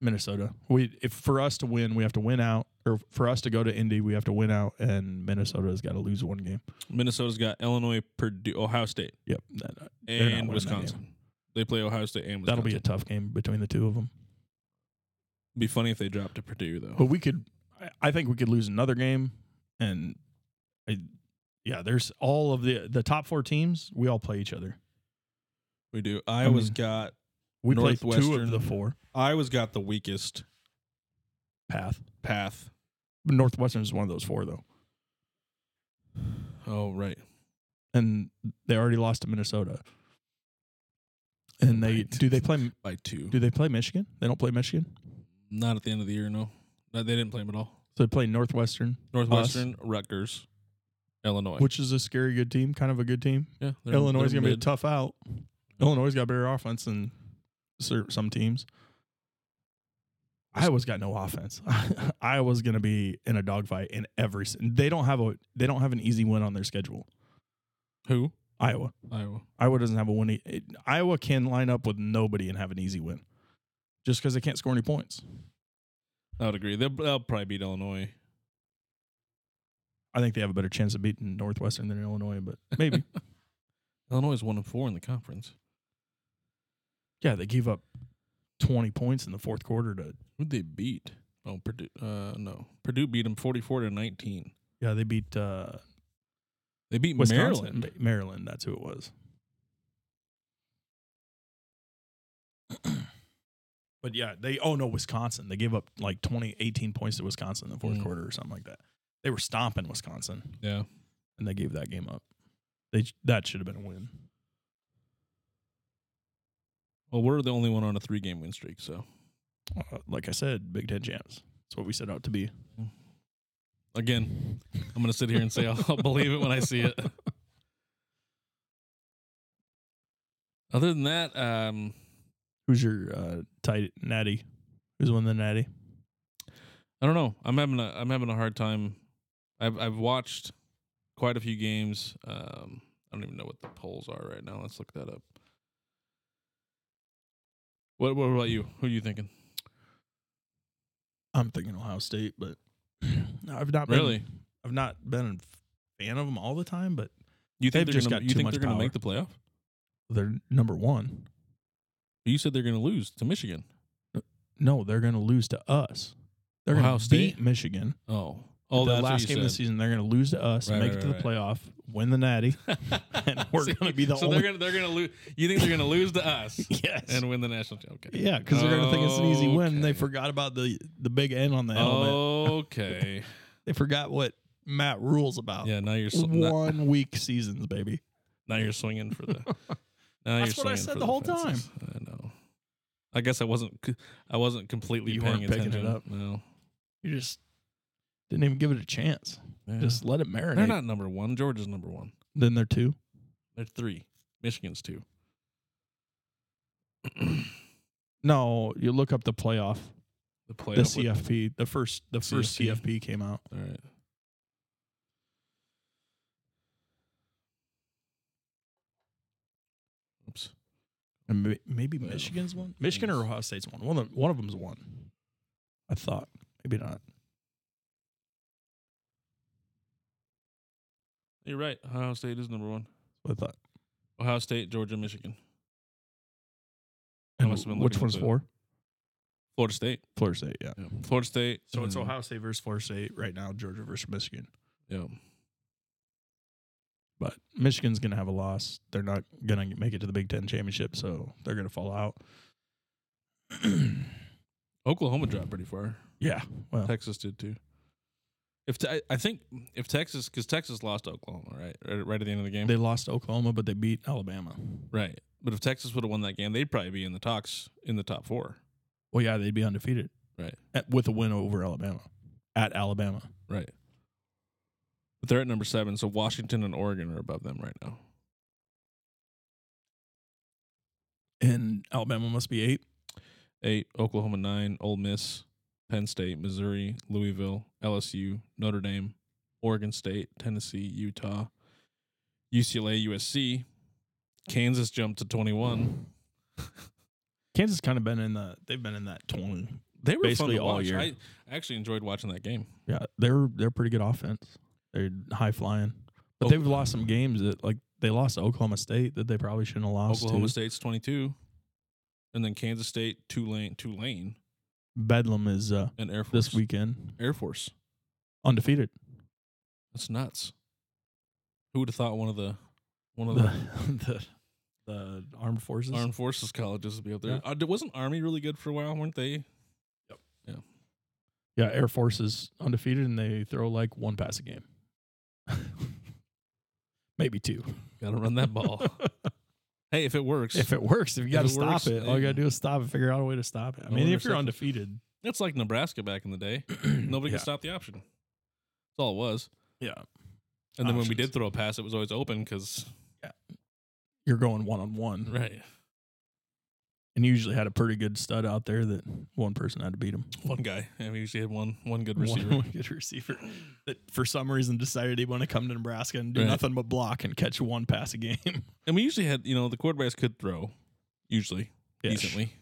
B: Minnesota. We if for us to win, we have to win out, or for us to go to Indy, we have to win out, and Minnesota has got to lose one game.
A: Minnesota's got Illinois, Purdue, Ohio State,
B: Yep, that, They're not winning
A: and
B: that
A: Wisconsin. They play Ohio State and Wisconsin.
B: that'll be a tough game between the two of them.
A: Be funny if they drop to Purdue though.
B: But we could, I- I think we could lose another game, and I, yeah, there's all of the the top four teams. We all play each other.
A: We do. Iowa's
B: mean-
A: got
B: We play two
A: Northwestern.
B: of the four
A: Iowa's got the weakest
B: path.
A: path.
B: Northwestern is one of those four though,
A: Oh right.
B: and they already lost to Minnesota. And they
A: Right.
B: do they play
A: By two.
B: do they play Michigan? They don't play Michigan.
A: Not at the end of the year, no. No, They didn't play them at all.
B: So they play Northwestern,
A: Northwestern, Rutgers, Illinois.
B: which is a scary good team, kind of a good team.
A: yeah, they're-
B: Illinois is
A: they're
B: going to be a
A: mid.
B: tough out. Illinois got better offense than cer- some teams. Iowa's got no offense. Iowa's going to be in a dogfight in every. s- They don't have a. They don't have an easy win on their schedule.
A: Who?
B: Iowa.
A: Iowa.
B: Iowa doesn't have a win. e- it- Iowa can line up with nobody and have an easy win, just because they can't score any points.
A: I would agree. They'll, they'll probably beat Illinois.
B: I think they have a better chance of beating Northwestern than Illinois, but maybe.
A: Illinois is one and four in the conference.
B: yeah, they gave up twenty points in the fourth quarter to
A: Who'd they beat? Oh, Purdue. Uh, no, Purdue beat them forty-four to nineteen.
B: Yeah, they beat uh,
A: They beat
B: Wisconsin.
A: Maryland.
B: Ma- Maryland, that's who it was. but yeah, they oh no, Wisconsin. They gave up like 20, 18 points to Wisconsin in the fourth
A: Mm.
B: quarter or something like that. They were stomping Wisconsin
A: Yeah.
B: and they gave that game up. They sh- that should have been a win.
A: Well, we're the only one on a three-game win streak. So
B: Uh, like I said, Big Ten champs. That's what we set out to be.
A: again, I'm gonna sit here and say I'll, I'll believe it when I see it. Other than that, um,
B: Who's your uh, tight natty? Who's won the natty?
A: I don't know. I'm having a I'm having a hard time. I've I've watched quite a few games. Um, I don't even know what the polls are right now. Let's look that up. What What about you? Who are you thinking?
B: I'm thinking Ohio State, but I've not been,
A: Really?
B: I've not been a fan of them all the time, but
A: You think
B: They've
A: they're
B: just
A: gonna,
B: got
A: you
B: too
A: think
B: much
A: they're gonna
B: power.
A: make the playoff?
B: they're number one.
A: You said they're gonna lose to Michigan.
B: No, they're going to lose to us. They're
A: Ohio
B: going to
A: State?
B: beat Michigan.
A: Oh, oh,
B: the
A: that's
B: last
A: what
B: game
A: you
B: of the season, they're going to lose to us,
A: Right,
B: make
A: right,
B: it to the
A: right.
B: playoff, win the Natty.
A: said.
B: and we're
A: See,
B: gonna be the
A: so
B: only-
A: they're gonna they're gonna lose. You think they're gonna lose to us
B: yes.
A: and win the national championship? Okay.
B: yeah, because they're going to think it's an easy win. They
A: Okay. Oh.
B: forgot about the the big N on the helmet.
A: Okay.
B: They forgot what Matt rules about.
A: Yeah, now you're sw- now,
B: One week seasons, baby.
A: now you're swinging for the. Now
B: That's
A: you're
B: what I
A: swinging
B: said
A: for
B: the whole
A: fences. I know. I guess I wasn't. c- I wasn't completely
B: You
A: paying
B: weren't picking it
A: attention.
B: up.
A: No,
B: You just didn't even give it a chance.
A: Yeah.
B: Just let it marinate.
A: they're not number one. Georgia's number one.
B: then they're two.
A: They're three. Michigan's two.
B: No, you look up the playoff,
A: The
B: the
A: playoff. would-
B: CFP, the first, the first
A: CFP.
B: CFP came out.
A: All right. Oops.
B: And may- maybe
A: Yeah.
B: Michigan's one. Michigan or Ohio State's one. One of one of them's one. I thought maybe not.
A: You're right. Ohio State is number one.
B: I thought.
A: Ohio State, Georgia, Michigan, I
B: And
A: must have been
B: which
A: looking at
B: one's
A: the-
B: four?
A: Florida State.
B: Florida State. Yeah. Mm-hmm.
A: Florida State.
B: So it's
A: and-
B: Ohio State versus Florida State right now. Georgia versus Michigan.
A: Yeah.
B: But Michigan's gonna have a loss. They're not gonna make it to the Big Ten championship, so they're gonna fall out.
A: Oklahoma dropped pretty far.
B: yeah. Well.
A: Texas did too. If te- I- I think if Texas, because Texas lost to Oklahoma, right? right, right at the end of the game,
B: They lost to Oklahoma, but they beat Alabama.
A: right? But if Texas would have won that game, they'd probably be in the talks in the top four,
B: Well, yeah, they'd be undefeated.
A: Right.
B: At- with a win over Alabama. At Alabama.
A: right? But they're at number seven, so Washington and Oregon are above them right now.
B: And Alabama must be eight.
A: Eight, Oklahoma nine, Ole Miss, Penn State, Missouri, Louisville, LSU, Notre Dame, Oregon State, Tennessee, Utah, UCLA, USC, Kansas jumped to twenty one.
B: Kansas kind of been in the they've been in that twenty.
A: They were fun
B: Basically
A: to
B: all
A: watch.
B: year.
A: I I actually enjoyed watching that game.
B: Yeah, they're they're pretty good offense. They're high flying, but
A: Oh.
B: they've lost some games that like they lost to Oklahoma State that they probably shouldn't have lost
A: Oklahoma
B: to.
A: State's 22, and then Kansas State, Tulane, Tulane,
B: Bedlam is uh,
A: and Air Force.
B: this weekend
A: Air Force.
B: undefeated.
A: That's nuts. Who would have thought one of the one of
B: The,
A: the
B: the the armed forces.
A: armed forces colleges would be up there?
B: Yeah.
A: Uh, d- wasn't Army really good for a while? weren't they?
B: Yeah, Air Force is undefeated and they throw like one pass a game, maybe two.
A: Got to run that ball. hey, if it works,
B: If it works, if you
A: If
B: got to
A: it
B: stop
A: works,
B: it, all you
A: yeah.
B: got to do is stop and figure out a way to stop it. I
A: No
B: mean, if you're
A: interceptions.
B: undefeated,
A: it's like Nebraska back in the day. Nobody
B: yeah.
A: could stop the option. That's all it was.
B: Yeah,
A: And then when we
B: Options.
A: did throw a pass, it was always open because
B: you're going one on one.
A: right,
B: and he usually had a pretty good stud out there that one person had to beat him.
A: one guy. And we usually had one one good
B: One-
A: receiver.
B: One, good receiver that for some reason decided he wanted to come to Nebraska and do
A: Right.
B: nothing but block and catch one pass a game.
A: And we usually had, you know, the quarterbacks could throw usually
B: Ish.
A: decently.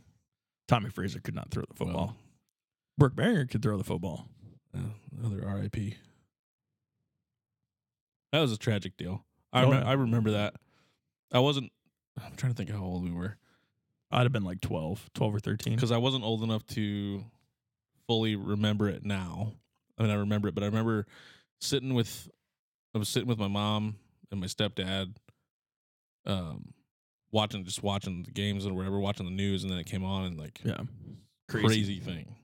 B: Tommy Fraser could not throw the
A: Well,
B: football. Brooke Barringer could throw the football.
A: uh, Another RIP. That was a tragic deal. I,
B: Oh,
A: rem-
B: yeah.
A: I remember that. I wasn't, I'm trying to think how old we were
B: I'd have been like 12, 12 or 13.
A: because I wasn't old enough to fully remember it now. I mean, I remember it, but I remember sitting with, I was sitting with my mom and my stepdad, um, watching, just watching the games and whatever, watching the news, and then it came on and like
B: Yeah.
A: crazy thing.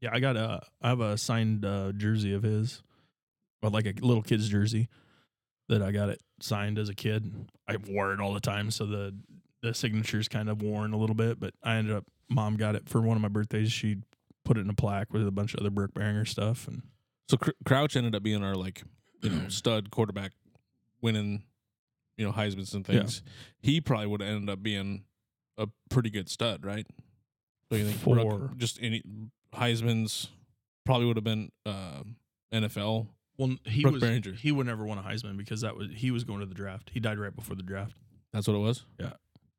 B: Yeah, I got a I have a signed uh, jersey of his, but like a little kid's jersey that I got it signed as a kid. I wore it all the time, so the the signature's kind of worn a little bit. But I ended up mom got it for one of my birthdays. She put it in a plaque with a bunch of other Burke Banger stuff, and
A: So Cr- Crouch ended up being our like you know stud quarterback, winning you know Heisman's and
B: Yeah.
A: things. He probably would have ended up being a pretty good stud, right? So you think
B: Four.
A: just any Heisman's probably would have been uh, NFL.
B: well, he
A: Brooke was- Barringer.
B: he would never win a Heisman because that was he was going to the draft. He died right before the draft.
A: That's what it was.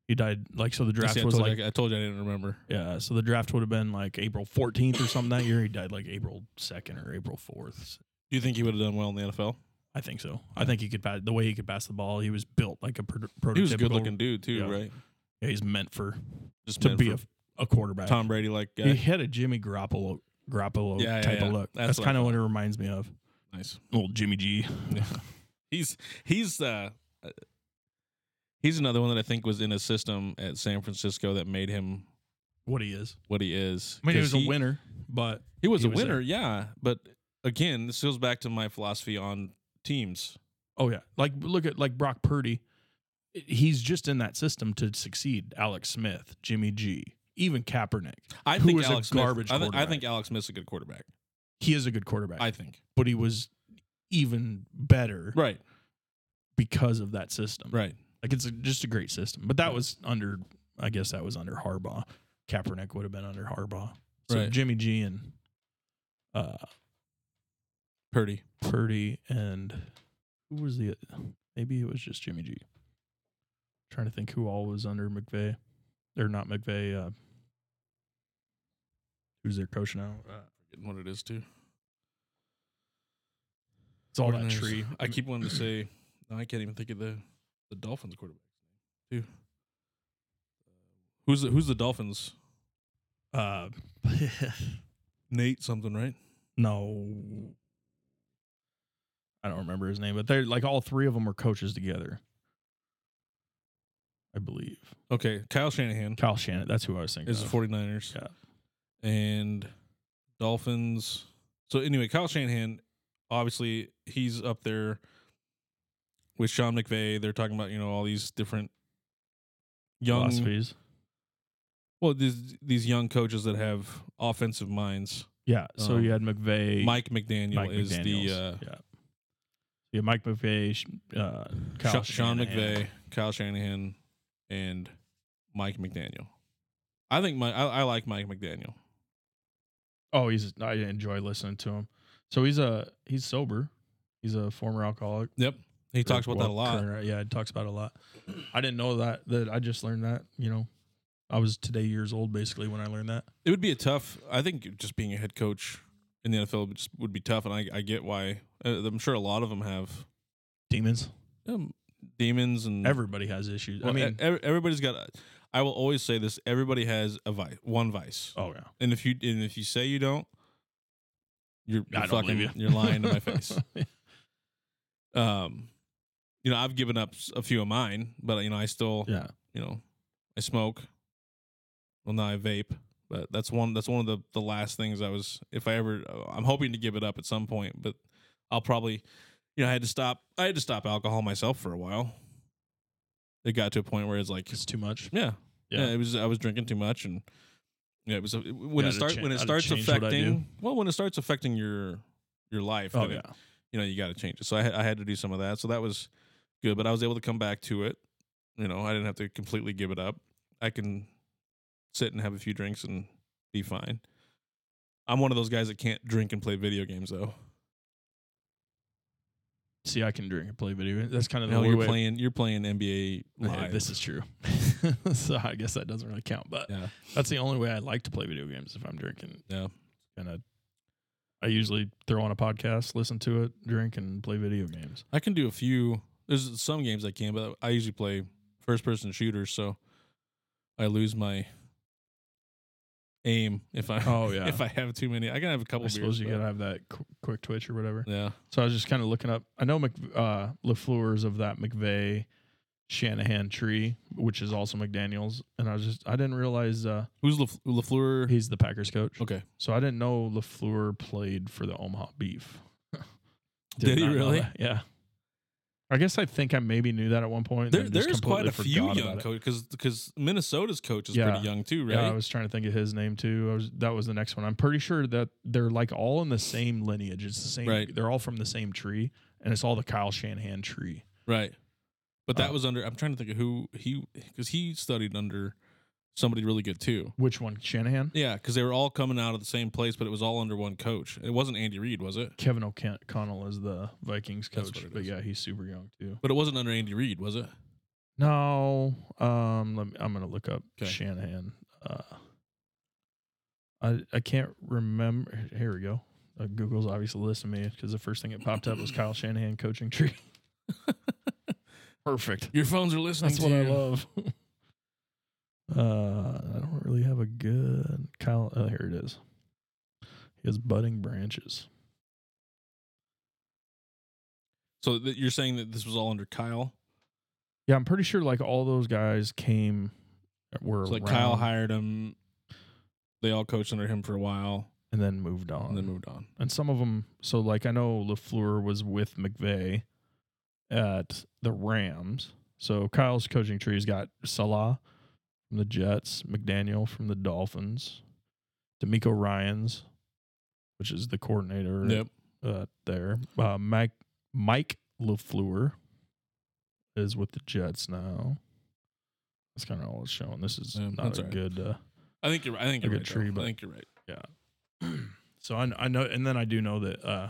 B: He died like so the draft
A: See, I
B: was
A: told you-
B: like
A: I told you I didn't remember.
B: Yeah, so the draft would have been like April 14th or something that year. He died like April 2nd or April 4th.
A: Do you think he would have done well in the NFL?
B: I think so. I think he could pass the way he could pass the ball. He was built like a pro- prototypical.
A: He was a good looking dude too,
B: yeah.
A: right?
B: Yeah, he's meant for
A: Just
B: to
A: meant
B: be
A: for
B: a, a quarterback.
A: Tom Brady like guy.
B: He had a Jimmy Garoppolo Garoppolo
A: Yeah, yeah,
B: type
A: yeah.
B: of look.
A: That's
B: That's,
A: what I
B: kind of
A: thought.
B: what it reminds me of.
A: nice.
B: Old Jimmy G.
A: Yeah. he's he's uh uh, he's another one that I think was in a system at San Francisco that made him
B: What he is.
A: what he is.
B: I mean, he
A: 'Cause
B: was a winner, but
A: He was
B: He
A: a
B: was
A: winner, yeah, but again, this goes back to my philosophy on teams.
B: Oh yeah, like look at like Brock Purdy, he's just in that system to succeed. Alex Smith, Jimmy G, even Kaepernick.
A: I
B: Who
A: think
B: was a
A: Alex
B: garbage
A: Smith, I, thi- I
B: quarterback.
A: think Alex Smith's a good quarterback.
B: He is a good quarterback,
A: I think.
B: but he was even better
A: Right.
B: because of that system.
A: Right.
B: Like it's a, just a great system. But that
A: Right.
B: was under, I guess that was under Harbaugh. Kaepernick would have been under Harbaugh. So
A: Right.
B: Jimmy G and uh,
A: Purdy.
B: Purdy and who was the? Maybe it was just Jimmy G. trying to think who all was under McVay. They're not McVay. Uh, who's their coach now? Uh,
A: Forgetting what it is too.
B: it's all that
A: Forty-niners.
B: tree.
A: I keep wanting to say no, I can't even think of the the Dolphins quarterback too. Uh, Who's the, who's the Dolphins?
B: Uh,
A: Nate something, right?
B: no, I don't remember his name, but they're like all three of them were coaches together. I believe
A: Okay, Kyle Shanahan
B: Kyle Shannon. That's who I was thinking.
A: is the
B: of.
A: 49ers.
B: Yeah.
A: And Dolphins. So anyway, Kyle Shanahan, obviously he's up there with Sean McVay. They're talking about, you know, all these different young
B: philosophies.
A: well, these these young coaches that have offensive minds.
B: Yeah. So you had
A: Um,
B: McVay.
A: Mike McDaniel
B: Mike
A: is the
B: McDaniels.
A: uh
B: yeah. Yeah, Mike McVay, sh- uh, Kyle
A: Sha- Sean
B: Shanahan.
A: McVay, Kyle Shanahan, and Mike McDaniel. I think my I, I like Mike McDaniel.
B: Oh, he's I enjoy listening to him. So he's a he's sober. He's a former alcoholic.
A: Yep, he talks
B: Or,
A: about that a
B: well,
A: lot.
B: current- yeah, he talks about it a lot. I didn't know that. That I just learned that. You know, I was today years old basically when I learned that.
A: It would be a tough. I think just being a head coach in the NFL would, just, would be tough, and I, I get why. Uh, I'm sure a lot of them have
B: Demons.
A: um, demons and
B: Everybody has issues.
A: Well,
B: I
A: e-
B: mean,
A: ev- everybody's got. a- I will always say this: everybody has a vice, one vice,
B: oh yeah,
A: and if you and if you say you don't, you're, you're
B: I don't
A: fucking
B: believe you.
A: you're lying to my face. um you know i've given up s- a few of mine but you know i still
B: yeah,
A: you know i smoke well now i vape but that's one that's one of the the last things i was if i ever uh, i'm hoping to give it up at some point but i'll probably you know i had to stop i had to stop alcohol myself for a while it got to a point where it's like
B: it's too much.
A: yeah yeah,
B: Yeah.
A: it was i was drinking too much and yeah it was a- when
B: Gotta
A: it start
B: cha-
A: when it
B: gotta
A: starts
B: change what I
A: affecting well when it starts affecting your your life
B: Oh
A: then it-
B: yeah,
A: you know, you got to change it. So I, had- I had to do some of that. So that was good, but I was able to come back to it. You know, I didn't have to completely give it up. I can sit and have a few drinks and be fine. I'm one of those guys that can't drink and play video games though.
B: see, I can drink and play video. games. That's kind of the
A: No,
B: only
A: you're
B: way-
A: playing. You're playing NBA
B: Okay,
A: live.
B: this is true. so I guess that doesn't really count, but
A: yeah,
B: that's the only way I like to play video games if I'm drinking.
A: yeah.
B: And I, I usually throw on a podcast, listen to it, drink, and play video games.
A: I can do a few. There's some games I can, but I usually play first person shooters, so I lose my aim if I
B: Oh, yeah.
A: if I have too many. I can have a couple.
B: I suppose
A: beers,
B: you
A: but-
B: gotta have that qu- quick twitch or whatever.
A: Yeah.
B: So I was just kind of looking up. I know Mc, uh, Lafleur's of that McVeigh Shanahan tree, which is also McDaniel's, and I was just I didn't realize uh,
A: Who's Laf- Lafleur?
B: he's the Packers coach.
A: Okay.
B: So I didn't know Lafleur played for the Omaha Beef.
A: Did he
B: not know
A: really?
B: that. Yeah. I guess I think I maybe knew that at one point. and
A: There,
B: then just
A: there's quite a
B: completely
A: few
B: forgot
A: young
B: about it.
A: coaches because because Minnesota's coach is
B: Yeah.
A: pretty young too, right?
B: Yeah, I was trying to think of his name too. I was that was the next one. I'm pretty sure that they're like all in the same lineage. It's the same.
A: Right.
B: They're all from the same tree, and it's all the Kyle Shanahan tree.
A: right. But that
B: Uh,
A: was under. I'm trying to think of who he because he studied under somebody really good too.
B: Which one, Shanahan?
A: Yeah, because they were all coming out of the same place, but it was all under one coach. It wasn't Andy Reid, was it?
B: Kevin O'Connell is the Vikings
A: That's
B: coach,
A: what it
B: but
A: is.
B: yeah, he's super young too.
A: But it wasn't under Andy Reid, was it?
B: No, um, let me, I'm gonna look up
A: 'Kay.
B: Shanahan. Uh, I I can't remember. Here we go. Uh, Google's obviously listening to me because the first thing that popped up was Kyle Shanahan coaching tree. Perfect.
A: Your phones are listening.
B: That's what I love. uh, I don't really have a good Kyle. Oh, here it is. He has budding branches.
A: So th- you're saying that this was all under Kyle?
B: Yeah, I'm pretty sure like all those guys came were
A: So like
B: around-
A: Kyle hired him. They all coached under him for a while.
B: and then moved on.
A: and then moved on.
B: and some of them so like i know lafleur was with mcveigh at the rams so kyle's coaching tree's got salah from the jets mcdaniel from the dolphins D'Amico ryans which is the coordinator
A: Yep.
B: uh, there uh, mike mike lafleur is with the jets now that's kind of all it's showing this is
A: Yeah,
B: not
A: that's
B: a
A: all right.
B: good uh,
A: I think you're. I think
B: Like
A: you're
B: a
A: right.
B: tree,
A: though.
B: but-
A: I think you're right.
B: so I, I know, and then I do know that uh,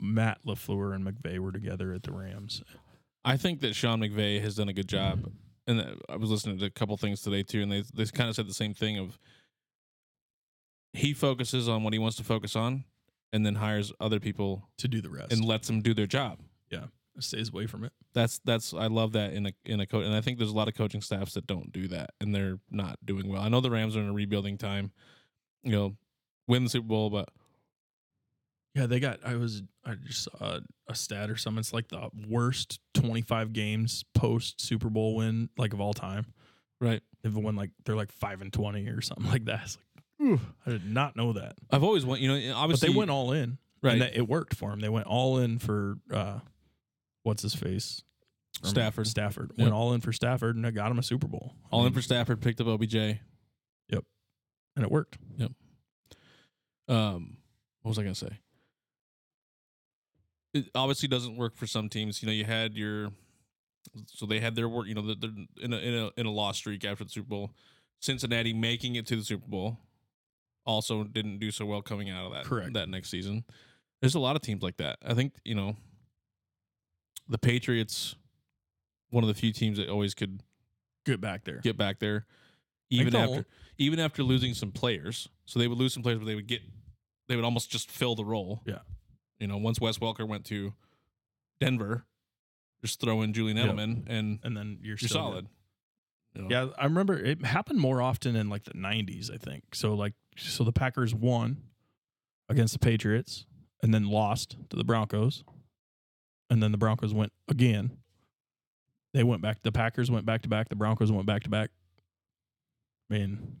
B: Matt Lafleur and McVay were together at the Rams.
A: I think that Sean McVay has done a good job, and that- I was listening to a couple things today too, and they they kind of said the same thing of he focuses on what he wants to focus on, and then hires other people
B: To do the rest
A: and lets them do their job.
B: stays away from it.
A: That's that's I love that in a in a coach, and I think there's a lot of coaching staffs that don't do that, and they're not doing well. I know the Rams are in a rebuilding time, you know, win the Super Bowl, but
B: Yeah, they got. I was. I just saw a, a stat or something. It's like the worst twenty-five games post Super Bowl win, like of all time.
A: right.
B: They've won like they're like five and twenty or something like that. It's like, ooh, I did not know that.
A: I've always want you know
B: But
A: obviously
B: they went all in,
A: right
B: And that, it worked for them. They went all in for uh, what's his face, Or
A: Stafford.
B: Stafford
A: Yep.
B: went all in for Stafford, and it got him a Super Bowl. I
A: all in
B: mean,
A: for Stafford picked up OBJ.
B: and it worked.
A: um what was i gonna say it obviously doesn't work for some teams you know you had your so they had their work you know they're- they're in a, in a in a loss streak after the super bowl cincinnati making it to the super bowl also didn't do so well coming out of that
B: Correct.
A: that next season there's a lot of teams like that i think you know the patriots one of the few teams that always could
B: Get back there.
A: get back there, even
B: the
A: after
B: whole-
A: even after losing some players. So they would lose some players, but they would get they would almost just fill the role.
B: Yeah.
A: you know, once Wes Welker went to Denver, just throw in Julian
B: Yeah.
A: Edelman, and
B: and then you're,
A: you're
B: still
A: solid. You know?
B: good. Yeah, I remember it happened more often in like the '90s, I think. So like, so the Packers won against the Patriots, and then lost to the Broncos, and then the Broncos went again. They went back. The Packers went back to back. The Broncos went back to back. I mean,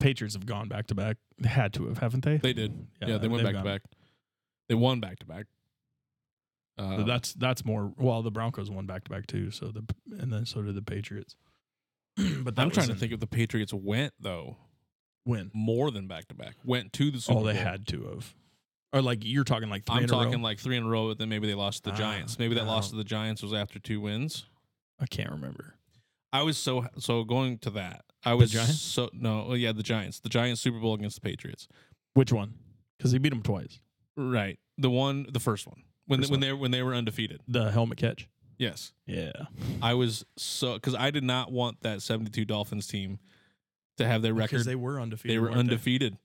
B: Patriots have gone back to back. They had to have, haven't they?
A: they did. Yeah, they went back to
B: they've gone.
A: back. They won back to back. Uh,
B: So that's that's more. Well, the Broncos won back to back too. So the and then so did the Patriots. but that
A: I'm
B: was
A: trying to
B: in-
A: think if the Patriots went though
B: when.
A: more than back to back. Went to the Super
B: oh, they
A: Bowl.
B: had two of, or like you're talking like 3
A: I'm
B: in a row?
A: talking like three in a row, but then maybe they lost to the
B: Ah,
A: Giants. Maybe that
B: I
A: loss
B: don't-
A: to the Giants was after two wins.
B: I can't remember.
A: I was so so going to that. I was
B: Giants?
A: so no, well, yeah, the Giants, the Giants Super Bowl against the Patriots.
B: Which one? Because he beat him twice.
A: Right, the one, the first one when
B: First
A: when
B: one.
A: they when they were undefeated.
B: The helmet catch.
A: Yes,
B: Yeah.
A: I was so because I did not want that seventy-two Dolphins team to have their record. They,
B: were undefeated.
A: were undefeated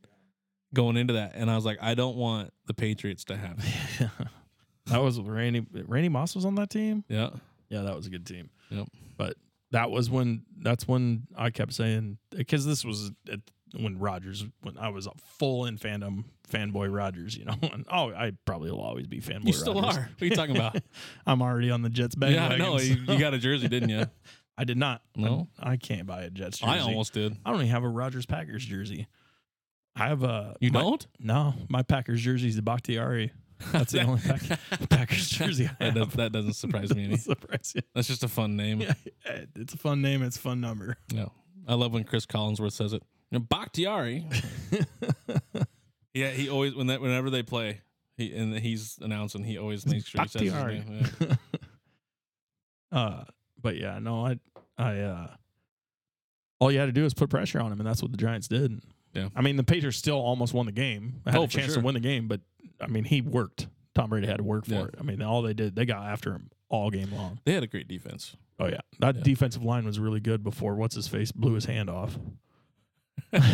A: going into that, and I was like, I don't want the Patriots to have. it.
B: that was Randy. Randy Moss was on that team.
A: Yeah,
B: Yeah, that was a good team.
A: Yep.
B: But that was when. That's when I kept saying because this was at, when Rogers. When I was full in fandom, fanboy Rogers. You know. And, oh, I probably will always be fanboy.
A: you still
B: Rodgers.
A: are. What are you talking about?
B: I'm already on the Jets
A: yeah,
B: bandwagon.
A: I know. You,
B: so-
A: you got a jersey, didn't you?
B: I did not.
A: No?
B: I, I can't buy a Jets jersey.
A: I almost did.
B: I don't even have a Rogers Packers jersey. I have a.
A: You
B: my-
A: don't?
B: No, my Packers jersey is the Bakhtiari. That's the only Pack- Packers jersey I
A: That,
B: have.
A: does, that doesn't surprise me any.
B: Surprise you.
A: That's just a fun name.
B: Yeah, it's a fun name. It's a fun number.
A: Yeah. I love when Chris Collinsworth says it. And Bakhtiari. yeah, he always when that whenever they play, he and he's announcing, he always makes sure he says his
B: Bakhtiari.
A: name. Yeah.
B: uh, but yeah, no, I, I, uh, all you had to do is put pressure on him, and that's what the Giants did.
A: Yeah.
B: I mean, the Patriots still almost won the game. Had
A: Oh,
B: a
A: for
B: chance
A: sure.
B: to win the game, but I mean, he worked. Tom Brady had to work for
A: Yeah.
B: it. I mean, all they did, they got after him all game long.
A: They had a great defense.
B: Oh yeah, that
A: Yeah.
B: defensive line was really good before what's his face blew his hand off.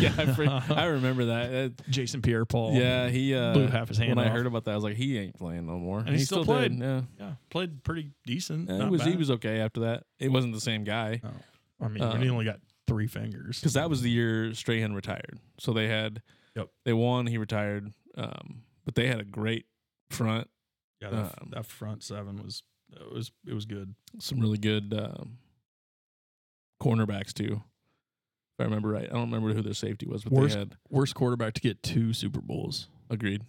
A: yeah, I, fr- I remember that. That-
B: Jason Pierre-Paul.
A: yeah, he uh,
B: blew half his hand.
A: when I
B: off.
A: heard about that, I was like, he ain't playing no more.
B: And he still
A: did,
B: played.
A: Yeah,
B: yeah, played pretty decent.
A: Yeah, he
B: Not
A: was he
B: bad.
A: was okay after that. It wasn't the same guy
B: I mean,
A: uh,
B: he only got three fingers.
A: because that was the year Strahan retired. So they had,
B: Yep.
A: they won. He retired, um, but they had a great front.
B: Yeah,
A: that-
B: that, that front seven was it was it was good.
A: some really good um, cornerbacks too. If I remember right, I don't remember who their safety was, but
B: Worst-
A: they had
B: Worst quarterback to get two Super Bowls.
A: Agreed.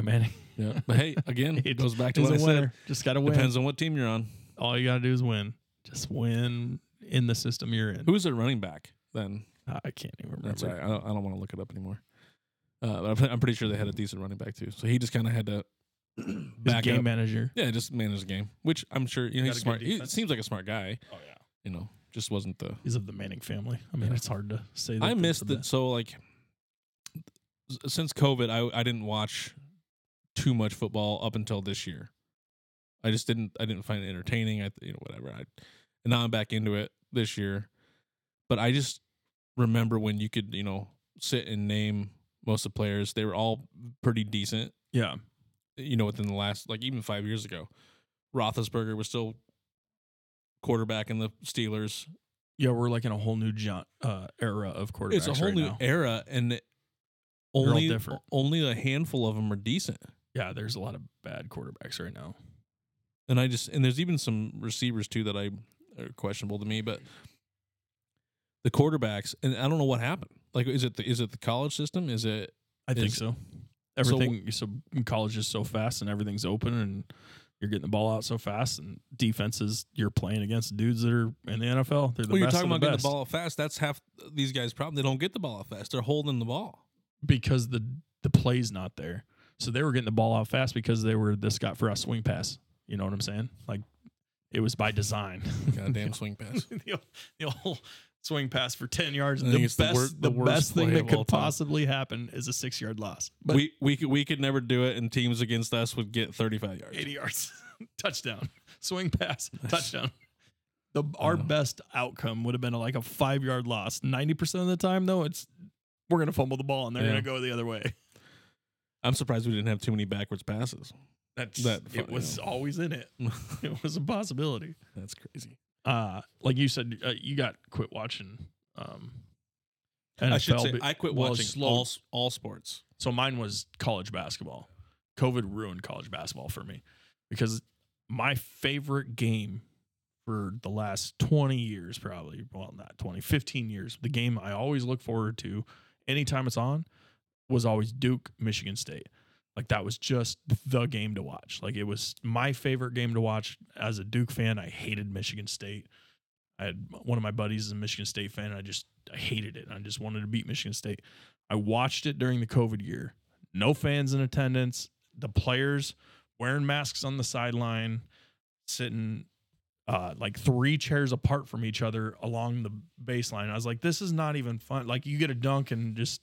B: Manning.
A: Yeah. But hey, again, it
C: It
A: goes back to
C: He's
A: what I
C: a
A: said.
C: winner. Just got to win.
A: Depends on what team you're on.
B: All you got to do is win. Just win in the system you're in.
A: Who's their running back then?
B: I can't even remember.
A: That's all right. I don't, I don't want to look it up anymore. Uh, but I'm- I'm pretty sure they had a decent running back too. So he just kind of had to
B: His
A: back
B: game
A: up.
B: manager.
A: Yeah, just manage the game, which I'm sure
C: Got
A: you know
C: a
A: he's
C: good
A: smart. He
C: defense.
A: seems like a smart guy.
C: Oh yeah.
A: You know, just wasn't the.
B: He's of the Manning family. I mean,
A: Yeah.
B: it's hard to say. That
A: I
B: that's
A: missed
B: the
A: it.
B: best.
A: So like, s- since COVID, I I didn't watch too much football up until this year. I just didn't. I didn't find it entertaining. I th- you know whatever. I and now I'm back into it this year, but I just remember when you could you know sit and name most of the players. They were all pretty decent.
B: Yeah,
A: You know, within the last like even five years ago, Roethlisberger was still quarterback in the Steelers.
B: yeah, we're like in a whole new jo- uh, era of quarterbacks.
A: It's a whole
B: right
A: new
B: now.
A: era, and it-
B: all
A: only
B: different.
A: only a handful of them are decent.
B: yeah, there's a lot of bad quarterbacks right now.
A: And I just and there's even some receivers too that I are questionable to me, but the quarterbacks and I don't know what happened. Like, is it the is it the college system? Is it
B: I think
A: Is-
B: so. Everything so, college is so fast and everything's open and you're getting the ball out so fast and defenses you're playing against dudes that are in the NFL. They're the
A: well, you're
B: best
A: talking
B: of
A: about
B: the
A: getting
B: best
A: the ball out fast. That's half these guys' problem. They don't get the ball out fast. They're holding the ball.
B: because the the play's not there. So they were getting the ball out fast because they were the Scott Frost swing pass. You know what I'm saying? Like it was by design.
A: Goddamn swing pass.
B: the, the whole swing pass for 10 yards.
A: I
B: The
A: think it's
B: best,
A: the
B: the,
A: wor- the worst
B: best thing
A: play
B: that
A: of all
B: could
A: time.
B: possibly happen is a six yard loss. But
A: we we could we could never do it, and teams against us would get 35 yards.
B: 80 yards, touchdown, swing pass, touchdown. The, our
A: know.
B: best outcome would have been like a five yard loss. 90% of the time, though, it's we're going to fumble the ball and they're
A: Yeah.
B: going to go the other way.
A: I'm surprised we didn't have too many backwards passes.
B: That's
A: That fu-
B: it was
A: yeah.
B: always in it. It was a possibility.
A: That's crazy.
B: Uh, like you said, uh, you got quit watching. Um, NFL,
A: I should say
B: but-
A: I quit
B: well,
A: watching
B: slow-
A: all s- all sports.
B: So mine was college basketball. COVID ruined college basketball for me because my favorite game for the last 20 years, probably, well, not 20, 15 years, the game I always look forward to anytime it's on was always Duke, Michigan State. Like that was just the game to watch. Like it was my favorite game to watch as a Duke fan. I hated Michigan State. I had one of my buddies is a Michigan State fan. And I just I hated it. I just wanted to beat Michigan State. I watched it during the COVID year. No fans in attendance. The players wearing masks on the sideline, sitting uh, like three chairs apart from each other along the baseline. I was like, this is not even fun. Like you get a dunk and just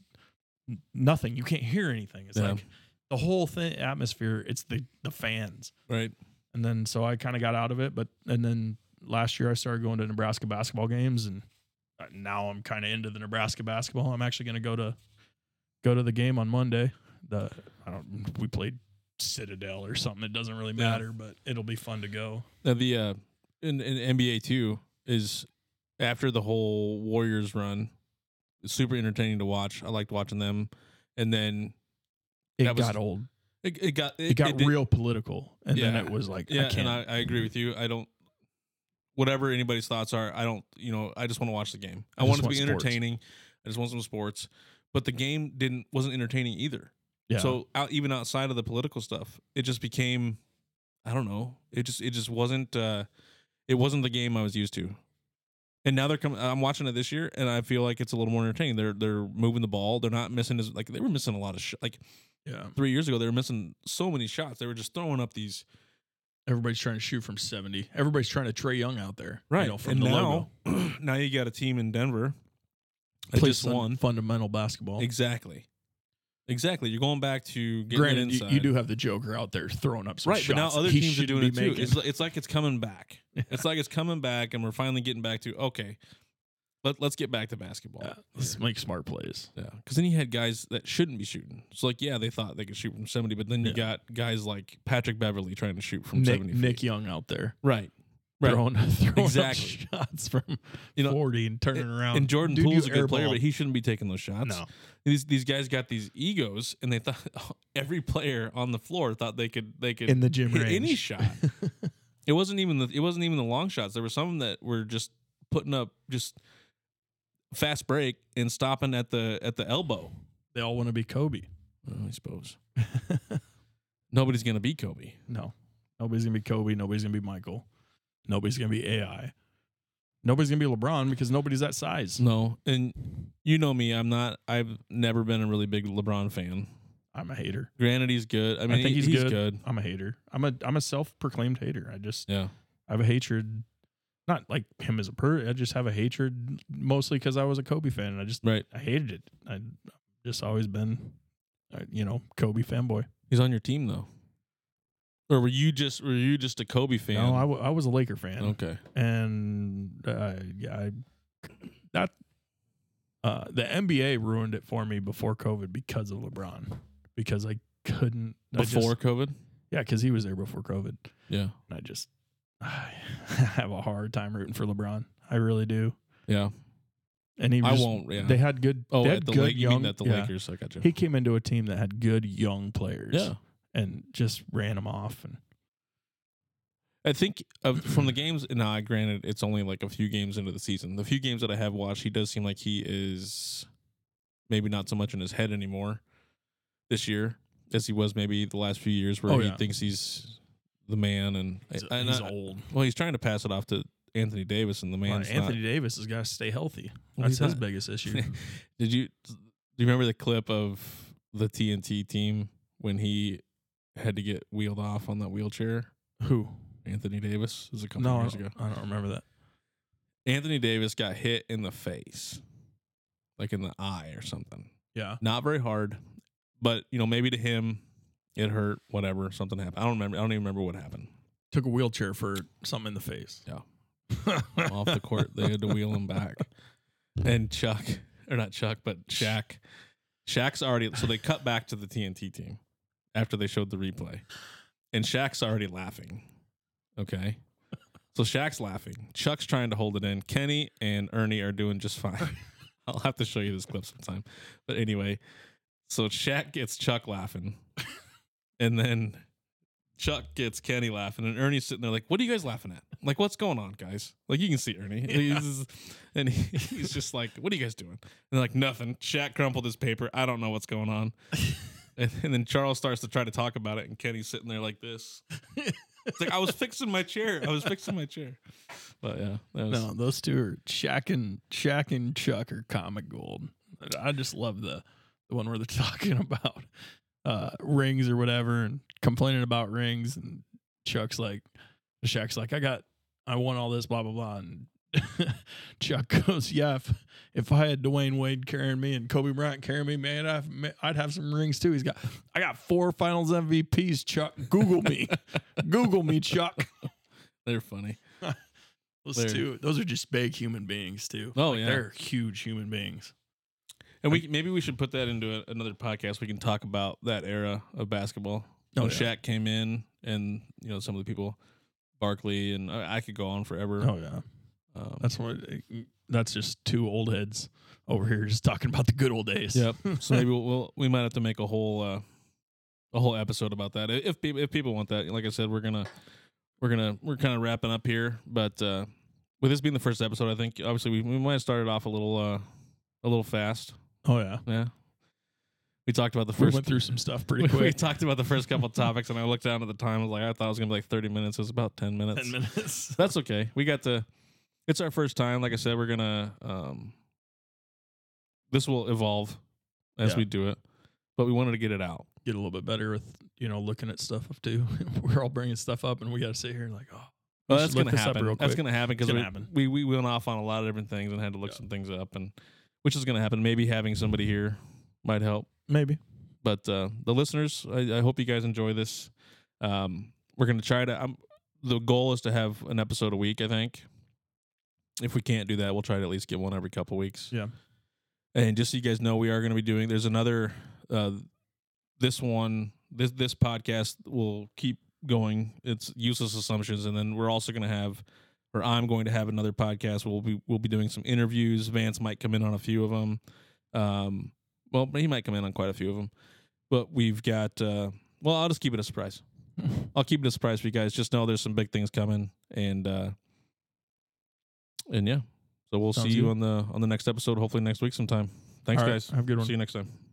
B: n- nothing. You can't hear anything. It's
A: Yeah.
B: like the whole thing atmosphere. It's the the fans.
A: Right.
B: And then so I kind of got out of it, but and then last year I started going to Nebraska basketball games, and uh, now I'm kind of into the Nebraska basketball. I'm actually going to go to go to the game on Monday. The I don't we played Citadel or something. It doesn't really
A: Yeah.
B: matter, but it'll be fun to go.
A: Now the uh, in, in NBA too is after the whole Warriors run, it's super entertaining to watch. I liked watching them, and then
B: It
A: That was-
B: got old.
A: it, it got
B: It, got
A: did-
B: real political, and
A: Yeah.
B: then it was like
A: Yeah,
B: I can't.
A: and I, I agree with you. I don't. Whatever anybody's thoughts are, I don't. You know, I just want to watch the game. I,
B: I just
A: want it to
B: want
A: be
B: sports.
A: entertaining. I just want some sports, but the game didn't wasn't entertaining either.
B: yeah.
A: So out even outside of the political stuff, it just became I don't know. It just it just wasn't uh it wasn't the game I was used to. And now they're coming I'm watching it this year and I feel like it's a little more entertaining. They're they're moving the ball. They're not missing as like they were missing a lot of sh- like
B: yeah,
A: 3 years ago they were missing so many shots. They were just throwing up these
B: everybody's trying to shoot from seventy. Everybody's trying to Trey Young out there, You know, from
A: and
B: the
A: now
B: logo.
A: now you got a team in Denver. that
B: Play
A: just
B: some
A: won.
B: fundamental basketball.
A: Exactly. Exactly. You're going back to getting it
B: Granted, you,
A: inside.
B: you do have the Joker out there throwing up some
A: right,
B: shots.
A: but now
B: that
A: other
B: he
A: teams are
B: should
A: doing
B: be
A: it too.
B: making.
A: It's, li- it's like it's coming back. It's like it's coming back, and we're finally getting back to okay. Let Let's get back to basketball.
B: Yeah, let's make smart plays.
A: Yeah, because then you had guys that shouldn't be shooting. So like, yeah, they thought they could shoot from seventy, but then you
B: Yeah.
A: got guys like Patrick Beverly trying to shoot from
B: Nick,
A: seventy. Feet.
B: Nick Young out there
A: right, right.
B: throwing, throwing
A: Exactly.
B: up shots from
A: You know,
B: forty and turning around.
A: And Jordan
B: Dude, you
A: Poole's a good
B: air
A: player,
B: ball.
A: but he shouldn't be taking those shots.
B: no,
A: These these guys got these egos, and they thought every player on the floor thought they could they could
B: in the gym
A: hit
B: range.
A: any shot. it wasn't even the it wasn't even the long shots. There were some that were just putting up just fast break and stopping at the at the elbow.
B: they all want to be Kobe.
A: Well, I suppose nobody's gonna beat Kobe.
B: no, nobody's gonna be Kobe. Nobody's gonna be Michael. Nobody's gonna be AI. Nobody's gonna be LeBron because nobody's that size.
A: No, and you know me, I'm not. I've never been a really big LeBron fan.
B: I'm a hater.
A: Granted, he's good. I mean,
B: think
A: he-
B: he's
A: he's,
B: good.
A: good.
B: I'm a hater. I'm a I'm a self-proclaimed hater. I just
A: Yeah,
B: I have a hatred, not like him as a per. I just have a hatred mostly because I was a Kobe fan and I just
A: right.
B: I hated it. I just always been, uh, you know, Kobe fanboy.
A: He's on your team though. Or were you just were you just a Kobe fan?
B: No, I, w- I was a Laker fan,
A: okay.
B: and I, yeah, I that uh, the NBA ruined it for me before COVID because of LeBron, because I couldn't I just-
A: Before COVID.
B: yeah, because he was there before COVID.
A: Yeah.
B: And I just I have a hard time rooting for LeBron. I really do.
A: Yeah.
B: And he was,
A: I won't. Yeah.
B: They had good.
A: oh,
B: they
A: at
B: had
A: the
B: good
A: Lake, you
B: young.
A: mean at the
B: yeah.
A: Lakers? I got you.
B: He came into a team that had good young players.
A: yeah.
B: and just ran him off. And
A: I think of, from the games. Now, I granted it's only like a few games into the season. The few games that I have watched, he does seem like he is maybe not so much in his head anymore this year as he was maybe the last few years, where
B: Oh,
A: he
B: yeah.
A: thinks he's the man and and I-
B: old.
A: well, he's trying to pass it off to Anthony Davis, and the
B: Well,
A: man's
B: Anthony Davis has got to stay healthy.
A: not.
B: That's
A: he's
B: his
A: not.
B: biggest issue.
A: Did you do you remember the clip of the TNT team when he had to get wheeled off on that wheelchair?
B: Who?
A: Anthony Davis it was a couple
B: No, I
A: years
B: don't,
A: ago.
B: I don't remember that.
A: Anthony Davis got hit in the face, like in the eye or something.
B: Yeah,
A: Not very hard, but you know, maybe to him it hurt, whatever, something happened. I don't remember. I don't even remember what happened.
B: took a wheelchair for something in the face.
A: Yeah. Off the court, they had to wheel him back. And Chuck, or not Chuck, but Shaq. Shaq's already, so they cut back to the TNT team after they showed the replay. And Shaq's already laughing. Okay. So Shaq's laughing. Chuck's trying to hold it in. Kenny and Ernie are doing just fine. I'll have to show you this clip sometime. But anyway, so Shaq gets Chuck laughing. And then Chuck gets Kenny laughing, and Ernie's sitting there like, "What are you guys laughing at? Like, what's going on, guys? Like, you can see Ernie,
B: Yeah.
A: He's- and he- he's just like, "What are you guys doing?" And they're like, "Nothing." Shaq crumpled his paper. I don't know what's going on. And, and then Charles starts to try to talk about it, and Kenny's sitting there like this. It's like I was fixing my chair. I was fixing my chair. But yeah, that was,
B: No, those two are Shaq and Shaq and Chuck are comic gold. I just love the the one where they're talking about uh, rings or whatever and complaining about rings and Chuck's like Shaq's like I got I won all this blah blah blah and Chuck goes yeah if, if I had Dwayne Wade carrying me and Kobe Bryant carrying me man I've, I'd have some rings too he's got I got four Finals MVPs Chuck Google me Google me Chuck
A: they're funny.
B: those
A: They're-
B: two those are just big human beings too
A: Oh yeah,
B: they're huge human beings.
A: and we maybe we should put that into a, another podcast. We can talk about that era of basketball.
B: Oh,
A: when
B: yeah.
A: Shaq came in, and you know some of the people, Barkley, and I, I could go on forever.
B: Oh yeah,
A: Um,
B: that's what. That's just two old heads over here just talking about the good old days.
A: Yep. So maybe we'll, we'll we might have to make a whole uh, a whole episode about that I- if people if people want that. Like I said, we're gonna we're gonna we're kind of wrapping up here, but uh, with this being the first episode, I think obviously we, we might have started off a little uh, a little fast.
B: Oh yeah.
A: Yeah. We talked about the
B: We
A: first.
B: went through some stuff pretty
A: we- We
B: quick.
A: talked about the first couple topics, and I looked down at the time. I was like, I thought it was gonna be like thirty minutes. It was about ten minutes.
B: Ten minutes.
A: That's okay. We got to. It's our first time. Like I said, we're gonna. Um, this will evolve as
B: Yeah.
A: we do it, but we wanted to get it out.
B: Get a little bit better with you know looking at stuff up too. We're all bringing stuff up, and we got to sit here and like, oh,
A: Well,
B: should
A: that's
B: look
A: gonna
B: this up
A: happen.
B: real
A: That's
B: quick.
A: gonna happen because
B: gonna
A: we,
B: happen.
A: we we went off on a lot of different things and had to look
B: Yeah.
A: some things up, and which is gonna happen. Maybe having somebody here might help.
B: maybe.
A: But uh, the listeners, I, I hope you guys enjoy this. Um, we're gonna try to. Um, the goal is to have an episode a week. I think. If we can't do that, we'll try to at least get one every couple weeks.
B: Yeah.
A: And just so you guys know, we are going to be doing. There's another. Uh, this one, this this podcast will keep going. It's useless assumptions, and then we're also going to have, or I'm going to have another podcast. We'll be we'll be doing some interviews. Vance might come in on a few of them. Um, well, he might come in on quite a few of them. But we've got. Uh, well, I'll just keep it a surprise. I'll keep it a surprise for you guys. Just know there's some big things coming, and uh, and yeah. So we'll
B: Sounds
A: see you
B: good.
A: on the on the next episode. Hopefully next week sometime. Thanks,
B: All right,
A: guys.
B: Have a good one.
A: See you next time.